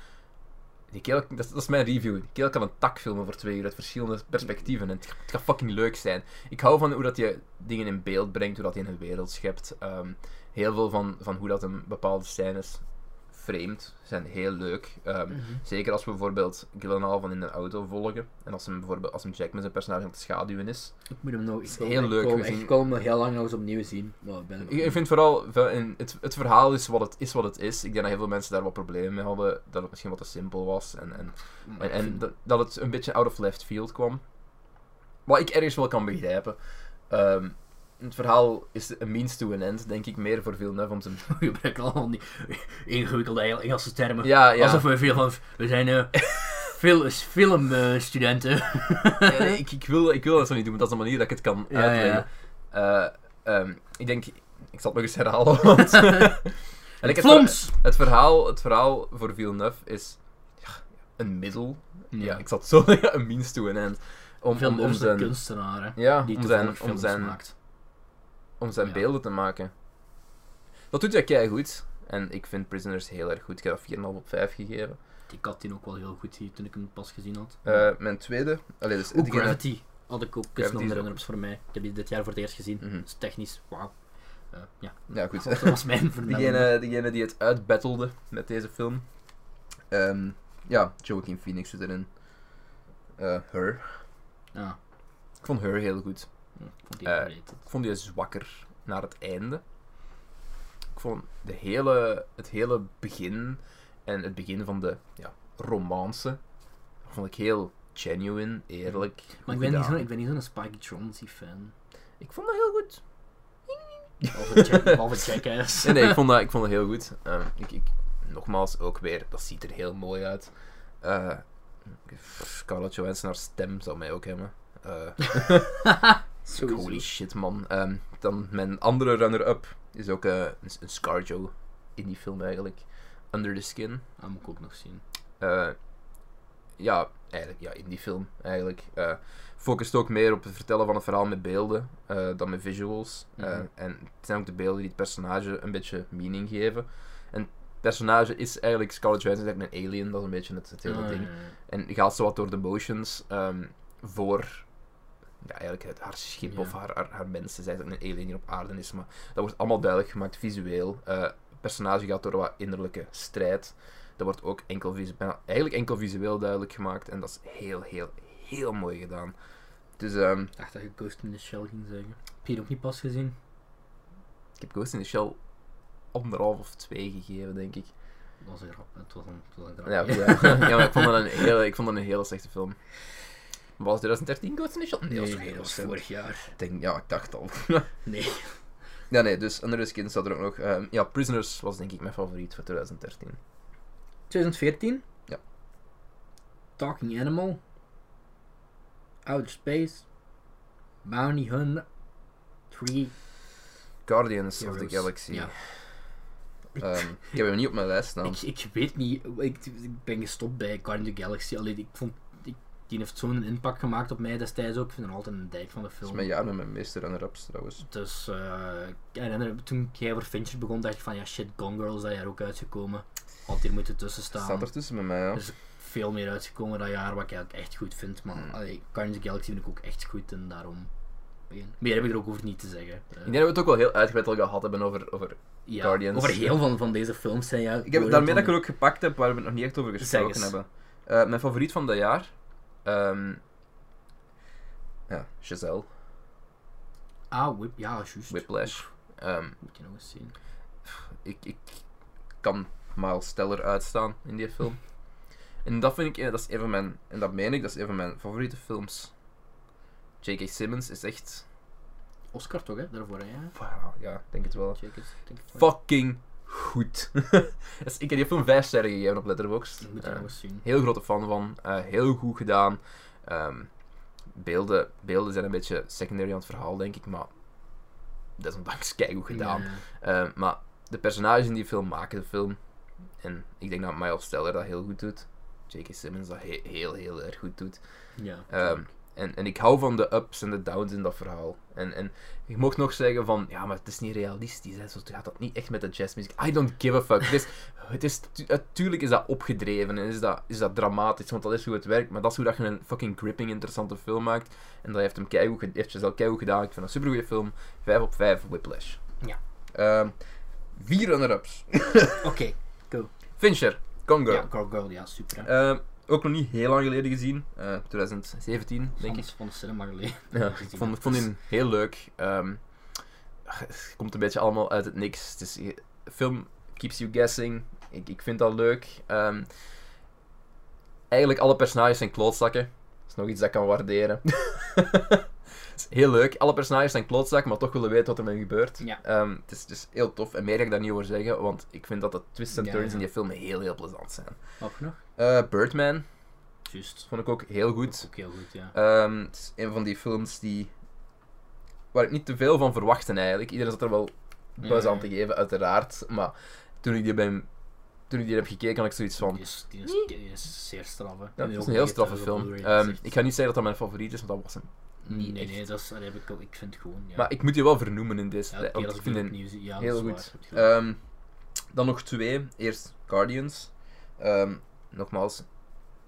Speaker 2: Die kerel, dat, is, dat is mijn review. Die kerel kan een tak filmen voor twee uur uit verschillende perspectieven. En het, het gaat fucking leuk zijn. Ik hou van hoe dat je dingen in beeld brengt, hoe dat je een wereld schept. Ehm, heel veel van, van hoe dat een bepaalde scènes framed zijn heel leuk. Ehm,
Speaker 1: Mhm.
Speaker 2: Zeker als we bijvoorbeeld Gyllenhaal van in een auto volgen. En als hem bijvoorbeeld als hem Jack met zijn personage aan het schaduwen is.
Speaker 1: Ik moet hem nog
Speaker 2: is
Speaker 1: ik wil-
Speaker 2: heel
Speaker 1: ik
Speaker 2: leuk
Speaker 1: wil hem
Speaker 2: gezien.
Speaker 1: echt- Ik wil hem nog heel lang nog eens opnieuw zien. Maar ik ben
Speaker 2: Ik, ik vind vooral, ve- en het, het verhaal is wat het, is wat het is. Ik denk dat heel veel mensen daar wat problemen mee hadden. Dat het misschien wat te simpel was. En, en,
Speaker 1: Maar
Speaker 2: en,
Speaker 1: ik
Speaker 2: en
Speaker 1: vind- (laughs)
Speaker 2: dat, dat het een beetje out of left field kwam. Wat ik ergens wel kan begrijpen. Ehm, het verhaal is een means to an end, denk ik, meer voor
Speaker 1: (laughs)
Speaker 2: Villeneuve om te... (laughs)
Speaker 1: We gebruiken allemaal die ingewikkelde Engel- Engelse termen.
Speaker 2: Ja, ja.
Speaker 1: Alsof we veel van... We zijn
Speaker 2: (laughs)
Speaker 1: eh, fil- eh, filmstudenten.
Speaker 2: Ja, nee, ik, ik, wil, ik wil dat zo niet doen, maar dat is de manier dat ik het kan
Speaker 1: Ja,
Speaker 2: uitleggen.
Speaker 1: ja.
Speaker 2: Eh, ehm, ik denk... Ik zal het nog eens
Speaker 1: (laughs)
Speaker 2: herhalen, want... En ik- het ver-
Speaker 1: Floms!
Speaker 2: Het verhaal, het verhaal voor Villeneuve is ja, een middel. Ja, ik zat zo (laughs) ja, een means to an end. Om, om,
Speaker 1: Veel
Speaker 2: om
Speaker 1: zijn
Speaker 2: zijn,
Speaker 1: kunstenaar, hè,
Speaker 2: ja,
Speaker 1: die
Speaker 2: om
Speaker 1: toevallig
Speaker 2: zijn, om
Speaker 1: films
Speaker 2: zijn,
Speaker 1: maakt.
Speaker 2: om zijn
Speaker 1: Ja.
Speaker 2: beelden te maken. Dat doet hij goed. En ik vind Prisoners heel erg goed. Ik heb dat 4,5 op 5 gegeven.
Speaker 1: Ik had die ook wel heel goed hier toen ik hem pas gezien had.
Speaker 2: Eh, mijn tweede. Allee, dus
Speaker 1: Ook
Speaker 2: hetgene-
Speaker 1: Gravity had ik ook
Speaker 2: Gravity
Speaker 1: kunst
Speaker 2: is
Speaker 1: nog
Speaker 2: ook-
Speaker 1: runner-ups voor mij. Ik heb die dit jaar voor het eerst gezien.
Speaker 2: Mhm.
Speaker 1: Dus technisch, wauw. Eh, ja,
Speaker 2: Ja, goed.
Speaker 1: dat was
Speaker 2: (laughs)
Speaker 1: mijn vermelding.
Speaker 2: Degene, degene die het uitbattelde met deze film. Ehm, ja, Joaquin Phoenix zit erin. Eh, Her.
Speaker 1: Ja,
Speaker 2: Ik vond Her heel goed.
Speaker 1: hm, ik vond die
Speaker 2: Eh,
Speaker 1: overrated.
Speaker 2: Ik vond die zwakker naar het einde. Ik vond de hele, het hele begin en het begin van de ja, romance vond ik heel genuine, eerlijk.
Speaker 1: Maar ik
Speaker 2: goed
Speaker 1: ben, niet
Speaker 2: gedaan.
Speaker 1: zo, ik ben niet zo'n Spike Jonze
Speaker 2: (laughs)
Speaker 1: fan.
Speaker 2: Ik vond dat heel goed.
Speaker 1: Behalve Jack-
Speaker 2: (laughs)
Speaker 1: Behalve Jackass. (laughs)
Speaker 2: Nee, nee, ik vond dat, ik vond dat heel goed. Ehm, ik, ik, nogmaals, ook weer, dat ziet er heel mooi uit. Eh pff, Carla Johansson, haar stem zou mij ook hebben. Eh,
Speaker 1: Sowieso.
Speaker 2: Holy shit, man. Ehm, dan mijn andere runner-up is ook eh, een, een Scarjo in die film eigenlijk. Under the Skin.
Speaker 1: Dat moet ik ook nog zien.
Speaker 2: Eh, ja, eigenlijk, ja, in die film eigenlijk. eh, focust ook meer op het vertellen van het verhaal met beelden eh, dan met visuals. Eh,
Speaker 1: Mhm.
Speaker 2: en het zijn ook de beelden die het personage een beetje meaning geven. En het personage is eigenlijk, Scarlett Johansson is eigenlijk een alien, dat is een beetje het, het hele
Speaker 1: Ah,
Speaker 2: ding.
Speaker 1: ja, ja.
Speaker 2: En je gaat zo wat door de motions ehm, voor ja, eigenlijk het, haar schip
Speaker 1: Ja.
Speaker 2: of haar, haar, haar mensen. Zij is eigenlijk een alien die op aarde is. Maar dat wordt allemaal duidelijk gemaakt visueel. Eh, het personage gaat door wat innerlijke strijd. Dat wordt ook enkel visu- bijna- eigenlijk enkel visueel duidelijk gemaakt. En dat is heel, heel, heel mooi gedaan. Dus ehm,
Speaker 1: Ik dacht dat je Ghost in the Shell ging zeggen. Heb je die ook niet pas gezien?
Speaker 2: ik heb Ghost in the Shell anderhalf of twee gegeven, denk ik.
Speaker 1: Dat was een grap. Het was een, het was een grap.
Speaker 2: Ja, ja. (laughs) ja maar ik
Speaker 1: (laughs)
Speaker 2: vond dat een hele, ik vond dat een hele slechte film. Was 2013 Ghost in the Shell? Nee, dat was toch
Speaker 1: nee,
Speaker 2: heel
Speaker 1: dat was
Speaker 2: recent.
Speaker 1: vorig jaar.
Speaker 2: Ik denk, ja, ik dacht al. (laughs)
Speaker 1: Nee.
Speaker 2: Ja, nee, dus Under the Skin staat er ook nog. Ehm, ja, Prisoners was denk ik mijn favoriet van 2013.
Speaker 1: 2014?
Speaker 2: Ja.
Speaker 1: Talking Animal. Outer Space. Bounty Hunt. Three.
Speaker 2: Guardians of
Speaker 1: Heroes.
Speaker 2: the Galaxy.
Speaker 1: Ja.
Speaker 2: Ehm, ik heb hem niet op mijn lijst staan.
Speaker 1: Ik, ik weet niet, ik, ik ben gestopt bij Guardians of the Galaxy. Alleen ik vond, ik, die heeft zo'n impact gemaakt op mij destijds ook. Ik vind er altijd een dijk van de
Speaker 2: Dat is
Speaker 1: film.
Speaker 2: mijn jaar met mijn meester en raps trouwens.
Speaker 1: Dus eh, ik herinner, toen jij voor Fincher begon, dacht ik van ja shit, Gone Girl is dat jaar ook uitgekomen. Had hier moeten tussen staan.
Speaker 2: Staat er tussen bij mij, ja.
Speaker 1: Dus- Veel meer uitgekomen dat jaar, wat ik eigenlijk echt goed vind. Maar
Speaker 2: Hmm.
Speaker 1: allee, Guardians of the Galaxy vind ik ook echt goed en daarom... Meer heb ik er ook over niet te zeggen. Eh,
Speaker 2: Ik denk dat we het ook wel heel uitgebreid al gehad hebben over... over...
Speaker 1: ja,
Speaker 2: Guardians,
Speaker 1: Over
Speaker 2: ja.
Speaker 1: heel veel van deze films zijn ja...
Speaker 2: Ik heb daarmee dat ik er ook gepakt heb, waar we het nog niet echt over gesproken
Speaker 1: eens.
Speaker 2: hebben. Eh, mijn favoriet van dat jaar... ehm, ja, Giselle,
Speaker 1: Ah, Whip, ja, juist.
Speaker 2: Whiplash. Ehm,
Speaker 1: Moet je nog eens zien.
Speaker 2: ik, ik kan Miles Teller uitstaan in
Speaker 1: (laughs)
Speaker 2: die film. En dat vind ik, eh, dat is een van mijn, en dat meen ik, dat is een van mijn favoriete films. J.K. Simmons is echt,
Speaker 1: Oscar toch, hè? Daarvoor, hè? Ja.
Speaker 2: wauw, ja, ik denk het wel.
Speaker 1: Check it, denk ik wel.
Speaker 2: Fucking goed. (laughs) dus ik heb die film 5 sterren gegeven op Letterboxd.
Speaker 1: Dat moet je
Speaker 2: Eh,
Speaker 1: nog eens zien.
Speaker 2: heel grote fan van, eh, heel goed gedaan. Ehm, beelden, beelden zijn een beetje secondary aan het verhaal, denk ik, maar dat is ondanks keigoed gedaan.
Speaker 1: Ja.
Speaker 2: Eh, maar de personages in die film maken de film. En ik denk dat Miles Teller dat heel goed doet. J.K. Simmons dat he- heel, heel erg goed doet.
Speaker 1: Ja.
Speaker 2: Ehm, En, en ik hou van de ups en de downs in dat verhaal. En, en je mocht nog zeggen van, ja, maar het is niet realistisch. Hè. Zo gaat dat niet echt met de jazzmuziek. I don't give a fuck. het is, (laughs) het is, tu- natuurlijk is dat opgedreven en is dat, is dat dramatisch, want dat is hoe het werkt. Maar dat is hoe dat je een fucking gripping interessante film maakt. En dat heeft hem keigoed, ge- heeft Giselle keigoed gedaan. Ik vind dat een supergoeie film. 5 op 5 Whiplash.
Speaker 1: Ja.
Speaker 2: Ehm, vier runner-ups.
Speaker 1: Oké,
Speaker 2: Fincher, Gone Girl.
Speaker 1: ja, Girl Girl, ja, super. hè.
Speaker 2: Ehm, ook nog niet heel lang geleden gezien. Eh, 2017, denk ik.
Speaker 1: Van- Van de cinema geleden.
Speaker 2: Ja, ik vond, ik vond
Speaker 1: dus-
Speaker 2: die heel leuk. Ehm, het komt een beetje allemaal uit het niks. Het is, de film keeps you guessing. Ik, ik vind dat leuk. Ehm, eigenlijk alle personages zijn klootzakken. Dat is nog iets dat ik kan waarderen. Het is heel leuk. Alle personages zijn klootzakken, maar toch willen weten wat er met hen gebeurt.
Speaker 1: Ja.
Speaker 2: Ehm, het, is, het is heel tof. En meer ga ik daar niet over zeggen, want ik vind dat de twists en
Speaker 1: Ja,
Speaker 2: turns
Speaker 1: ja.
Speaker 2: in die film heel, heel plezant zijn.
Speaker 1: Nog nog?
Speaker 2: Eh, Birdman
Speaker 1: Juist.
Speaker 2: vond ik ook heel goed.
Speaker 1: Ook heel goed, ja.
Speaker 2: Ehm, het is een van die films die. waar ik niet te veel van verwachtte eigenlijk. Iedereen zat er wel buzz aan te
Speaker 1: Mhm.
Speaker 2: geven, uiteraard. Maar toen ik die, ben, toen ik die heb gekeken, had ik zoiets van.
Speaker 1: Die is, die is, die is zeer straf, hè.
Speaker 2: Ja,
Speaker 1: En
Speaker 2: het
Speaker 1: ook
Speaker 2: is een heel
Speaker 1: echt,
Speaker 2: straffe
Speaker 1: eh,
Speaker 2: film.
Speaker 1: Blu-ray,
Speaker 2: Ehm,
Speaker 1: dat is echt-
Speaker 2: ik ga niet zeggen dat dat mijn favoriet is, want dat was hem.
Speaker 1: Nee, nee,
Speaker 2: echt.
Speaker 1: nee, dat, is, dat heb ik ook. Ik vind gewoon, ja.
Speaker 2: Maar ik moet je wel vernoemen in deze.
Speaker 1: ja,
Speaker 2: want
Speaker 1: elke keer als
Speaker 2: ik
Speaker 1: ik
Speaker 2: vind
Speaker 1: die
Speaker 2: hem
Speaker 1: opnieuw zie- ja, dat
Speaker 2: heel
Speaker 1: is
Speaker 2: goed.
Speaker 1: waar.
Speaker 2: Ehm, dan nog twee. Eerst Guardians. Ehm, nogmaals,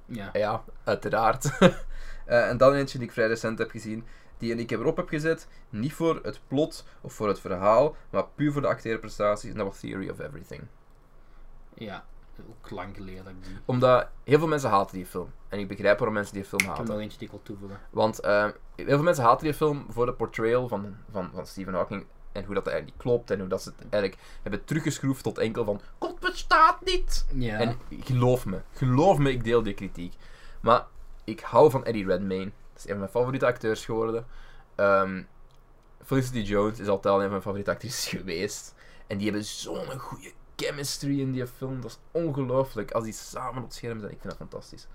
Speaker 1: ja.
Speaker 2: Ja, uiteraard. (laughs) Eh, en dan eentje die ik vrij recent heb gezien, die ik erop heb gezet, niet voor het plot of voor het verhaal, maar puur voor de acteerprestaties, en dat was Theory of Everything. eh,
Speaker 1: ja, ook lang geleden dat ik die...
Speaker 2: Omdat heel veel mensen haten die film. En ik begrijp waarom mensen die film
Speaker 1: Ik heb
Speaker 2: haten.
Speaker 1: nog eentje die ik wil toevoegen.
Speaker 2: Want eh, heel veel mensen haten die film voor de portrayal van, van, van Stephen Hawking. En hoe dat eigenlijk niet klopt. En hoe dat ze het eigenlijk hebben teruggeschroefd tot enkel van... God bestaat niet!
Speaker 1: Ja.
Speaker 2: En geloof me, geloof me, ik deel die kritiek. Maar ik hou van Eddie Redmayne. Dat is een van mijn favoriete acteurs geworden. Ehm, Felicity Jones is altijd al een van mijn favoriete actrices (laughs) geweest. En die hebben zo'n goede chemistry in die film. Dat is ongelooflijk. Als die samen op het scherm zijn, ik vind dat fantastisch.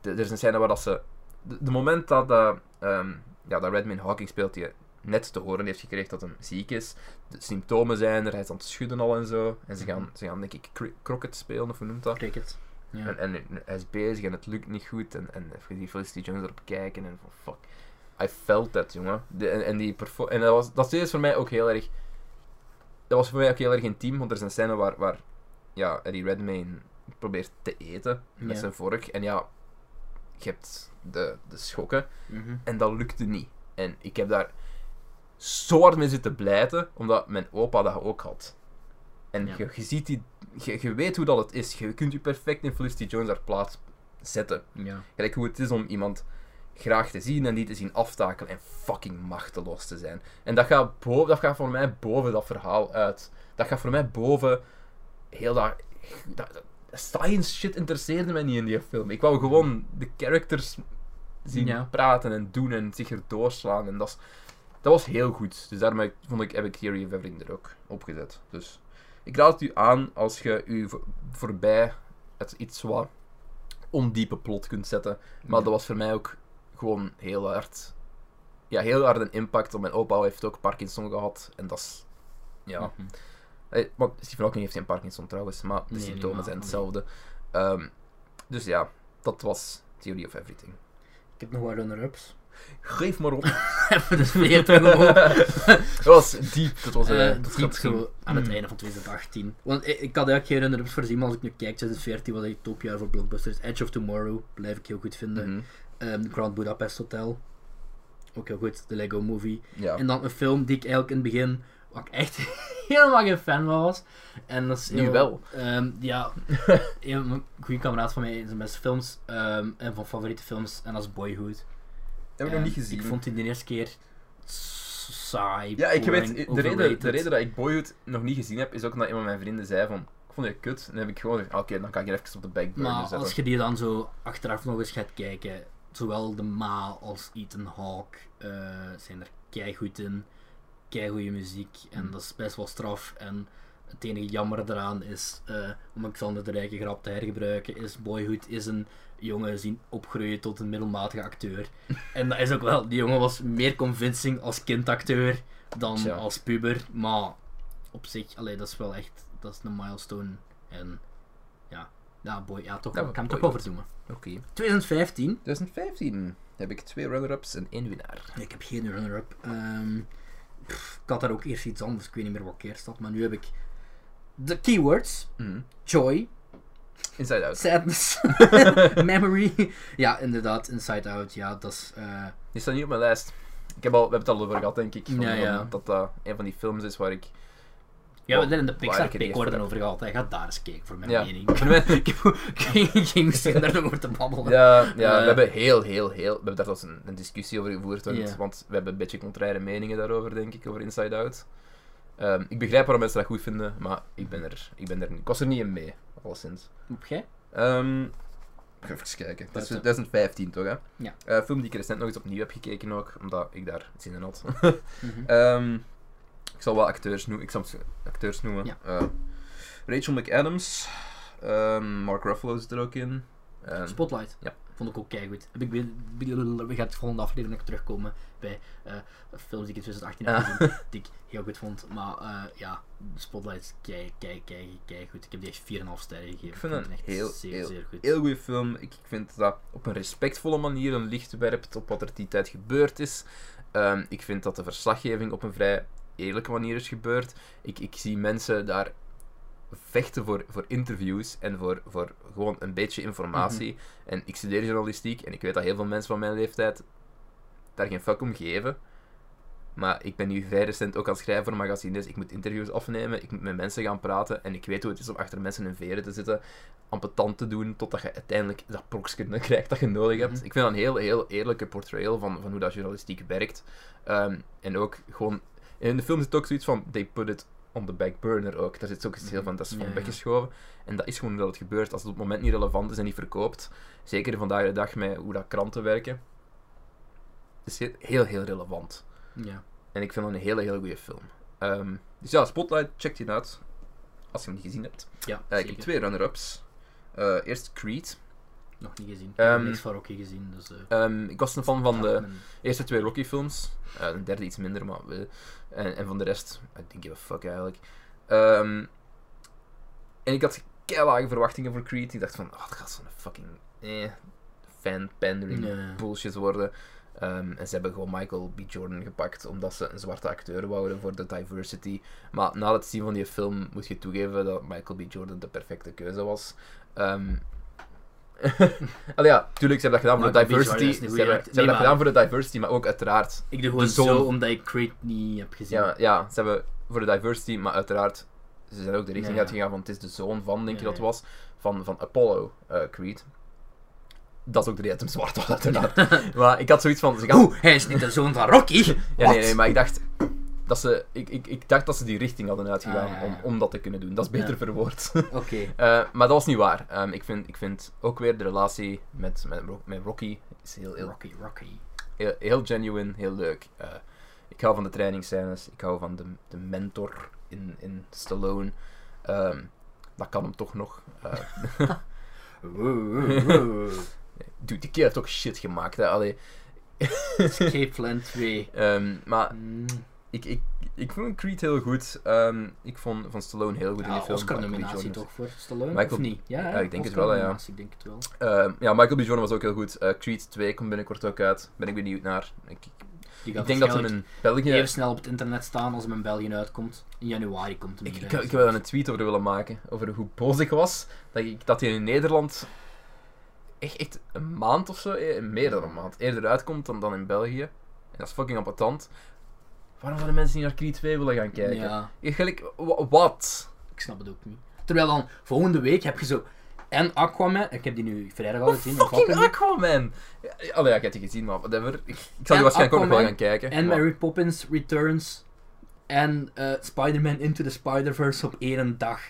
Speaker 2: De- er is een scène waar dat ze... De, de moment dat, eh, ehm, ja, dat Redmayne Hawking speelt, die net te horen heeft gekregen dat hij ziek is. De symptomen zijn er, hij is aan het schudden al en zo. En ze gaan, ze gaan denk ik, cri- croquet spelen, of hoe noemt dat?
Speaker 1: Cricket. Ja.
Speaker 2: En, en hij is bezig en het lukt niet goed. En, en je ziet Felicity Jones erop kijken en van fuck. I felt that, jongen. De, en, en, die perfo- en dat, was, dat is voor mij ook heel erg... Dat was voor mij ook heel erg intiem, want er is een scène waar, waar ja, Eddie Redmayne probeert te eten met
Speaker 1: Ja.
Speaker 2: zijn vork. En ja, je hebt de, de schokken.
Speaker 1: Mhm.
Speaker 2: En dat lukte niet. En ik heb daar zo hard mee zitten blijten, omdat mijn opa dat ook had. En
Speaker 1: Ja.
Speaker 2: je, je ziet die... Je, je weet hoe dat het is. Je kunt je perfect in Felicity Jones haar plaats zetten.
Speaker 1: Ja.
Speaker 2: Gelijk hoe het is om iemand graag te zien en die te zien aftakelen en fucking machteloos te zijn. En dat gaat, boven, dat gaat voor mij boven dat verhaal uit. Dat gaat voor mij boven heel dat... dat, dat- science shit interesseerde mij niet in die film. Ik wou gewoon de characters zien
Speaker 1: Ja.
Speaker 2: praten en doen en zich erdoor slaan. En dat, is- dat was heel goed. Dus daarmee vond ik, heb ik Theory of Everything er ook opgezet. Dus ik raad het u aan als je u voor- voorbij het iets wat ondiepe plot kunt zetten. Maar
Speaker 1: Ja.
Speaker 2: dat was voor mij ook gewoon heel hard. Ja, heel hard een impact. Want mijn opa heeft ook Parkinson gehad. En dat is. Ja.
Speaker 1: Mhm.
Speaker 2: Eh, Want Stephen Hawking heeft geen Parkinson trouwens. Maar de
Speaker 1: Nee,
Speaker 2: symptomen
Speaker 1: niet,
Speaker 2: zijn
Speaker 1: maar-
Speaker 2: hetzelfde. Ehm, dus ja, dat was Theory of Everything.
Speaker 1: Ik heb nog wat (laughs) runner-ups.
Speaker 2: Geef maar (laughs) op.
Speaker 1: Even de sfeer terug (laughs) omhoog.
Speaker 2: dat was diep. Dat (laughs) was eh,
Speaker 1: Eh,
Speaker 2: dat
Speaker 1: dat schiet
Speaker 2: gaat zien.
Speaker 1: zo aan het
Speaker 2: Mm.
Speaker 1: einde van 2018. Want ik, ik had eigenlijk geen runner-ups voorzien, maar als ik nu kijk, 2014 was echt het topjaar voor blockbusters. Edge of Tomorrow blijf ik heel goed vinden.
Speaker 2: Mhm.
Speaker 1: Ehm, Grand Budapest Hotel, ook heel goed. The Lego Movie.
Speaker 2: Ja.
Speaker 1: En dan een film die ik eigenlijk in het begin, waar ik echt (laughs) helemaal geen fan van was. En dat is
Speaker 2: Nu
Speaker 1: heel-
Speaker 2: wel.
Speaker 1: ehm,
Speaker 2: (laughs)
Speaker 1: ja, een goede kameraad van mij, een van zijn beste films ehm, en van favoriete films, en dat is Boyhood.
Speaker 2: heb ik nog
Speaker 1: Ehm,
Speaker 2: niet gezien.
Speaker 1: Ik vond die de eerste keer s- saai.
Speaker 2: Ja, ik weet,
Speaker 1: boring,
Speaker 2: de reden, de
Speaker 1: overrated.
Speaker 2: reden dat ik Boyhood nog niet gezien heb, is ook omdat een van mijn vrienden zei van, ik vond het kut. En dan heb ik gewoon gezegd, "Ah, oké, dan kan ik er even op de backburner
Speaker 1: Maar
Speaker 2: zetten.
Speaker 1: als je die dan zo achteraf nog eens gaat kijken, zowel de Ma als Ethan Hawke eh, zijn er keigoed in. Keigoede muziek en
Speaker 2: Mm.
Speaker 1: dat is best wel straf. En het enige jammer daaraan is, eh, om Alexander de Rijke grap te hergebruiken, is Boyhood is een jongen zien opgroeien tot een middelmatige acteur. en dat is ook wel, die jongen was meer convincing als kindacteur dan
Speaker 2: Tja.
Speaker 1: als puber. Maar op zich, allee, dat is wel echt, dat is een milestone. En ja, Ja, boy, ja toch.
Speaker 2: Ja,
Speaker 1: wel. ik kan hem toch
Speaker 2: boy,
Speaker 1: wel verdoemen.
Speaker 2: Oké.
Speaker 1: 2015.
Speaker 2: 2015 heb ik twee runner-ups en één winnaar.
Speaker 1: Ik heb geen runner-up. Ehm, pff, ik had daar ook eerst iets anders. Ik weet niet meer wat ik eerst had. Maar nu heb ik de keywords. Joy,
Speaker 2: Inside Out.
Speaker 1: sadness, (laughs) memory. Ja, inderdaad. Inside Out. Ja, dat is... eh,
Speaker 2: Die staat niet op mijn lijst. Ik heb al, we hebben het al over gehad, denk ik. van-
Speaker 1: Ja, ja.
Speaker 2: van Dat dat een van die films is waar ik.
Speaker 1: Ja, we hebben
Speaker 2: Waar-
Speaker 1: het in de
Speaker 2: waar
Speaker 1: Pixar
Speaker 2: ik het eerst
Speaker 1: Pickorden
Speaker 2: heb.
Speaker 1: over gehad. Hij gaat daar eens kijken, voor mijn
Speaker 2: (laughs) Ja.
Speaker 1: mening. (laughs) ik heb geen zin daar nog over te babbelen.
Speaker 2: Ja, ja we
Speaker 1: Eh.
Speaker 2: hebben heel, heel, heel. We hebben daar zelfs een, een discussie over gevoerd. Want,
Speaker 1: Ja.
Speaker 2: want we hebben een beetje contraire meningen daarover, denk ik, over Inside Out. Ehm, ik begrijp waarom mensen dat goed vinden, maar ik ben er, ik ben er, niet- ik was er niet in mee, alleszins.
Speaker 1: Op jij?
Speaker 2: Ehm, ik ga even kijken. Dat is
Speaker 1: Buiten.
Speaker 2: 2015 toch, hè?
Speaker 1: Ja.
Speaker 2: Eh, film die ik recent nog eens opnieuw heb gekeken ook, omdat ik daar zin in had.
Speaker 1: Mhm.
Speaker 2: Ehm, ik zal wel acteurs noemen. Ik zal ze acteurs noemen.
Speaker 1: Ja.
Speaker 2: Eh, Rachel McAdams. ehm, Mark Ruffalo zit er ook in. Ehm,
Speaker 1: Spotlight.
Speaker 2: Ja.
Speaker 1: Vond ik ook keigoed. Heb ik weer- blablabla, We gaan het volgende aflevering nog terugkomen bij eh, films die ik in 2018 heb
Speaker 2: Ja.
Speaker 1: gezien,
Speaker 2: (laughs)
Speaker 1: die ik heel goed vond. Maar eh, ja, Spotlight is kei, kei, kei, kei goed. Ik heb die echt 4,5 sterren gegeven.
Speaker 2: Ik vind
Speaker 1: het
Speaker 2: dat
Speaker 1: echt
Speaker 2: heel,
Speaker 1: zeer,
Speaker 2: heel,
Speaker 1: zeer goed.
Speaker 2: heel goede film. Ik, ik vind dat op een respectvolle manier een licht werpt op wat er die tijd gebeurd is. Ehm, ik vind dat de verslaggeving op een vrij eerlijke manier is gebeurd. Ik, ik zie mensen daar vechten voor, voor interviews en voor, voor gewoon een beetje informatie. En ik studeer journalistiek en ik weet dat heel veel mensen van mijn leeftijd daar geen fuck om geven. Maar ik ben nu vrij recent ook aan het schrijven voor een magazine, dus ik moet interviews afnemen, ik moet met mensen gaan praten en ik weet hoe het is om achter mensen in veren te zitten, ampetant te doen, totdat je uiteindelijk dat prokskunde (laughs) krijgt dat je nodig hebt.
Speaker 1: Mhm.
Speaker 2: Ik vind dat een heel, heel eerlijke portrayal van, van hoe dat journalistiek werkt. Ehm, en ook gewoon... In de film zit ook zoiets van, they put it on the back burner ook. Daar zit ook iets heel van, dat is van
Speaker 1: Ja, ja.
Speaker 2: weggeschoven. En dat is gewoon wel het gebeurt. Als het op het moment niet relevant is en niet verkoopt, zeker vandaag de dag met hoe dat kranten werken, is heel, heel, heel relevant.
Speaker 1: Ja.
Speaker 2: En ik vind het een hele, hele goede film. Ehm, dus ja, Spotlight, check die uit. Als je hem niet gezien hebt.
Speaker 1: Ja,
Speaker 2: Eh, ik
Speaker 1: zeker.
Speaker 2: heb twee runner-ups. Eh, eerst Creed.
Speaker 1: Nog niet gezien. ik heb
Speaker 2: Ehm,
Speaker 1: niks van Rocky gezien, dus... eh,
Speaker 2: Ehm, ik was een fan van de
Speaker 1: Batman.
Speaker 2: eerste twee Rocky-films. Eh, de derde iets minder, maar... we- en, en van de rest, I don't give a fuck eigenlijk. Ehm, en ik had keilage verwachtingen voor Creed. Ik dacht van, oh, dat gaat zo'n fucking... Eh, fan-pandering
Speaker 1: Nee.
Speaker 2: bullshit worden. Ehm, en ze hebben gewoon Michael B. Jordan gepakt omdat ze een zwarte acteur wouden voor de diversity. Maar na het zien van die film moet je toegeven dat Michael B. Jordan de perfecte keuze was. Ehm (laughs) Allee, ja, tuurlijk, ze hebben dat gedaan voor
Speaker 1: Michael B.
Speaker 2: de
Speaker 1: Jordan is
Speaker 2: diversity.
Speaker 1: een
Speaker 2: Ze
Speaker 1: goeie
Speaker 2: hebben, ze hebben
Speaker 1: act- nee,
Speaker 2: dat
Speaker 1: maar-
Speaker 2: gedaan voor de diversity, maar ook uiteraard...
Speaker 1: Ik doe gewoon
Speaker 2: de zoon-
Speaker 1: zo, omdat ik Creed niet heb gezien.
Speaker 2: Ja, ja, ze hebben voor de diversity, maar uiteraard... Ze zijn ook de richting
Speaker 1: Ja.
Speaker 2: uitgegaan van het is de zoon van, denk je
Speaker 1: Ja,
Speaker 2: dat
Speaker 1: ja.
Speaker 2: was, van, van Apollo eh, Creed. Dat is ook de reden dat hem zwart was, uiteraard.
Speaker 1: (laughs)
Speaker 2: maar ik had zoiets van... Ze gaan,
Speaker 1: Oeh, hij is niet de zoon van Rocky!
Speaker 2: (laughs) Ja, nee,
Speaker 1: Wat?
Speaker 2: nee, maar ik dacht dat ze, ik, ik, ik dacht dat ze die richting hadden uitgegaan
Speaker 1: Ah, ja, ja.
Speaker 2: Om, om dat te kunnen doen. Dat is beter
Speaker 1: Ja. (laughs)
Speaker 2: verwoord.
Speaker 1: Oké.
Speaker 2: Eh, maar dat was niet waar. Ehm, ik, vind, ik vind ook weer de relatie met, met, Ro- met Rocky is heel, heel,
Speaker 1: Rocky, Rocky.
Speaker 2: heel, heel genuine, heel leuk. Eh, ik hou van de trainingsscènes, ik hou van de, de mentor in, in Stallone. Ehm, dat kan hem toch nog. Eh, dude, die keer heeft ook shit gemaakt. Hè? Allee,
Speaker 1: (laughs) Escape Plan 2.
Speaker 2: ehm, maar
Speaker 1: Mm.
Speaker 2: ik, ik, ik vond Creed heel goed. Ehm, ik vond van Stallone heel goed in
Speaker 1: Ja,
Speaker 2: die film. Michael B.
Speaker 1: Oscar-nominatie
Speaker 2: Jordan
Speaker 1: toch voor Stallone?
Speaker 2: Michael-
Speaker 1: of niet? Ja,
Speaker 2: Ja, ik denk het wel, ja.
Speaker 1: Oscar-nominatie, Ik denk het wel.
Speaker 2: Ehm, ja, Michael B. Jordan was ook heel goed. Eh, Creed 2 komt binnenkort ook uit. Ben ik benieuwd naar. Ik,
Speaker 1: Die
Speaker 2: ik
Speaker 1: gaat
Speaker 2: denk dat hem
Speaker 1: waarschijnlijk
Speaker 2: in België...
Speaker 1: even snel op het internet staan als hem in België uitkomt. In januari komt hem
Speaker 2: Ik,
Speaker 1: hier
Speaker 2: ik,
Speaker 1: uit.
Speaker 2: ik wil daar een tweet over willen maken. Over hoe boos ik was. Dat, ik, dat hij in Nederland echt, echt een maand of zo, eh, meer dan een maand, eerder uitkomt dan, dan in België. En dat is fucking appetant. Waarom zouden mensen niet naar Creed 2 willen gaan kijken?
Speaker 1: Ja,
Speaker 2: Ik, gelijk, wa- wat?
Speaker 1: ik snap het ook niet. Terwijl dan, volgende week heb je zo... En Aquaman, ik heb die nu vrijdag al gezien. of
Speaker 2: Oh, Fucking
Speaker 1: Aquaman.
Speaker 2: Aquaman! Ja, Allee, ja, ik heb die gezien, maar whatever. Ik, ik zal
Speaker 1: En
Speaker 2: die waarschijnlijk ook nog wel
Speaker 1: Aquaman
Speaker 2: gaan kijken.
Speaker 1: En
Speaker 2: maar-
Speaker 1: Mary Poppins Returns. En eh, Spider-Man Into the Spider-Verse op één dag.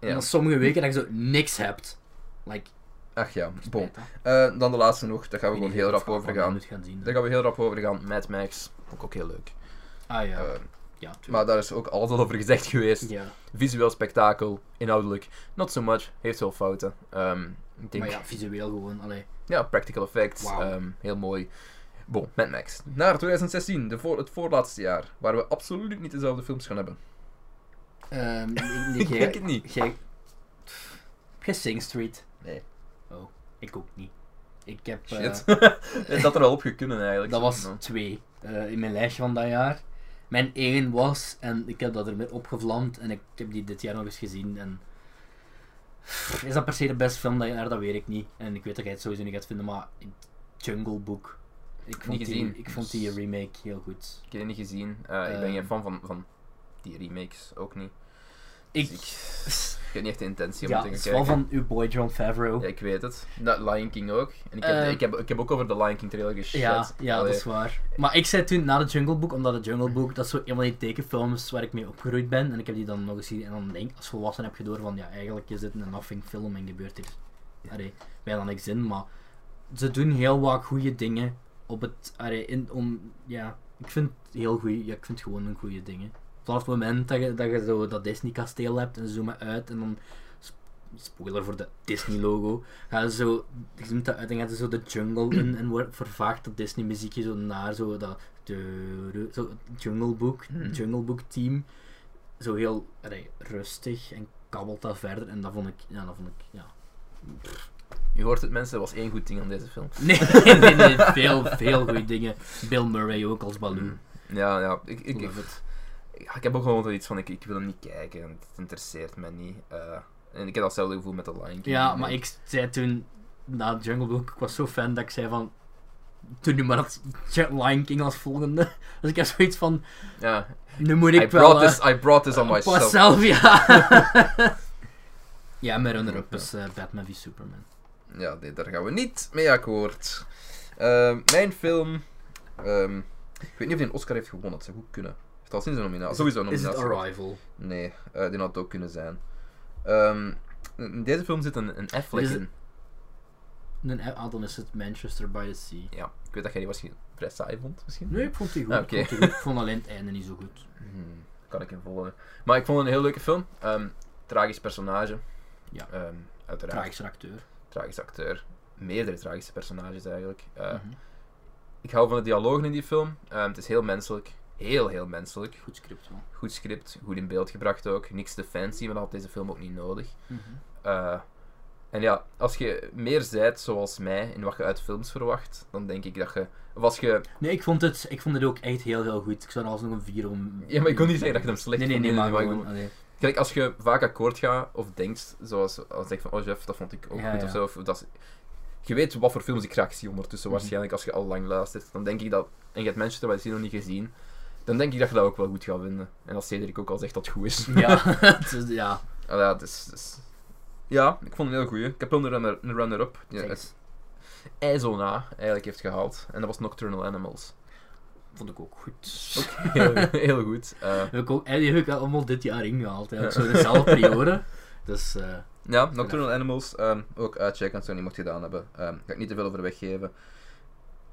Speaker 1: En
Speaker 2: ja.
Speaker 1: dan sommige weken dat je zo niks hebt. Like,
Speaker 2: Ach ja, bon.
Speaker 1: spijt, hè.
Speaker 2: Eh, dan de laatste nog, daar gaan we gewoon heel rap over
Speaker 1: overgaan.
Speaker 2: gaan.
Speaker 1: Moet gaan zien.
Speaker 2: Daar gaan we heel rap over gaan. Mad Max, ook, ook heel leuk.
Speaker 1: Ah ja.
Speaker 2: Eh,
Speaker 1: ja, tuurlijk.
Speaker 2: maar daar is ook alles al over gezegd (laughs) geweest.
Speaker 1: ja.
Speaker 2: Visueel spektakel, inhoudelijk, not so much, heeft wel fouten. Ehm, ik denk,
Speaker 1: maar
Speaker 2: ja.
Speaker 1: ja, visueel gewoon. Allee.
Speaker 2: practical effects,
Speaker 1: Wauw.
Speaker 2: ehm, heel mooi. Bon, Mad Max. Naar 2016, de voor, het voorlaatste jaar, waar we absoluut niet dezelfde films gaan hebben.
Speaker 1: Ehm, nee,
Speaker 2: ik (laughs)
Speaker 1: jij- (laughs)
Speaker 2: denk het niet.
Speaker 1: jij- Pff, Heb jij Sing Street? Oh,
Speaker 2: Nee.
Speaker 1: Ik ook niet. Ik heb...
Speaker 2: (laughs)
Speaker 1: eh,
Speaker 2: Shit. dat had er al op gekunnen eigenlijk.
Speaker 1: dat
Speaker 2: zo,
Speaker 1: was
Speaker 2: maar-
Speaker 1: twee eh, in mijn lijstje van dat jaar. Mijn één was, en ik heb dat ermee opgevlamd, en ik heb die dit jaar nog eens gezien. En... Is dat per se de beste film dat jaar? Dat weet ik niet. En ik weet dat jij het sowieso niet gaat vinden, maar Jungle Book. Ik vond, die,
Speaker 2: Niet gezien,
Speaker 1: ik vond
Speaker 2: dus-
Speaker 1: die remake heel goed.
Speaker 2: Ik heb die niet gezien. Eh, ik ben
Speaker 1: Ehm.
Speaker 2: geen fan van, van die remakes, ook niet. Dus
Speaker 1: Ik,
Speaker 2: ik, (laughs) ik heb niet echt de intentie om
Speaker 1: ja,
Speaker 2: te
Speaker 1: het
Speaker 2: gaan
Speaker 1: is
Speaker 2: kijken.
Speaker 1: wel van uw boy John Favreau.
Speaker 2: Ja, ik weet het. Dat Lion King ook. En ik heb,
Speaker 1: Ehm.
Speaker 2: ik, heb, ik heb ook over de Lion King trailer geshit.
Speaker 1: Ja, ja dat
Speaker 2: Allee.
Speaker 1: is waar. Maar ik zei toen na de Jungle Book, omdat de Jungle Book, dat is zo een van die tekenfilms waar ik mee opgegroeid ben. En ik heb die dan nog eens gezien en dan denk ik als volwassen heb je door van, ja, eigenlijk is dit een nothing film en gebeurt er allee, bijna niks in. Maar ze doen heel wat goede dingen op het, allee, in, om, ja, ik vind het heel goeie, ja, ik vind het gewoon een goede dingen. Vanaf het moment dat je, dat je zo dat Disney kasteel hebt en ze zoomen uit en dan sp- Spoiler voor de Disney-logo. Gaan ze zo ik noem dat uit en gaat er zo de jungle in en wordt vervaagd dat Disney muziekje zo naar zo dat de, zo het Jungle Book,
Speaker 2: Hmm.
Speaker 1: Jungle Book team. Zo heel allee, rustig en kabbelt dat verder en dat vond ik, ja, dat vond ik, ja.
Speaker 2: Je hoort het mensen, er was één goed ding aan deze film.
Speaker 1: (laughs) Nee, nee, nee, veel, veel goede dingen. Bill Murray ook als Baloo.
Speaker 2: Mm. Ja, ja. Ik, ik, ik,
Speaker 1: Love it.
Speaker 2: Ja, ik heb ook gewoon wel iets van, ik, ik wil hem niet kijken, en het interesseert me niet. eh. en ik heb datzelfde gevoel met de Lion King.
Speaker 1: Ja, maar ik zei toen, na Jungle Book, ik was zo fan dat ik zei van, toen nu maar dat Lion King als volgende. (laughs) Dus ik heb zoiets van,
Speaker 2: Ja,
Speaker 1: nu moet ik
Speaker 2: I,
Speaker 1: wel...
Speaker 2: brought
Speaker 1: eh,
Speaker 2: this, I brought this on myself.
Speaker 1: Pas zelf,
Speaker 2: (laughs)
Speaker 1: ja. ja, mijn runner-up is eh, Batman v Superman.
Speaker 2: Ja, nee, daar gaan we niet mee akkoord. Ehm, mijn film... ehm, ik weet niet of die een Oscar heeft gewonnen, dat zou goed kunnen. Heeft al sinds een nominatie. Sowieso een
Speaker 1: Is het
Speaker 2: nominatie.
Speaker 1: Arrival?
Speaker 2: Nee, eh, die had het ook kunnen zijn. Ehm, in deze film zit een, een Affleck
Speaker 1: Is het-
Speaker 2: in.
Speaker 1: Een ah, dan is het Manchester by the Sea.
Speaker 2: Ja, ik weet dat jij die misschien vrij saai vond, misschien.
Speaker 1: Nee, ik vond die goed.
Speaker 2: Ah,
Speaker 1: ik
Speaker 2: oké.
Speaker 1: vond die goed. Ik vond alleen het einde niet zo goed.
Speaker 2: Hmm, kan ik in volgen. Maar ik vond het een heel leuke film. Ehm, tragisch personage.
Speaker 1: Ja.
Speaker 2: Ehm, uiteraard.
Speaker 1: Tragische acteur.
Speaker 2: Tragisch acteur. Meerdere tragische personages eigenlijk. Eh,
Speaker 1: Mhm.
Speaker 2: Ik hou van de dialogen in die film. Ehm, het is heel menselijk. Heel, heel menselijk.
Speaker 1: Goed script wel.
Speaker 2: Goed script, goed in beeld gebracht ook. Niks te fancy, maar dat had deze film ook niet nodig.
Speaker 1: Mhm.
Speaker 2: Eh, en ja, als je meer zijt zoals mij in wat je uit films verwacht, dan denk ik dat je. Of als je.
Speaker 1: Nee, ik vond, het, ik vond het ook echt heel, heel goed. Ik zou er alsnog een 4 om...
Speaker 2: Ja, maar ik kon niet zeggen dat je hem slecht
Speaker 1: Nee, nee,
Speaker 2: vond.
Speaker 1: nee, maar
Speaker 2: ik
Speaker 1: gewoon...
Speaker 2: bedoel-
Speaker 1: allee.
Speaker 2: Kijk, als je vaak akkoord gaat of denkt, zoals als ik van, oh Jeff, dat vond ik ook
Speaker 1: Ja,
Speaker 2: goed
Speaker 1: ja.
Speaker 2: of zo. Of, dat is, je weet wat voor films ik graag zie ondertussen,
Speaker 1: Mhm.
Speaker 2: waarschijnlijk als je al lang luistert. Dan denk ik dat, en je hebt Manchester by the Sea nog niet gezien, dan denk ik dat je dat ook wel goed gaat vinden. En als Cedric ook al zegt dat het goed is.
Speaker 1: Ja,
Speaker 2: (laughs)
Speaker 1: (laughs) het is- ja.
Speaker 2: Ah, ja, het is, het is- ja, ik vond het heel goed. Ik heb wel een runner- een runner-up.
Speaker 1: Zeg
Speaker 2: ja,
Speaker 1: eens.
Speaker 2: het IJzona eigenlijk heeft gehaald. En dat was Nocturnal Animals.
Speaker 1: Vond ik ook (laughs) goed.
Speaker 2: (laughs) Heel, heel goed. Eh,
Speaker 1: Heb ik ook, en die heb ik allemaal dit jaar ingehaald. Eigenlijk. Zo
Speaker 2: (laughs)
Speaker 1: dezelfde periode. Dus... eh,
Speaker 2: Ja, Nocturnal Animals, ehm, ook uitchecken als je het nog niet mocht gedaan hebben. Ehm, ga ik niet te veel over weggeven.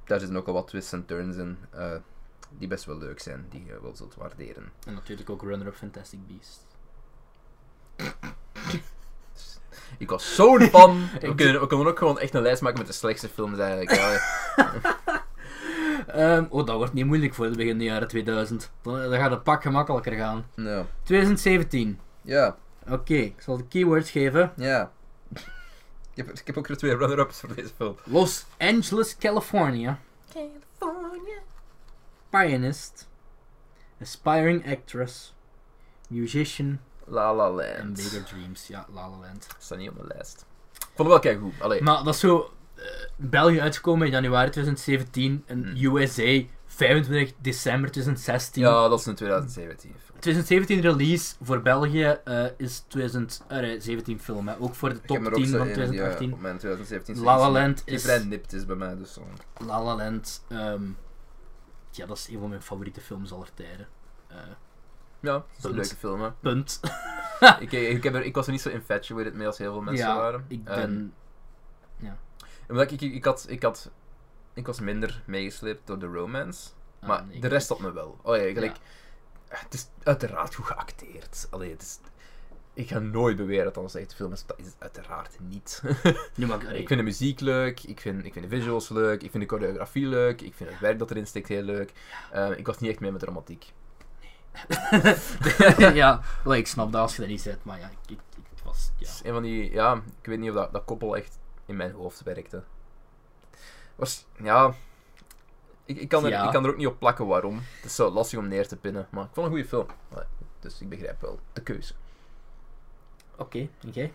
Speaker 2: Daar zitten ook al wat twists en turns in, eh, die best wel leuk zijn, die je wel zult waarderen.
Speaker 1: En natuurlijk ook runner-up Fantastic Beast.
Speaker 2: Ik was (laughs) zo'n fan! we,
Speaker 1: Ik-
Speaker 2: kunnen, we kunnen ook gewoon echt een lijst maken met de slechtste films eigenlijk. Ja,
Speaker 1: Ehm, oh, dat wordt niet moeilijk voor het begin van de jaren 2000. Dan, eh, dan gaat het pak gemakkelijker gaan.
Speaker 2: (laughs) nou,
Speaker 1: 2017.
Speaker 2: ja,
Speaker 1: Oké, ik zal de keywords geven.
Speaker 2: ja. Ik heb, ik heb ook weer twee runner-ups voor deze film.
Speaker 1: Los Angeles, California.
Speaker 2: California.
Speaker 1: Pianist. Aspiring actress. Musician.
Speaker 2: La La
Speaker 1: En
Speaker 2: Land.
Speaker 1: Bigger Dreams. Ja, La La Land.
Speaker 2: Staat niet op mijn lijst. Ik vond het wel kijk goed. Allee,
Speaker 1: Maar dat is zo... eh, België uitgekomen in januari 2017. En
Speaker 2: Hmm.
Speaker 1: USA 25 december 2016.
Speaker 2: ja, dat is een 2017 film.
Speaker 1: 2017 release voor België eh, is 2017 film. Hè. Ook voor de
Speaker 2: Ik heb
Speaker 1: top
Speaker 2: er
Speaker 1: 10
Speaker 2: ook zo
Speaker 1: van
Speaker 2: een die, eh,
Speaker 1: 2018.
Speaker 2: op mijn
Speaker 1: La
Speaker 2: 2017
Speaker 1: La
Speaker 2: selectie, maar
Speaker 1: Land
Speaker 2: die
Speaker 1: is-
Speaker 2: vrij nipt is bij mij, dus zo.
Speaker 1: La La Land, ehm, ja, dat is een van mijn favoriete films aller tijden. Eh,
Speaker 2: Ja, het is een
Speaker 1: Punt.
Speaker 2: leuke
Speaker 1: (laughs)
Speaker 2: film, hè.
Speaker 1: punt.
Speaker 2: ik, ik, heb er, ik was er niet zo infatuated mee als heel veel mensen
Speaker 1: ja,
Speaker 2: waren.
Speaker 1: ik
Speaker 2: Ehm,
Speaker 1: ben...
Speaker 2: omdat ik, ik, ik had, ik had... Ik was minder meegesleept door de romance,
Speaker 1: ah,
Speaker 2: maar
Speaker 1: nee,
Speaker 2: de
Speaker 1: ik-
Speaker 2: rest had me wel. Oh ja,
Speaker 1: ja.
Speaker 2: gelijk, Het is uiteraard goed geacteerd. Allee, het is... Ik ga nooit beweren dat dat een slechte film is, dat is het uiteraard niet. (laughs)
Speaker 1: Nu mag ik...
Speaker 2: Ik vind de muziek leuk, ik vind, ik vind de visuals leuk, ik vind de choreografie leuk, ik vind het werk dat erin steekt heel leuk. Ehm, ik was niet echt mee met de romantiek.
Speaker 1: ja, wel, ik snap dat als je dat niet zet, maar ja, ik, ik, ik was... is- ja.
Speaker 2: Het is een van die, ja, ik weet niet of dat, dat koppel echt in mijn hoofd werkte. Was, ja, ik, ik, kan er,
Speaker 1: Ja.
Speaker 2: ik kan er ook niet op plakken waarom. Het is zo lastig om neer te pinnen, maar ik vond het een goede film. Allee, Dus ik begrijp wel de keuze.
Speaker 1: Oké, en jij?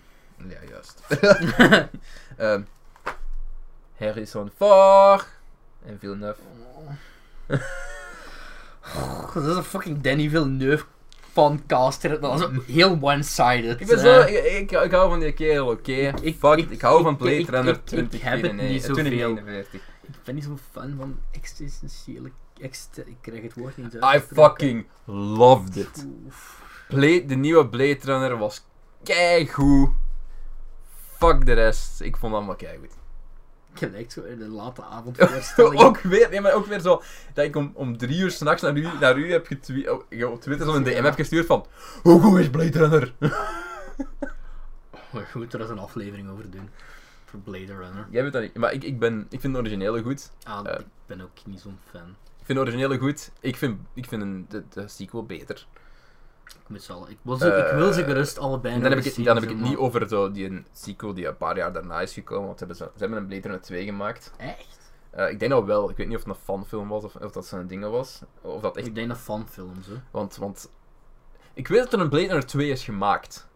Speaker 2: Ja, juist. (laughs) Ehm Harrison Ford en Villeneuve.
Speaker 1: Och, dat is een fucking Danny Villeneuve fancaster. Dat is
Speaker 2: (laughs)
Speaker 1: ook heel one-sided.
Speaker 2: Ik ben
Speaker 1: hè.
Speaker 2: zo, ik, ik, ik hou van die kerel, oké.
Speaker 1: ik-
Speaker 2: Fuck,
Speaker 1: ik-
Speaker 2: ik, hou
Speaker 1: ik-
Speaker 2: van Blade
Speaker 1: ik- ik- ik-
Speaker 2: Runner
Speaker 1: ik heb het
Speaker 2: 2049.
Speaker 1: niet zoveel.
Speaker 2: 2049.
Speaker 1: Ik ben niet zo'n fan van existentiële... Exist ik krijg het woord niet uit.
Speaker 2: I fucking loved it.
Speaker 1: Oef.
Speaker 2: Blade, de nieuwe Blade Runner was keigoed. Fuck de rest. Ik vond dat wel
Speaker 1: (laughs)
Speaker 2: keigoed.
Speaker 1: Gelijk zo in de late
Speaker 2: (laughs)
Speaker 1: avond
Speaker 2: ook weer, nee, maar ook weer zo dat ik om, om drie uur s'nachts naar u, naar u heb getweet, oh, ik heb op Twitter zo'n DM heb gestuurd van Hoe goed is Blade Runner? Oh.
Speaker 1: Maar goed, er is een aflevering over doen. Voor Blade Runner.
Speaker 2: Jij weet dat niet, maar ik, ik, ben, ik vind de originele goed.
Speaker 1: Ah,
Speaker 2: Eh.
Speaker 1: ik ben ook niet zo'n fan.
Speaker 2: Ik vind de originele goed. Ik vind, ik vind een, de, de sequel beter.
Speaker 1: Ik, moet ze al, ik, wil ze, ik wil ze gerust allebei
Speaker 2: Eh, En dan
Speaker 1: nog
Speaker 2: heb
Speaker 1: eens
Speaker 2: ik, het-
Speaker 1: zien,
Speaker 2: dan heb ik
Speaker 1: zo,
Speaker 2: het niet over zo die een sequel die een paar jaar daarna is gekomen. Want ze hebben, zo- ze hebben een Blade Runner 2 gemaakt.
Speaker 1: maar- Echt?
Speaker 2: Eh, ik denk dat wel. Ik weet niet of het een fanfilm was of, of dat zo'n ding was. Of dat echt
Speaker 1: Ik denk dat fanfilms, hè.
Speaker 2: Want, want ik weet dat er een Blade Runner 2 is gemaakt.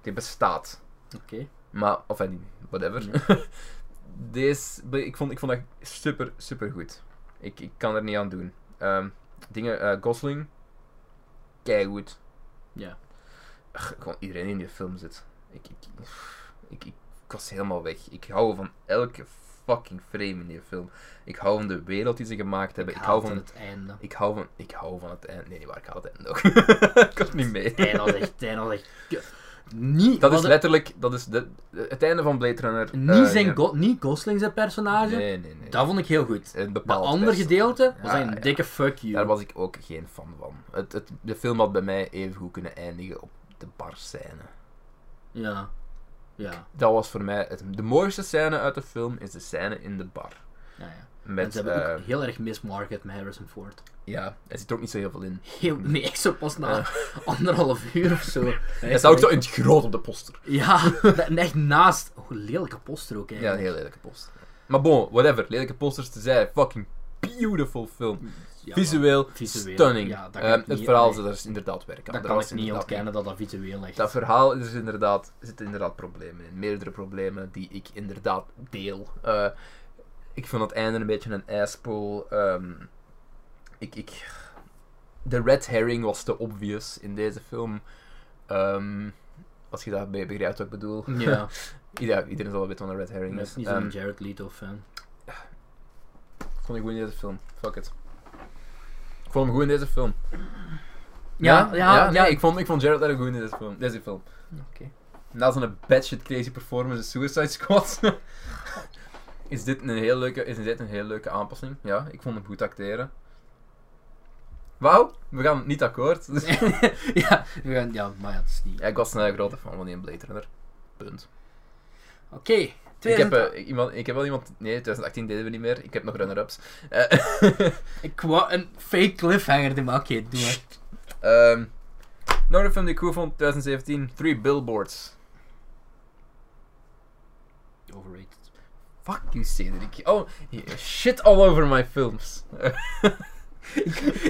Speaker 2: Die bestaat.
Speaker 1: Oké.
Speaker 2: Maar, of enfin, whatever. (laughs) Deze, Bla- ik vond, ik vond dat super, super goed. Ik, ik kan er niet aan doen. Ehm, dingen, eh, Gosling. Keigoed.
Speaker 1: Ja.
Speaker 2: Ach, gewoon iedereen die in die film zit. Ik, ik, ik, ik, ik was helemaal weg. Ik hou van elke fucking frame in die film. Ik hou van de wereld die ze gemaakt hebben. Ik, hou
Speaker 1: haat
Speaker 2: van
Speaker 1: het einde.
Speaker 2: ik hou van, ik hou van het einde. Nee, niet waar, ik hou het einde ook. (laughs) ik was niet mee.
Speaker 1: Het einde was echt... Het einde was echt... kut. Niet...
Speaker 2: Dat is
Speaker 1: wat-
Speaker 2: letterlijk, dat is de, het einde van Blade Runner.
Speaker 1: Niet,
Speaker 2: eh,
Speaker 1: zijn
Speaker 2: ja.
Speaker 1: go- niet Gosling zijn personage.
Speaker 2: Nee, nee, nee.
Speaker 1: Dat vond ik heel goed.
Speaker 2: Een
Speaker 1: Dat
Speaker 2: bepaald
Speaker 1: andere
Speaker 2: best.
Speaker 1: gedeelte was
Speaker 2: Ja,
Speaker 1: een
Speaker 2: ja.
Speaker 1: dikke fuck you.
Speaker 2: Daar was ik ook geen fan van. Het, het, de film had bij mij even goed kunnen eindigen op de bar scène.
Speaker 1: Ja. Ja.
Speaker 2: Dat was voor mij het, de mooiste scène uit de film is de scène in de bar.
Speaker 1: ja, ja.
Speaker 2: Met,
Speaker 1: en ze hebben
Speaker 2: eh,
Speaker 1: ook heel erg mismarket met Harrison Ford.
Speaker 2: ja, er zit ook niet zo heel veel in. (laughs)
Speaker 1: Heel, nee, echt zo pas na (laughs) anderhalf uur of zo. Hij
Speaker 2: Eh. Hij staat ook zo in het groot op de poster.
Speaker 1: Ja, (laughs) en echt naast. Oh, lelijke poster ook,
Speaker 2: Ja, een
Speaker 1: eigenlijk.
Speaker 2: heel lelijke poster. Maar bon, whatever. Lelijke posters te zijn. Fucking beautiful film.
Speaker 1: Ja,
Speaker 2: visueel,
Speaker 1: visueel,
Speaker 2: stunning.
Speaker 1: ja, dat kan
Speaker 2: Ehm,
Speaker 1: ik
Speaker 2: het
Speaker 1: niet-
Speaker 2: verhaal
Speaker 1: nee.
Speaker 2: is er is inderdaad werk aan.
Speaker 1: Dat
Speaker 2: Er
Speaker 1: kan
Speaker 2: was
Speaker 1: ik niet
Speaker 2: inderdaad
Speaker 1: ontkennen dat dat visueel echt.
Speaker 2: Dat verhaal is inderdaad, er zitten inderdaad problemen in. Meerdere problemen die ik inderdaad deel. Eh, ik vond het einde een beetje een asshole. Ehm, ik, ik... De red herring was te obvious in deze film. Ehm, als je daarmee begrijpt wat ik bedoel. (laughs)
Speaker 1: Ja,
Speaker 2: Ja, iedereen zal wel weten wat een red
Speaker 1: ik
Speaker 2: herring
Speaker 1: ben
Speaker 2: is.
Speaker 1: niet
Speaker 2: Ehm,
Speaker 1: zo'n Jared Leto fan.
Speaker 2: ik vond ik goed in deze film. Fuck it. Ik vond hem goed in deze film.
Speaker 1: Ja, ja, ja.
Speaker 2: nee, ik, vond, ik vond Jared Leto goed in deze film. Deze film.
Speaker 1: Oké.
Speaker 2: Na zo'n batshit crazy performance in Suicide Squad. (laughs) is, dit een heel leuke, is dit een heel leuke aanpassing? Ja, ik vond hem goed acteren. Wauw, we gaan niet akkoord. (laughs) Dus...
Speaker 1: (laughs) ja, we gaan, ja, maar ja, het is niet.
Speaker 2: Ja, ik was een grote fan van die Blade Runner. Punt.
Speaker 1: Oké,
Speaker 2: Ik heb,
Speaker 1: 2000
Speaker 2: eh, iemand, ik heb wel iemand... Nee, 2018 deden we niet meer. Ik heb nog runner-ups. Eh,
Speaker 1: Ik wou een fake cliffhanger doen, maar oké, doe maar.
Speaker 2: Ehm nog een film die ik goed vond, 2017. Three Billboards.
Speaker 1: Overrated.
Speaker 2: Fuck you, Cedric. Oh, yeah, shit all over my films.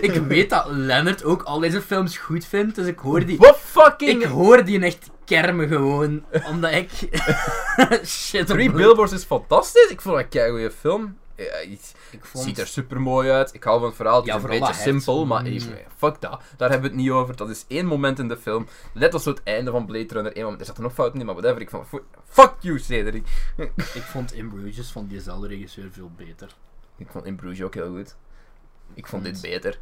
Speaker 1: ik weet dat Leonard ook al deze films goed vindt, dus ik hoor die...
Speaker 2: What fucking...
Speaker 1: Ik hoor die echt kermen gewoon, omdat ik... (laughs) Shit,
Speaker 2: Three
Speaker 1: op-
Speaker 2: Billboards is fantastisch. Ik vond dat een keigoeie film. Ja, het
Speaker 1: Ik vond...
Speaker 2: ziet er super mooi uit. Ik hou van het verhaal. Het
Speaker 1: Ja,
Speaker 2: is een
Speaker 1: vooral
Speaker 2: beetje
Speaker 1: dat hert.
Speaker 2: simpel, maar
Speaker 1: Mm.
Speaker 2: even, fuck dat. Daar hebben we het niet over. Dat is één moment in de film. Net als zo het einde van Blade Runner. Één moment. Er zaten nog fouten in, maar whatever. Ik vond, fu- fuck you, Cedric.
Speaker 1: Ik vond In Bruges van diezelfde regisseur veel beter.
Speaker 2: Ik vond In Bruges ook heel goed. Ik vond dit
Speaker 1: vond-
Speaker 2: beter.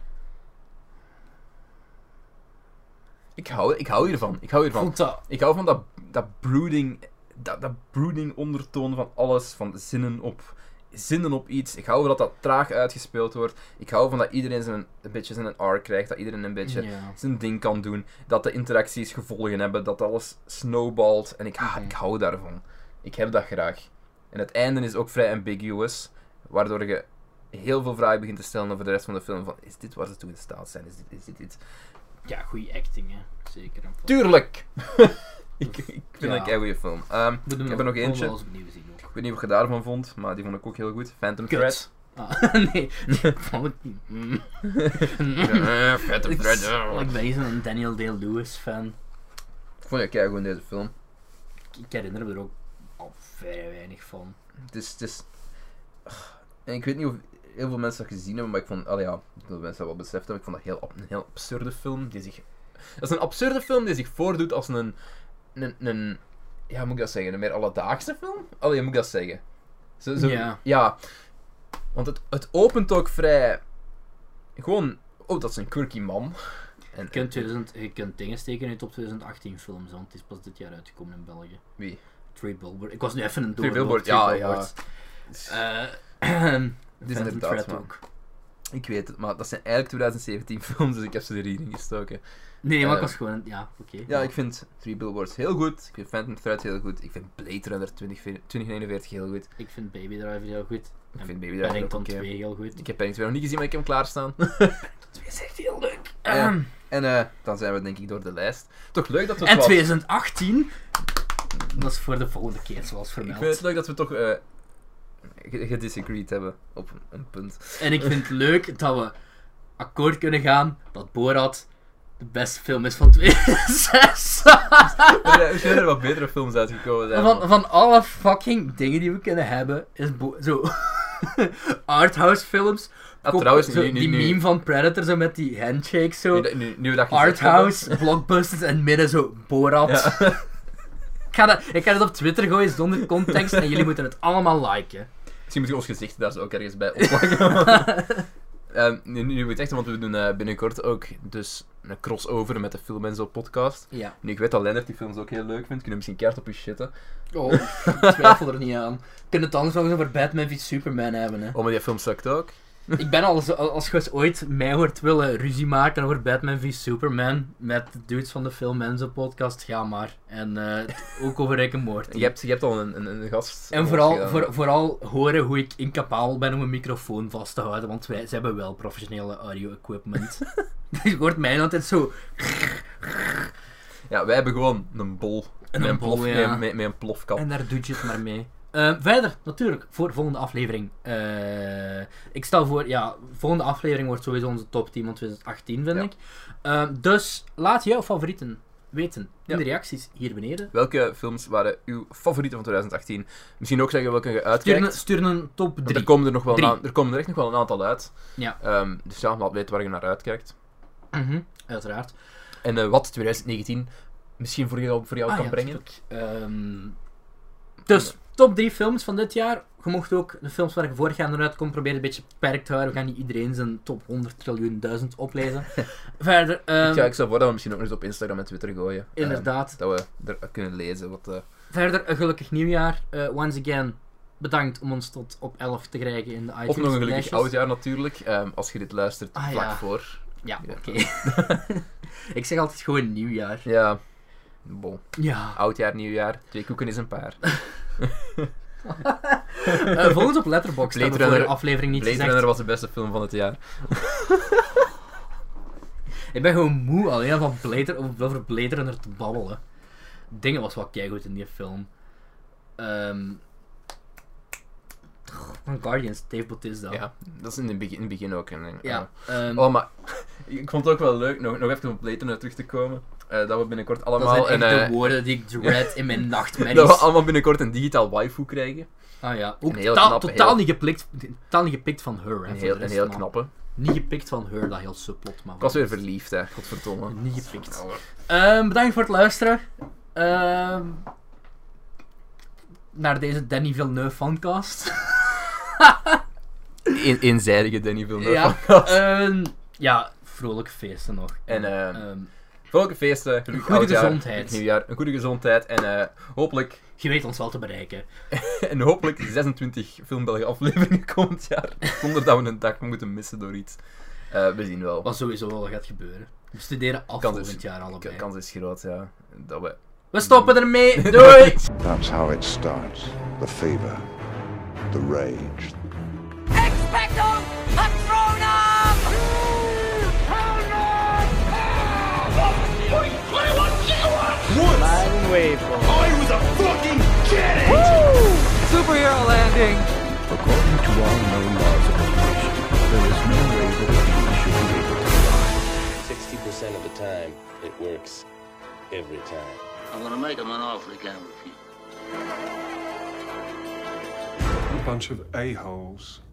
Speaker 2: Ik hou, ik hou hiervan. Ik hou
Speaker 1: Ik
Speaker 2: hiervan.
Speaker 1: vond dat...
Speaker 2: Ik hou van dat, dat brooding, dat, dat brooding ondertoon van alles, van zinnen op, zinnen op iets. Ik hou van dat dat traag uitgespeeld wordt. Ik hou van dat iedereen zijn, een beetje zijn arc krijgt, dat iedereen een beetje
Speaker 1: Ja.
Speaker 2: zijn ding kan doen, dat de interacties gevolgen hebben, dat alles snowballt. En ik, ah,
Speaker 1: Mhm.
Speaker 2: ik hou daarvan. Ik heb dat graag. En het einde is ook vrij ambiguous, waardoor je heel veel vragen begint te stellen over de rest van de film. Van, is dit waar ze toe in staat zijn? Is dit, is dit, dit?
Speaker 1: ja, goede acting, hè. Zeker. en vast.
Speaker 2: Tuurlijk! (laughs) ik, ik vind
Speaker 1: Ja.
Speaker 2: dat een goede film. Ehm,
Speaker 1: We doen
Speaker 2: Ik heb er nog eentje.
Speaker 1: wel eens opnieuw zien ook.
Speaker 2: ik weet niet wat je daarvan vond, maar die vond ik ook heel goed. Phantom
Speaker 1: Kut. (laughs)
Speaker 2: Thread.
Speaker 1: Ah,
Speaker 2: (laughs)
Speaker 1: nee. Ik vond het niet. Mm.
Speaker 2: Eh, Phantom
Speaker 1: Ik
Speaker 2: Thread.
Speaker 1: s-
Speaker 2: eh.
Speaker 1: ik ben eens een Daniel Day-Lewis fan.
Speaker 2: Ik vond het keigoed in deze film.
Speaker 1: Ik- Ik herinner me er ook al vrij weinig van.
Speaker 2: Het is, het is... En ik weet niet of heel veel mensen dat gezien hebben, maar ik vond... Allee, ja, heel veel mensen dat wel beseft hebben. Ik vond dat heel, ab- een heel absurde film die zich... Dat is een absurde film die zich voordoet als een... een, een ja, hoe moet ik dat zeggen? Een meer alledaagse film? Allee, hoe moet ik dat zeggen? Zo, zo,
Speaker 1: Ja.
Speaker 2: ja. Want het, het opent ook vrij... Gewoon... Oh, dat is een quirky man. En,
Speaker 1: Je kunt, 2000, je kunt dingen steken in top 2018 films, want het is pas dit jaar uitgekomen in België.
Speaker 2: Wie?
Speaker 1: Three Billboards. Ik was nu even een
Speaker 2: Three
Speaker 1: doorloop,
Speaker 2: Billboards, ja,
Speaker 1: Billboards.
Speaker 2: (clears throat)
Speaker 1: Eh,
Speaker 2: Dit is
Speaker 1: Phantom
Speaker 2: inderdaad,
Speaker 1: Thread
Speaker 2: maar-
Speaker 1: ook.
Speaker 2: Ik weet het, maar dat zijn eigenlijk 2017 films, dus ik heb ze er hierin gestoken.
Speaker 1: Nee, maar ik
Speaker 2: Eh,
Speaker 1: was gewoon... Ja, oké.
Speaker 2: Ja, ik vind Three Billboards heel goed. Ik vind Phantom Thread heel goed. Ik vind Blade Runner 20, 2041 heel goed.
Speaker 1: Ik vind Baby Driver heel goed.
Speaker 2: Ik
Speaker 1: En
Speaker 2: vind Baby Driver ook
Speaker 1: Paddington
Speaker 2: oké.
Speaker 1: 2 heel goed.
Speaker 2: Ik heb Paddington 2 nog niet gezien, maar ik heb hem klaarstaan. (laughs)
Speaker 1: Dat is echt heel leuk. Ehm,
Speaker 2: Ja. en eh, dan zijn we denk ik door de lijst. Toch leuk dat we...
Speaker 1: En
Speaker 2: toch wel-
Speaker 1: 2018. Dat is voor de volgende keer, zoals
Speaker 2: Ik
Speaker 1: vermeld.
Speaker 2: vind het leuk dat we toch eh, ge- gedisagreed hebben op een, een punt.
Speaker 1: En ik vind het leuk dat we akkoord kunnen gaan dat Borat de beste film is van (laughs) 2006.
Speaker 2: Er zijn- er eh, zijn er wat betere films uitgekomen. Zijn,
Speaker 1: Van,
Speaker 2: man.
Speaker 1: van alle fucking dingen die we kunnen hebben, is bo- zo. (laughs) Arthouse films.
Speaker 2: Ah,
Speaker 1: Kom-
Speaker 2: trouwens,
Speaker 1: zo
Speaker 2: nu, nu,
Speaker 1: die
Speaker 2: nu,
Speaker 1: meme van Predator zo met die handshakes zo.
Speaker 2: nu, dat- nu, nu dat je zegt,
Speaker 1: Arthouse, blockbusters en midden zo Borat.
Speaker 2: Ja.
Speaker 1: (laughs) Ik, ga dat, ik ga dat op Twitter gooien zonder context en jullie moeten het allemaal liken.
Speaker 2: Misschien moet je ons gezicht daar zo ook ergens bij opplakken.
Speaker 1: (laughs)
Speaker 2: Ehm, nu, nu moet het echt, want we doen eh, binnenkort ook dus een crossover met de Film en Zo podcast.
Speaker 1: Ja.
Speaker 2: Nu, ik weet dat Lennart die films ook heel leuk vindt. Kunnen we misschien keihard op je shitten.
Speaker 1: Oh, ik twijfel er niet aan. Kunnen het anders nog eens over Batman v Superman hebben, hè.
Speaker 2: Oh, maar die film sukt ook.
Speaker 1: Ik ben al, zo- als je eens ooit mij hoort willen ruzie maken over Batman v Superman, met de dudes van de Film Mensen podcast, ga maar. En eh, ook over Rick en Morty.
Speaker 2: Je hebt, je hebt al een, een, een gast.
Speaker 1: En vooral,
Speaker 2: gedaan.
Speaker 1: voor, vooral horen hoe ik incapabel ben om een microfoon vast te houden, want wij, ze hebben wel professionele audio
Speaker 2: (laughs)
Speaker 1: equipment. (laughs) je hoort mij altijd zo...
Speaker 2: Ja, wij hebben gewoon een bol.
Speaker 1: Een
Speaker 2: met, een
Speaker 1: bol,
Speaker 2: plof,
Speaker 1: ja.
Speaker 2: met, met- met een plofkap.
Speaker 1: En daar doet je het maar mee. Eh, verder, natuurlijk, voor volgende aflevering. Eh, ik stel voor, ja, volgende aflevering wordt sowieso onze top 10 van 2018, vind
Speaker 2: Ja.
Speaker 1: ik. Eh, dus laat jouw favorieten weten in
Speaker 2: Ja.
Speaker 1: de reacties hier beneden.
Speaker 2: Welke films waren uw favorieten van 2018? Misschien ook zeggen welke je
Speaker 1: Stuur een,
Speaker 2: uitkijkt.
Speaker 1: stuur een top
Speaker 2: Want
Speaker 1: 3.
Speaker 2: Er komen er, nog wel een
Speaker 1: Drie.
Speaker 2: aan- er komen er echt nog wel een aantal uit.
Speaker 1: Ja.
Speaker 2: Ehm, dus ja, laat weten waar je naar uitkijkt.
Speaker 1: Mhm, Uiteraard.
Speaker 2: En eh, wat 2019 misschien voor jou, voor jou
Speaker 1: Ah,
Speaker 2: kan
Speaker 1: ja,
Speaker 2: brengen.
Speaker 1: natuurlijk. Ehm, dus, top 3 films van dit jaar. Je mocht ook de films waar je voorgaande uit komt proberen een beetje beperkt te houden. We gaan niet iedereen zijn top 100 triljoen duizend
Speaker 2: (laughs)
Speaker 1: oplezen. verder, ehm,
Speaker 2: Ik ga ik zo voor dat we misschien ook nog eens op Instagram en Twitter gooien. Ehm,
Speaker 1: inderdaad.
Speaker 2: dat we er kunnen lezen wat... eh,
Speaker 1: Verder, een gelukkig nieuwjaar. Eh, once again, bedankt om ons tot op 11 te krijgen in de iTunes.
Speaker 2: Of nog een gelukkig
Speaker 1: lijstjes.
Speaker 2: oud jaar natuurlijk, ehm, als je dit luistert
Speaker 1: Ah,
Speaker 2: vlak
Speaker 1: ja.
Speaker 2: voor.
Speaker 1: Ja,
Speaker 2: Ja.
Speaker 1: oké.
Speaker 2: (laughs)
Speaker 1: ik zeg altijd gewoon nieuwjaar.
Speaker 2: Ja, bon.
Speaker 1: Ja.
Speaker 2: Oud jaar, nieuwjaar, twee koeken is een paar.
Speaker 1: Eh volg ons op Letterboxd. Dat hebben we
Speaker 2: Blade
Speaker 1: voor de
Speaker 2: Runner-
Speaker 1: aflevering niet
Speaker 2: Blade
Speaker 1: gezegd.
Speaker 2: Runner was de beste film van het jaar.
Speaker 1: Ik ben gewoon moe alleen al van Blade, Runner- over Blade Runner te babbelen. Dingen was wel keigoed in die film. Ehm, van Guardians, Dave Bautista.
Speaker 2: Ja, dat is in het begin, in het begin ook. een- een-
Speaker 1: Ja, ehm,
Speaker 2: eh. Oh, maar (laughs) ik vond het ook wel leuk, nog, nog even op Blade Runner terug te komen, eh, dat we binnenkort
Speaker 1: dat zijn
Speaker 2: allemaal
Speaker 1: echt
Speaker 2: een,
Speaker 1: de
Speaker 2: eh,
Speaker 1: woorden die ik dread in
Speaker 2: (laughs)
Speaker 1: mijn
Speaker 2: dat we
Speaker 1: nachtmerries.
Speaker 2: allemaal binnenkort een digitaal waifu krijgen.
Speaker 1: Ah ja, ook
Speaker 2: Een heel
Speaker 1: totaal-
Speaker 2: knappe,
Speaker 1: totaal,
Speaker 2: heel-
Speaker 1: Niet geplikt, totaal niet gepikt van Her. Hè,
Speaker 2: Een
Speaker 1: voor
Speaker 2: heel,
Speaker 1: de
Speaker 2: een
Speaker 1: rest,
Speaker 2: heel
Speaker 1: maar
Speaker 2: knappe.
Speaker 1: Niet gepikt van Her, dat heel subplot. Maar
Speaker 2: Ik was weer verliefd, hè, godverdomme.
Speaker 1: Niet gepikt. Ehm, bedankt voor het luisteren. Ehm, naar deze Danny Villeneuve fancast.
Speaker 2: (laughs) Een- eenzijdige Danny Villeneuve.
Speaker 1: ja,
Speaker 2: (laughs)
Speaker 1: ehm, ja, vrolijke feesten nog.
Speaker 2: En, ehm,
Speaker 1: Ehm,
Speaker 2: Vrolijke feesten, gelukkig
Speaker 1: Een goede
Speaker 2: oudjaar,
Speaker 1: gezondheid.
Speaker 2: gelukkig nieuwjaar, een goede gezondheid en eh, hopelijk,
Speaker 1: je weet ons wel te bereiken.
Speaker 2: en hopelijk 26 filmbelgen afleveringen komend jaar. Zonder dat we een dag moeten missen door iets. Eh, we zien wel.
Speaker 1: Wat sowieso wel gaat gebeuren. We studeren af
Speaker 2: Kans is-
Speaker 1: volgend jaar allebei.
Speaker 2: K- kans is groot, ja. Dat we...
Speaker 1: We stoppen
Speaker 2: Mm.
Speaker 1: ermee.
Speaker 2: (laughs)
Speaker 1: Doei!
Speaker 3: That's how it starts. The fever, the rage,
Speaker 4: Expecto Patronum! Hell no! What do you want?
Speaker 5: unbelievable.
Speaker 6: Superhero landing!
Speaker 7: According to all known laws of inflation, there is no way that a human should be able to lie.
Speaker 8: 60% of the time, it works every time.
Speaker 9: I'm gonna make him an offer he can't refuse.
Speaker 3: A bunch of a-holes.